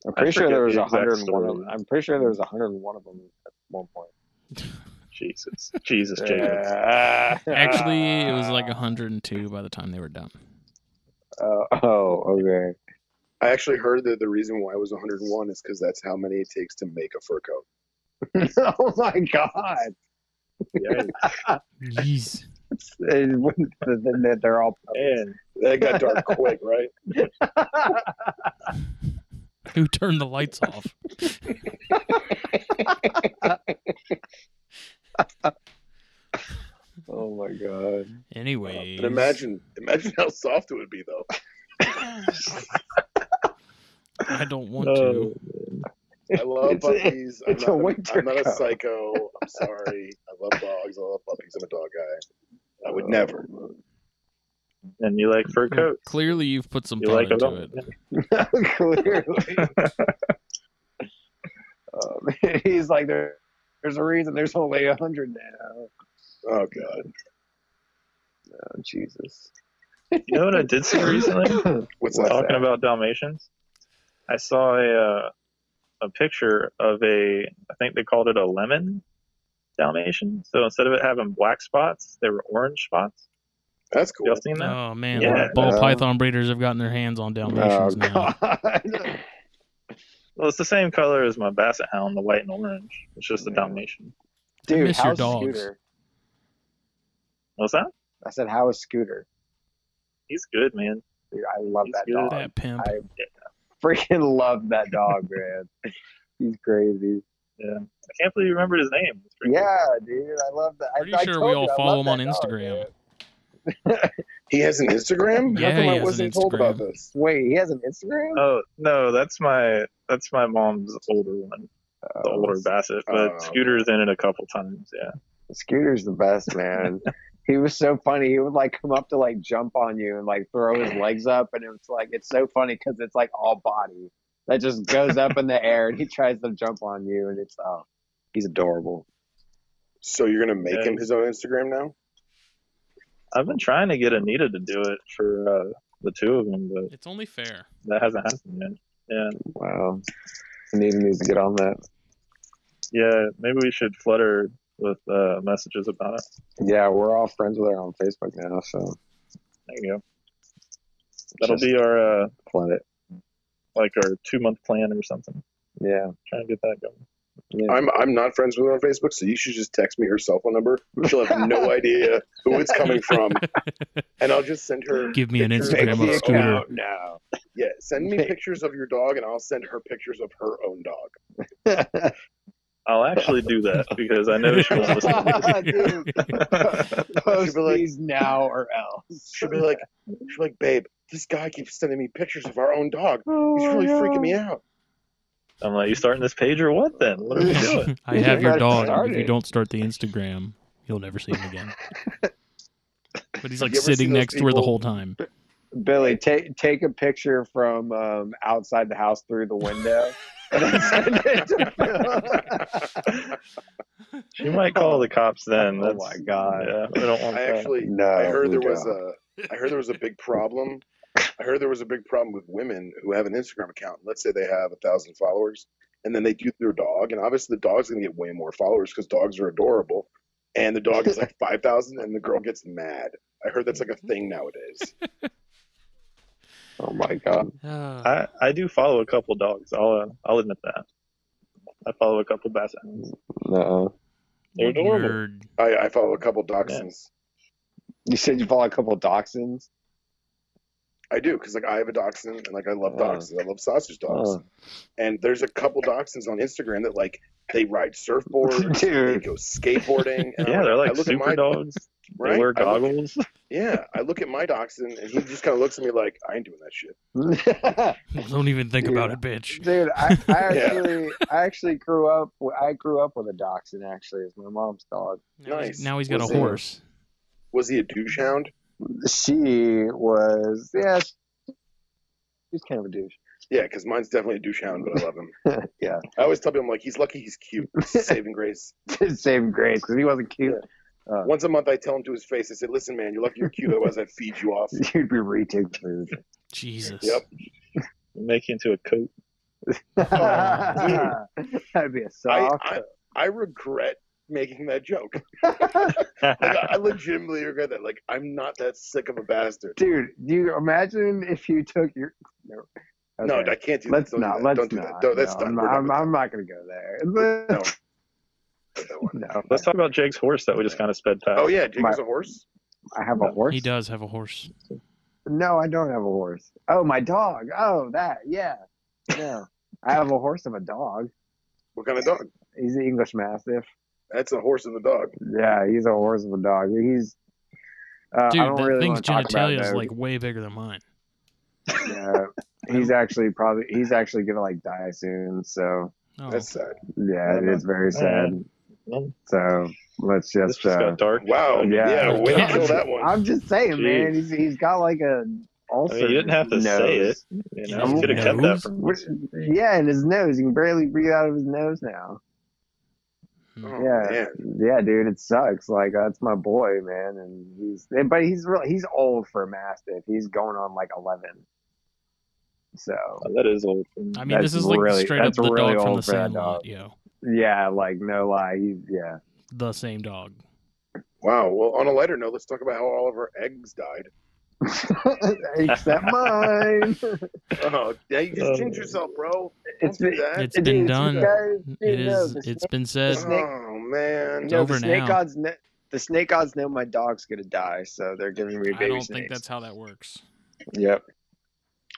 D: I'm
E: I
D: pretty sure
E: forget
D: there was
E: the
D: a
E: exact
D: 101 of
E: story.
D: them. I'm pretty sure there was a 101 of them at one point.
E: Jesus, Jesus, Jacob.
D: Yeah.
C: Actually, it was like 102 by the time they were done.
D: Oh, oh, okay.
A: I actually heard that the reason why it was 101 is because that's how many it takes to make a fur coat.
D: oh my god!
E: Yeah,
C: Jeez.
D: It wouldn't- then they're- they're all
E: man.
A: That got dark quick, right?
C: Who turned the lights off?
D: Oh my god!
C: Anyway.
A: But imagine, imagine how soft it would be, though.
C: I don't want
E: Oh,
C: to.
A: I love
D: It's a-
A: puppies.
D: it's a
A: I'm not
D: winter
A: I'm not a
D: coat.
A: psycho. I'm sorry. I love dogs. I love puppies. I'm a dog guy. I would never.
E: and you like fur
C: Well,
E: coats?
C: clearly, you've put some
E: You like
C: thought
E: them?
C: into it.
D: Clearly, Oh, man, he's like there. There's a reason. There's only a hundred now.
A: Oh god.
D: Oh, Jesus.
E: You know what I did see recently?
A: What's
E: We're
A: that?
E: talking about Dalmatians. I saw a uh, a picture of a I think they called it a lemon Dalmatian. So instead of it having black spots, they were orange spots.
A: That's
E: Y'all
A: cool.
E: seen that?
C: Oh, man.
E: Yeah.
C: the ball
D: Uh,
C: python breeders have gotten their hands on
D: Oh
C: Dalmatians now.
D: god!
E: Well, it's the same color as my basset hound, the white and orange. It's just a
D: Yeah.
E: Dalmatian.
C: I
D: Dude,
C: miss your
D: how's
C: dogs.
D: Scooter?
E: What's that?
D: I said, how is Scooter?
E: He's good, man.
D: Dude, I love
E: He's
D: that
E: good.
D: dog.
C: That pimp.
D: I freaking love that dog, man. He's crazy.
E: I can't believe you remembered his name. It's pretty
D: Yeah, dude, I love that. I-
C: Pretty
D: I,
C: sure
D: told
C: we
D: you,
C: all
D: I
C: follow
D: love
C: him on
D: that dog,
C: Instagram.
D: man.
A: He has an Instagram?
C: Yeah,
A: how come
C: he
A: I
C: has an
A: wasn't told
C: Instagram.
A: about this?
D: Wait, he has an Instagram?
E: cool. Oh no, that's my that's my mom's older one, the
D: Oh,
E: older basset. But
A: oh.
E: Scooter's in it a couple times. Yeah.
D: Scooter's the best, man. he was so funny. He would like come up to like jump on you and like throw his legs up, and it's like it's so funny because it's like all body that just goes up in the air, and he tries to jump on you, and it's oh, he's adorable.
A: So you're gonna make
E: Yeah.
A: him his own Instagram now?
E: I've been trying to get Anita to do it for uh, the two of them, but
C: It's only fair.
E: that hasn't happened yet. Yeah,
D: Wow, Anita needs to get on that.
E: yeah. Maybe we should flutter with uh, messages about it.
D: Yeah, we're all friends with her on Facebook now, so
E: There you go. That'll be our uh,
D: flood it.
E: like our two month plan or something.
D: Yeah.
E: Trying to get that going.
D: yeah.
A: I'm I'm not friends with her on Facebook, so you should just text me her cell phone number. She'll have no idea who it's coming from, and I'll just send her.
C: Give me an
A: pictures
C: Instagram
A: of
C: of
A: her
C: Scooter.
A: own-
D: now.
A: Yeah, send me pictures of your dog, and I'll send her pictures of her own dog.
E: I'll actually do that because I know she'll listen.
D: Ah, Dude, post
A: like-
D: these now or else.
A: She'll be like, she'll be like, babe, this guy keeps sending me pictures of our own dog.
D: Oh.
A: He's really freaking me out.
E: I'm like, you starting this page or what? Then what are we doing?
C: I have your
D: Got it
C: dog. If you
D: started.
C: don't start the Instagram, you'll never see him again. But he's like
A: You ever seen
C: sitting
A: those
C: next to her the
A: people-
C: whole time.
D: Billy, take take a picture from um, outside the house through the window. and then send it to Bill.
E: You might call the cops then.
D: Oh
E: That's,
D: my god.
E: Yeah, we don't want
A: I
E: that.
A: actually,
D: No,
A: I heard
D: we
A: there was
D: don't.
A: a, I heard there was a big problem. I heard there was a big problem with women who have an Instagram account. Let's say they have a thousand followers, and then they do their dog, and obviously the dog's gonna get way more followers because dogs are adorable. And the dog is like five thousand, and the girl gets mad. I heard that's like a thing nowadays.
D: Oh my god.
E: I, I do follow a couple dogs. I'll uh, I'll admit that. I follow a couple basset hounds.
D: No.
E: They're adorable.
C: Weird.
A: I, I follow a couple dachshunds.
D: You said you follow a couple dachshunds?
A: I do because like I have a dachshund and like I love
D: Oh.
A: dachshunds. I love sausage dogs.
D: Oh.
A: And there's a couple dachshunds on Instagram that like they ride surfboards, they
D: Dude,
A: go skateboarding. And I'm
E: Yeah, they're
A: I
E: like
A: look at
E: super
A: my-
E: dogs.
A: Right?
E: They wear
A: I look-
E: goggles.
A: yeah, I look at my dachshund and he just kind of looks at me like I ain't doing that shit.
C: Don't even think
D: Yeah.
C: about it, bitch.
D: dude, I, I
A: Yeah.
D: actually, I actually grew up. w- I grew up with a dachshund. Actually, it's my mom's dog.
C: Now he's-
A: Nice.
C: Now he's got
A: Was
C: a
A: it-
C: horse.
A: Was he a douche hound?
D: She was, yeah, she's kind of a douche.
A: Yeah, because mine's definitely a douche hound, but I love him.
D: Yeah.
A: I always tell people I'm like he's lucky he's cute. Saving grace.
D: Same grace because he wasn't cute.
A: Once a month I tell him to his face. I say, listen, man, you're lucky you're cute. Otherwise I feed you off.
D: You'd be reeking food.
C: Jesus.
A: Yep.
E: Make you into a coat.
D: Oh, That'd be a
A: I,
D: sock.
A: I I regret making that joke. Like, I legitimately regret that. Like, I'm not that sick of a bastard.
D: Dude, do you imagine if you took your no,
A: No,
D: okay.
A: I can't do
D: let's
A: that. Don't
D: not.
A: do that.
D: Let's
A: Don't do
D: not.
A: that. Don't, that's
D: no,
A: done.
D: I'm,
A: We're
D: not,
A: done
D: I'm,
A: with
D: I'm not gonna go there.
A: that. No. That one.
D: No,
E: Let's talk about Jake's horse that we just kind of sped past.
A: Oh yeah, Jake
D: My-
A: has a horse.
D: I have a horse.
C: He does have a horse.
D: No, I don't have a horse. Oh, my dog. Oh, that. Yeah. No, I have a horse of a dog.
A: What kind of dog?
D: He's an English Mastiff.
A: That's a horse and a dog.
D: Yeah, he's a horse of a dog. He's. Uh,
C: Dude,
D: I don't
C: that
D: really
C: thing's
D: want to talk about
C: genitalia is
D: those.
C: like way bigger than mine.
D: Yeah, he's actually probably he's actually gonna like die soon. So
C: Oh,
A: That's sad.
D: yeah, it's very sad.
E: Well,
D: So let's
E: This
D: just.
E: just
D: Uh,
E: got dark.
A: Wow.
E: I
A: Yeah.
D: Yeah.
A: way to
C: Yeah.
A: kill that one.
D: I'm just saying, man. He's he's got like a ulcer.
E: mean, you didn't have to
D: nose.
E: say it. You know,
D: Yeah.
E: could have kept that from.
D: What- Yeah, and his nose. He can barely breathe out of his nose now.
A: Oh,
D: yeah,
A: man.
D: yeah, dude. It sucks. Like uh, that's my boy, man. And he's but he's real. He's old for a mastiff. He's going on like eleven. So
E: Oh, that is old.
C: I mean,
D: That's
C: this is like
D: really-
C: straight up
D: that's
C: the
D: really
C: dog from the
D: old for that
C: same lot,
D: dog.
C: yo.
D: yeah, like no lie. He's yeah.
C: The same dog.
A: Wow. Well, on a lighter note, let's talk about how all of our eggs died.
D: Except mine.
A: Oh, yeah, you just
E: Oh.
A: changed yourself, bro.
D: It's
A: Don't
D: been-
A: do that.
C: It's been done. It
D: It
C: is. It's been said.
D: it's-
A: oh man.
C: It's
D: no,
C: over
D: the snake
C: now.
D: gods. Kn- the snake gods know my dog's gonna die, so they're giving me
C: I
D: baby
C: don't
D: snakes.
C: think that's how that works.
D: Yep.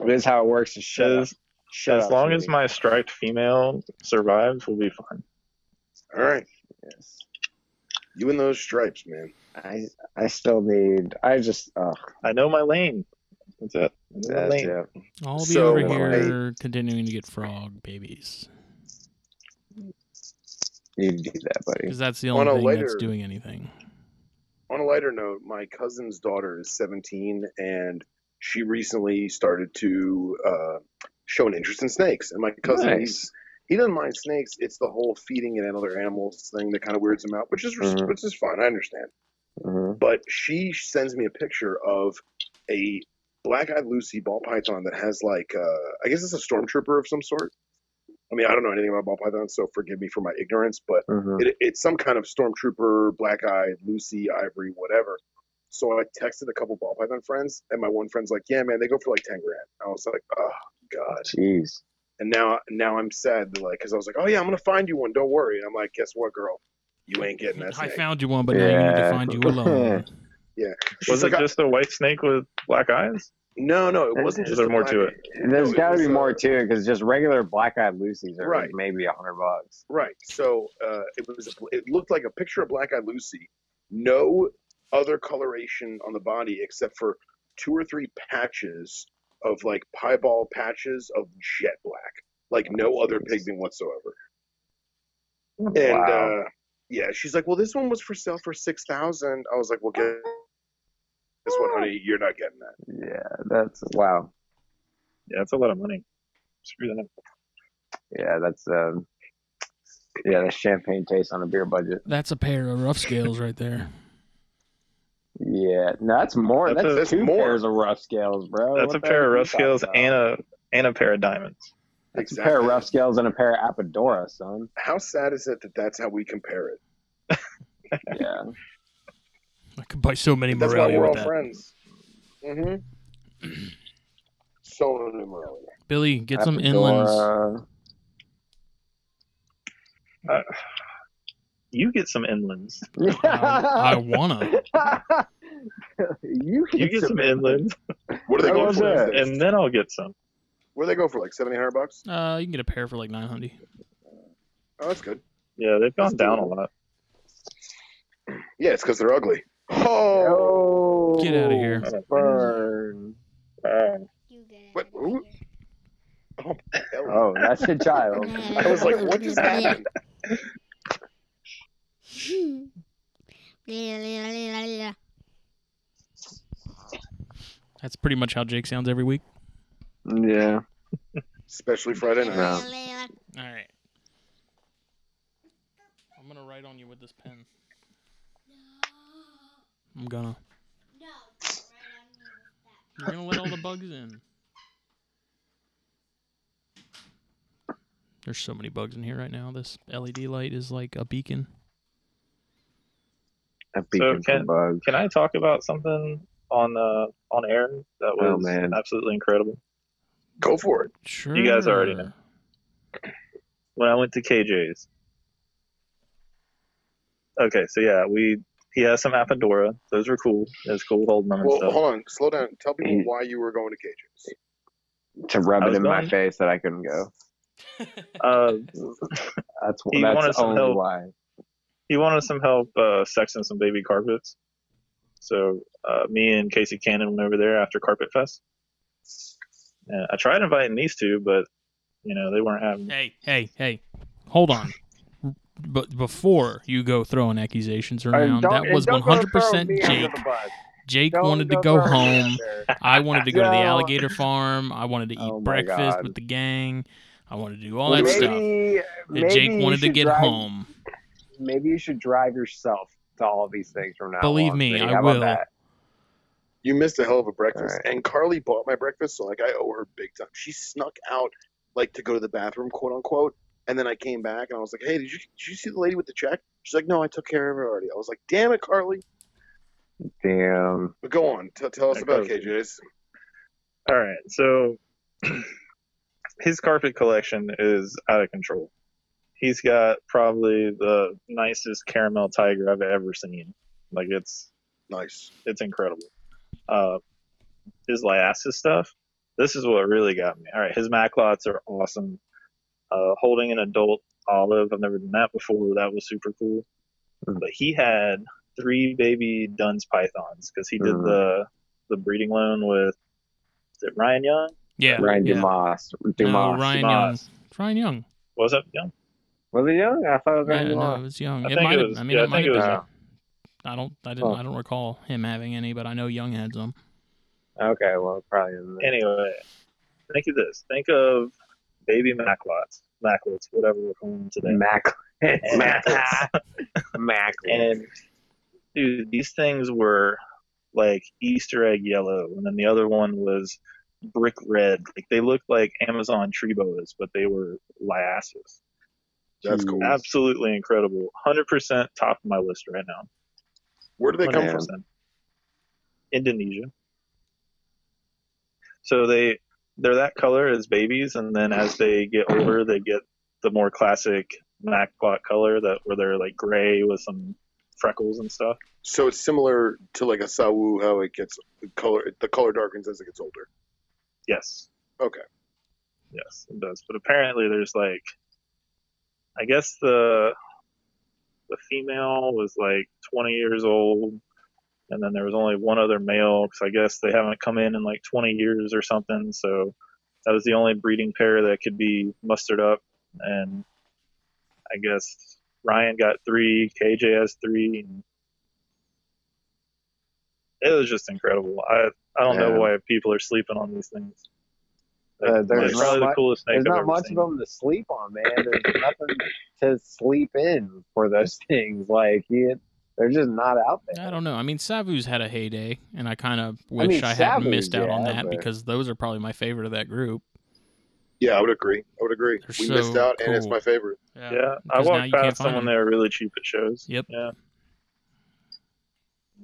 D: This is how it works. Is shut up.
E: As,
D: Shut
E: as
D: up,
E: long as
D: Sadie.
E: my striped female survives, we'll be fine.
A: All right.
D: Yes.
A: You and those stripes, man.
D: I I still need. I just. Oh,
E: I know my lane. That's it. I know my
D: that's
E: lane.
D: it.
C: I'll be
A: So,
C: over
A: like-
C: here continuing to get frog babies
D: You do that, buddy.
C: because that's the
A: On
C: only
A: a
C: thing that's
A: lighter-
C: doing anything.
A: On a lighter note, my cousin's daughter is 17, and she recently started to uh, show an interest in snakes. And my cousin, he's,
D: Nice.
A: he doesn't mind snakes. It's the whole feeding it at other animals thing that kind of weirds him out, which is
D: Mhm.
A: which is fine. I understand.
D: Mhm.
A: But she sends me a picture of a black-eyed Lucy ball python that has like uh, I guess it's a stormtrooper of some sort. I mean, I don't know anything about ball pythons, so forgive me for my ignorance, but
D: Mhm.
A: it, it's some kind of stormtrooper, black eye, Lucy, Ivory, whatever. So I texted a couple ball python friends, and my one friend's like, "Yeah, man, they go for like ten grand." I was like, "Oh God!"
D: Jeez.
A: And now, now I'm sad, like, because I was like, "Oh yeah, I'm gonna find you one. Don't worry." And I'm like, "Guess what, girl? You ain't getting that
C: I
A: snake."
C: found you one, but now you need to
D: Yeah.
C: find you alone.
A: She's
E: Was it
A: like, I-
E: just a white snake with black eyes?
A: "No, no, it
D: Is
A: wasn't
E: there
A: just a
E: more
A: black
E: to
A: eye."
E: it?
D: There's
A: No, it
D: got to
A: was,
D: be more
A: uh,
D: to it because just regular black-eyed Lucy's are
A: Right.
D: maybe a hundred bucks.
A: Right. So uh, it was. It looked like a picture of Black Eyed Lucy. No other coloration on the body except for two or three patches of like piebald patches of jet black. Like no other pigment whatsoever. And
D: Wow.
A: uh, yeah, she's like, "Well, this one was for sale for six thousand. I was like, "Well, guess guess what, honey? You're not getting that."
D: Yeah, that's wow.
E: Yeah, that's a lot of money. Screw that.
D: Yeah, that's um. Yeah, the champagne taste on a beer budget.
C: That's a pair of rough scales right there.
D: Yeah, no, that's more.
E: That's
D: That's,
E: a-
A: that's
D: two
A: more.
D: pairs of rough scales, bro.
E: That's
D: What
E: a
D: the
E: pair
D: heck
E: of
D: are you
E: rough scales
D: talking
E: and
D: about?
E: a and a pair of diamonds.
D: That's a pair of rough scales and a pair of Apodora, son.
A: How sad is it that that's how we compare it?
D: Yeah.
C: I could buy so many
A: That's why
C: Morelia
A: we're all
C: with that.
A: friends. Mm-hmm. So numerally.
C: Billy, get some inlands.
D: Apodora.
E: Uh, you get some inlands.
A: uh,
C: Um, I, I wanna.
D: you,
E: You get some inlands.
A: What do they
E: How
A: go
E: about
A: for?
E: that? And then I'll get some.
A: What do they go for? Like seventy hundred bucks?
C: Uh, you can get a pair for like nine hundred.
A: Oh, that's good.
E: Yeah, they've gone
A: That's
E: down a
A: doable.
E: lot.
A: Yeah, it's because they're ugly. Oh,
D: Oh,
C: Get outta here.
D: Burn.
E: Wow.
F: You get it.
A: What? Who?
D: Oh, that's your child.
A: I was like, what just happened?
C: That's pretty much how Jake sounds every week.
D: Yeah.
A: Especially Friday night. Um.
C: All right. I'm gonna write on you with this pen. I'm gonna. You're gonna let all the bugs in. There's so many bugs in here right now. This LED light is like a beacon.
D: A beacon
E: can-
D: for bugs.
E: Can I talk about something on uh, on air that
D: Oh,
E: was
D: man.
E: absolutely incredible?
A: Go for it.
C: Sure.
E: guys already know. when I went to KJ's. Okay, so yeah, we he has some Apodora. Those were cool. It was cool with holding them and
A: Well,
E: stuff.
A: hold on. Slow down. Tell
D: Mm-hmm.
A: people why you were going to Cajuns.
D: To rub
E: I
D: it
E: was
D: in my
E: going-
D: face that I couldn't go.
E: Uh,
D: That's
E: He wanted
D: that's
E: some
D: only
E: help.
D: why.
E: he wanted some help uh, sexing some baby carpets. So uh, me and Casey Cannon went over there after Carpet Fest. And I tried inviting these two, but you know they weren't having.
C: Hey, hey, hey. Hold on. But before you go throwing accusations around, that was 100% Jake. Jake wanted to go home. I wanted to go to the
D: No.
C: alligator farm. I wanted to eat
D: Oh my
C: breakfast
D: God.
C: with the gang. I wanted to do all
A: Well,
C: that
A: maybe-
C: stuff. And Jake wanted to get home.
D: Maybe you should drive yourself to all of these things from now
C: Believe
D: on.
C: me,
D: Zane.
C: I
D: How about
C: will.
D: that?
A: You missed a hell of a breakfast.
D: All right.
A: And Carly bought my breakfast, so like I owe her big time. She snuck out like to go to the bathroom, quote unquote. And then I came back and I was like, Hey, did you did you see the lady with the check? She's like, No, I took care of her already. I was like, Damn it, Carly.
D: Damn.
A: But go on. T- tell us
E: That
A: about
E: goes.
A: KJ's.
E: All right, so his carpet collection is out of control. He's got probably the nicest caramel tiger I've ever seen. Like it's
A: Nice.
E: it's incredible. Uh, his Lyasis stuff. This is what really got me. All right, his Maclots are awesome. Uh, holding an adult olive, I've never done that before. That was super cool.
D: Hmm.
E: But he had three baby Duns pythons because he did
D: Mm.
E: the the breeding loan with is it Ryan Young?
C: Yeah.
D: Ryan
C: yeah.
D: Dumas. Dumas.
C: Ryan
E: Dumas.
C: Young. Ryan Young.
E: Was it Young?
D: Was he young? I thought it was
C: Yeah,
D: Ryan
C: no,
D: Dumas.
C: it was Young.
E: I
C: it
E: think
C: might
E: it
C: have.
E: was-
C: I mean,
E: yeah,
C: it
E: I
C: might have
E: think
C: been.
E: it was
C: Young. I don't. I didn't.
D: Huh.
C: I don't recall him having any, but I know Young had some.
D: Okay, well, probably. Isn't it.
E: Anyway, think of this. Think of baby Maclots, Maclots, whatever we're calling them today.
D: Mac. Mac. Mac.
E: And dude, these things were like Easter egg yellow, and then the other one was brick red. Like they looked like Amazon tree boas, but they were liasses.
A: That's cool.
E: Absolutely incredible. Hundred percent top of my list right now.
A: Where do they come
D: Yeah.
A: from?
E: 100%. Indonesia. So they they're that color as babies, and then as they get older, they get the more classic Macbot color that where they're like gray with some freckles and stuff.
A: So it's similar to like a sawu, how it gets the color the color darkens as it gets older.
E: Yes.
A: Okay.
E: Yes, it does. But apparently, there's like, I guess the the female was like 20 years old, and then there was only one other male because I guess they haven't come in in like 20 years or something. So that was the only breeding pair that could be mustered up, and I guess Ryan got three, KJ has three. And it was just incredible. I I don't
D: Yeah.
E: know why people are sleeping on these things.
D: Uh, there's
E: It's
D: not
E: probably the
D: much-
E: coolest snake
D: There's
E: I've
D: not
E: ever
D: much
E: seen.
D: of them to sleep on, man. There's nothing to sleep in for those things. Like, you, they're just not out there.
C: I don't know. I mean, Savu's had a heyday, and I kind of wish I, had
D: mean, Savu,
C: missed out on
D: yeah,
C: that
D: but-
C: because those are probably my favorite of that group.
A: Yeah, I would agree. I would agree.
C: They're
A: we
C: so
A: missed out, and it's
C: cool.
A: my favorite.
E: Yeah, I
C: because now
E: walked
C: you can't
E: past
C: find
E: someone
C: them.
E: that were really cheap at shows.
C: Yep.
E: Yeah.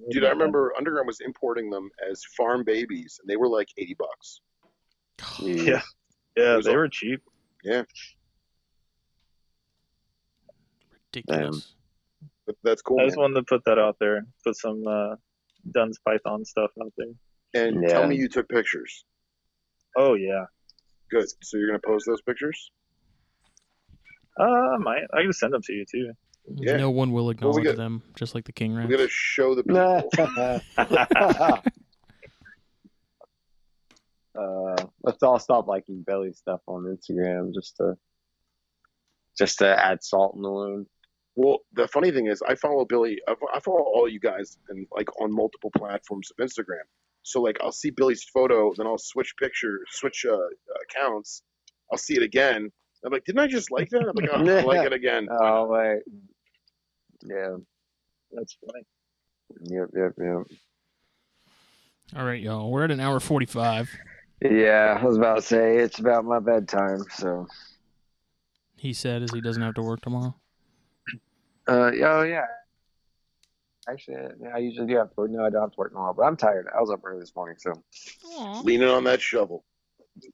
A: Dude, I remember Underground was importing them as farm babies, and they were like eighty bucks.
E: Yeah,
A: It
E: yeah,
A: was
E: they
A: all-
E: were cheap.
C: Ridiculous.
A: But that's cool.
E: I just
A: man.
E: wanted to put that out there. Put some uh, Duns Python stuff out there.
A: And
H: Yeah.
A: tell me you took pictures.
E: Oh yeah.
A: Good. So you're gonna post those pictures?
E: Uh, I might. I can send them to you too.
A: Yeah.
C: No one will acknowledge
A: got-
C: them, just like the king
A: We're
C: rats.
A: gonna show the people.
H: uh,
D: Uh,
H: let's all stop liking Billy stuff on Instagram just to just to add salt in the wound.
A: Well, the funny thing is, I follow Billy. I fo- I follow all you guys and like on multiple platforms of Instagram. So like, I'll see Billy's photo, then I'll switch picture, switch uh, accounts. I'll see it again. I'm like, didn't I just like that? I'm like, oh, I like it again.
H: Oh wait, yeah,
E: That's funny.
H: yep, yep, yep.
C: All right, y'all. We're at an hour forty-five.
H: Yeah, I was about to say it's about my bedtime, so.
C: He said as he doesn't have to work tomorrow.
H: Uh, yeah, oh yeah. Actually, I usually do have to work. No, I don't have to work tomorrow, but I'm tired. I was up early this morning, so.
A: Leaning on that shovel.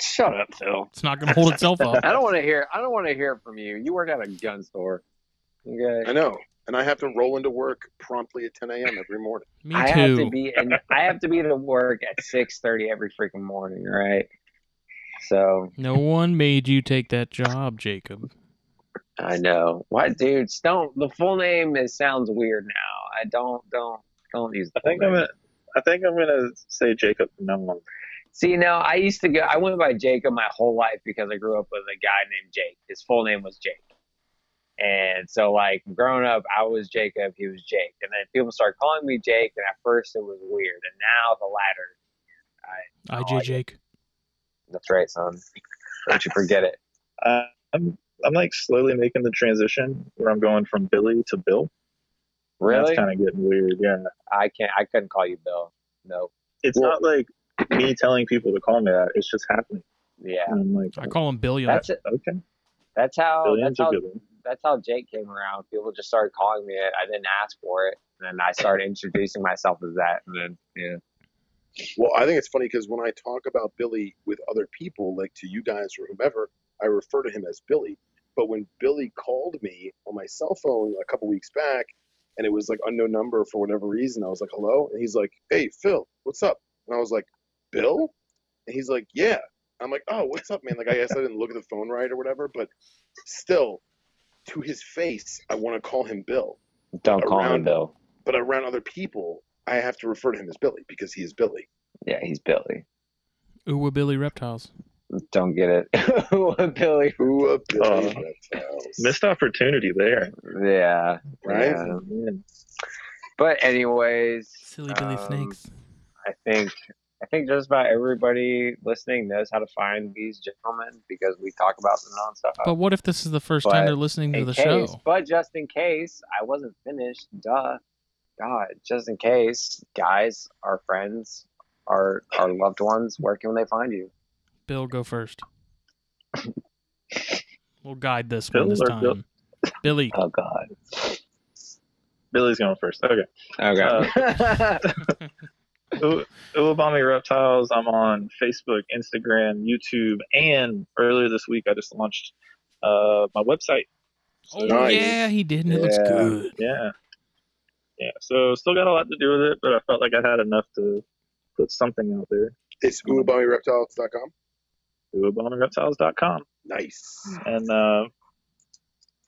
H: Shut up, Phil.
C: It's not gonna hold itself up.
H: I don't want to hear. I don't want to hear from you. You work at a gun store. Okay.
C: Uh,
A: I know, and I have to roll into work promptly at 10 a.m. every morning.
C: Me
H: I have to
C: too.
H: be in, I have to be to work at six thirty every freaking morning, right? So
C: No one made you take that job, Jacob.
H: I know. Why dudes don't the full name is sounds weird now. I don't don't don't use the
E: I think
H: full
E: I'm
H: name.
E: gonna. I think I'm gonna say Jacob from now on.
H: See now I used to go I went by Jacob my whole life because I grew up with a guy named Jake. His full name was Jake. And so like growing up I was Jacob, he was Jake. And then people started calling me Jake and at first it was weird and now the latter Oh,
C: IJ Jake.
H: That's right, son. Don't you forget it.
E: Uh, I'm. I'm like slowly making the transition where I'm going from Billy to Bill.
H: Really?
E: That's kind of getting weird. Yeah.
H: I can't. I couldn't call you Bill. No.
E: It's
H: Well-
E: not like me telling people to call me that. It's just happening.
H: Yeah.
E: And I'm like,
C: I call him Billy.
H: That's it.
E: okay.
H: That's how. Oh, That's
E: Billions
H: how.
E: a good one.
H: That's how Jake came around. People just started calling me it. I didn't ask for it, and then I started introducing myself as that, and then yeah.
A: Well, I think it's funny because when I talk about Billy with other people, like to you guys or whomever, I refer to him as Billy. But when Billy called me on my cell phone a couple weeks back, and it was like unknown number for whatever reason, I was like, "Hello," and he's like, "Hey, Phil, what's up?" And I was like, "Bill," and he's like, "Yeah." I'm like, "Oh, what's up, man?" Like, I guess I didn't look at the phone right or whatever, but still, to his face, I want to call him Bill.
H: Don't
A: call him Around-
H: Bill.
A: But around other people, I have to refer to him as Billy because he is Billy.
H: Yeah, he's Billy.
C: Ooh, Billy Reptiles.
H: Don't get it, Billy.
A: Ooh, a
E: Uh,
A: Billy Reptiles.
E: Missed opportunity there.
H: Yeah.
A: Right?
H: yeah.
E: Man.
H: But anyways,
C: Silly Billy
H: um,
C: Snakes.
H: I think I think just about everybody listening knows how to find these gentlemen because we talk about them nonstop.
C: But what if this is the first
H: but
C: time they're listening to
H: in
C: the
H: case,
C: show?
H: but just in case, I wasn't finished. Duh. God, just in case, guys, our friends, our our loved ones, where can they find you?
C: Bill, go first. we'll guide this
E: Bill
C: one this
E: or
C: time.
E: Bill?
C: Billy,
H: Oh God.
E: Billy's going first. Okay. Uh,
H: Okay.
E: U- Uwabami Reptiles. I'm on Facebook, Instagram, YouTube, and earlier this week I just launched uh, my website.
C: Oh
A: Nice.
C: yeah, he did, and it looks
H: Yeah.
C: good.
E: Yeah. Yeah. So still got a lot to do with it, but I felt like I had enough to put something out there.
A: It's ubamireptiles.com.
E: UwabamiReptiles.com.
A: Nice.
E: And uh,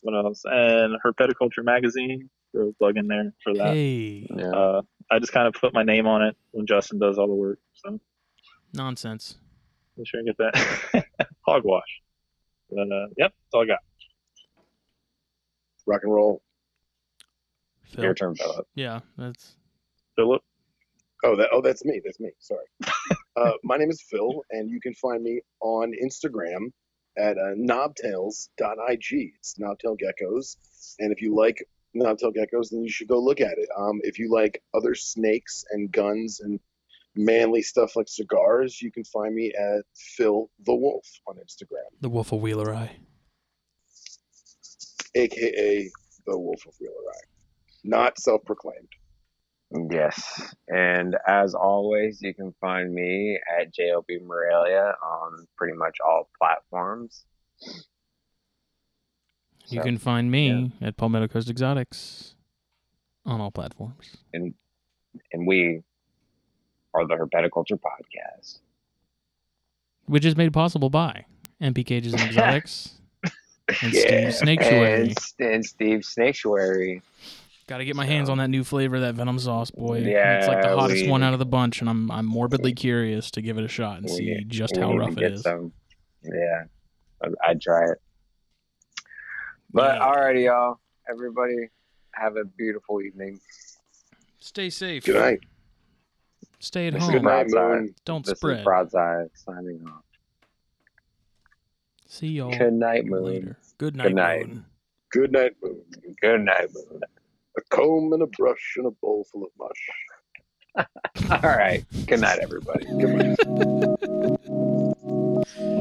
E: what else? And Herpeticulture Magazine. Throw a plug in there for that.
C: Hey,
H: yeah.
E: Uh, I just kind of put my name on it when Justin does all the work. So
C: nonsense.
E: make sure I get that hogwash. But uh, yep, that's all I got.
A: Rock and roll.
C: Phil.
H: Your turn, Philip.
C: Yeah, that's
E: Philip,
A: Oh, that, oh, that's me. That's me. Sorry. uh, my name is Phil, and you can find me on Instagram at uh, knobtails.ig. It's Knobtail Geckos. And if you like Knobtail Geckos, then you should go look at it. Um, if you like other snakes and guns and manly stuff like cigars, you can find me at Phil the Wolf on Instagram,
C: the Wolf of Wheeler Eye.
A: aka the Wolf of Wheeler Eye. Not self proclaimed.
H: Yes. And as always, you can find me at JOB Morelia on pretty much all platforms.
C: You
H: So,
C: can find me at Palmetto Coast Exotics on all platforms.
H: and we are the Herpetoculture Podcast.
C: which is made possible by MP Cages and Exotics and Steve's Snaketuary.
H: And, and Steve's Snaketuary.
C: Got to get my hands
H: So-
C: on that new flavor, that Venom Sauce, boy. it's like
H: Yeah,
C: the hottest
H: we-
C: one out of the bunch, and I'm I'm morbidly curious to give it a shot and
H: We
C: see
H: need-
C: just
H: We
C: how
H: need to
C: rough it
H: get
C: is.
H: some. Yeah, I'd- I'd try it. But
C: Yeah.
H: alrighty, y'all. Everybody, have a beautiful evening.
C: Stay safe.
A: Good night.
C: Stay at
H: This is
A: Good
C: home.
A: night,
H: broadside.
A: Moon.
C: Don't
H: this
C: spread.
H: is Broadside signing off.
C: See y'all
H: Good night, Moon.
C: later. Good night.
H: Good night.
C: Moon.
A: Good night, Moon.
H: Good night, Moon.
A: A comb and a brush and a bowl full of mush.
H: All right. Good night, everybody.
A: Good night.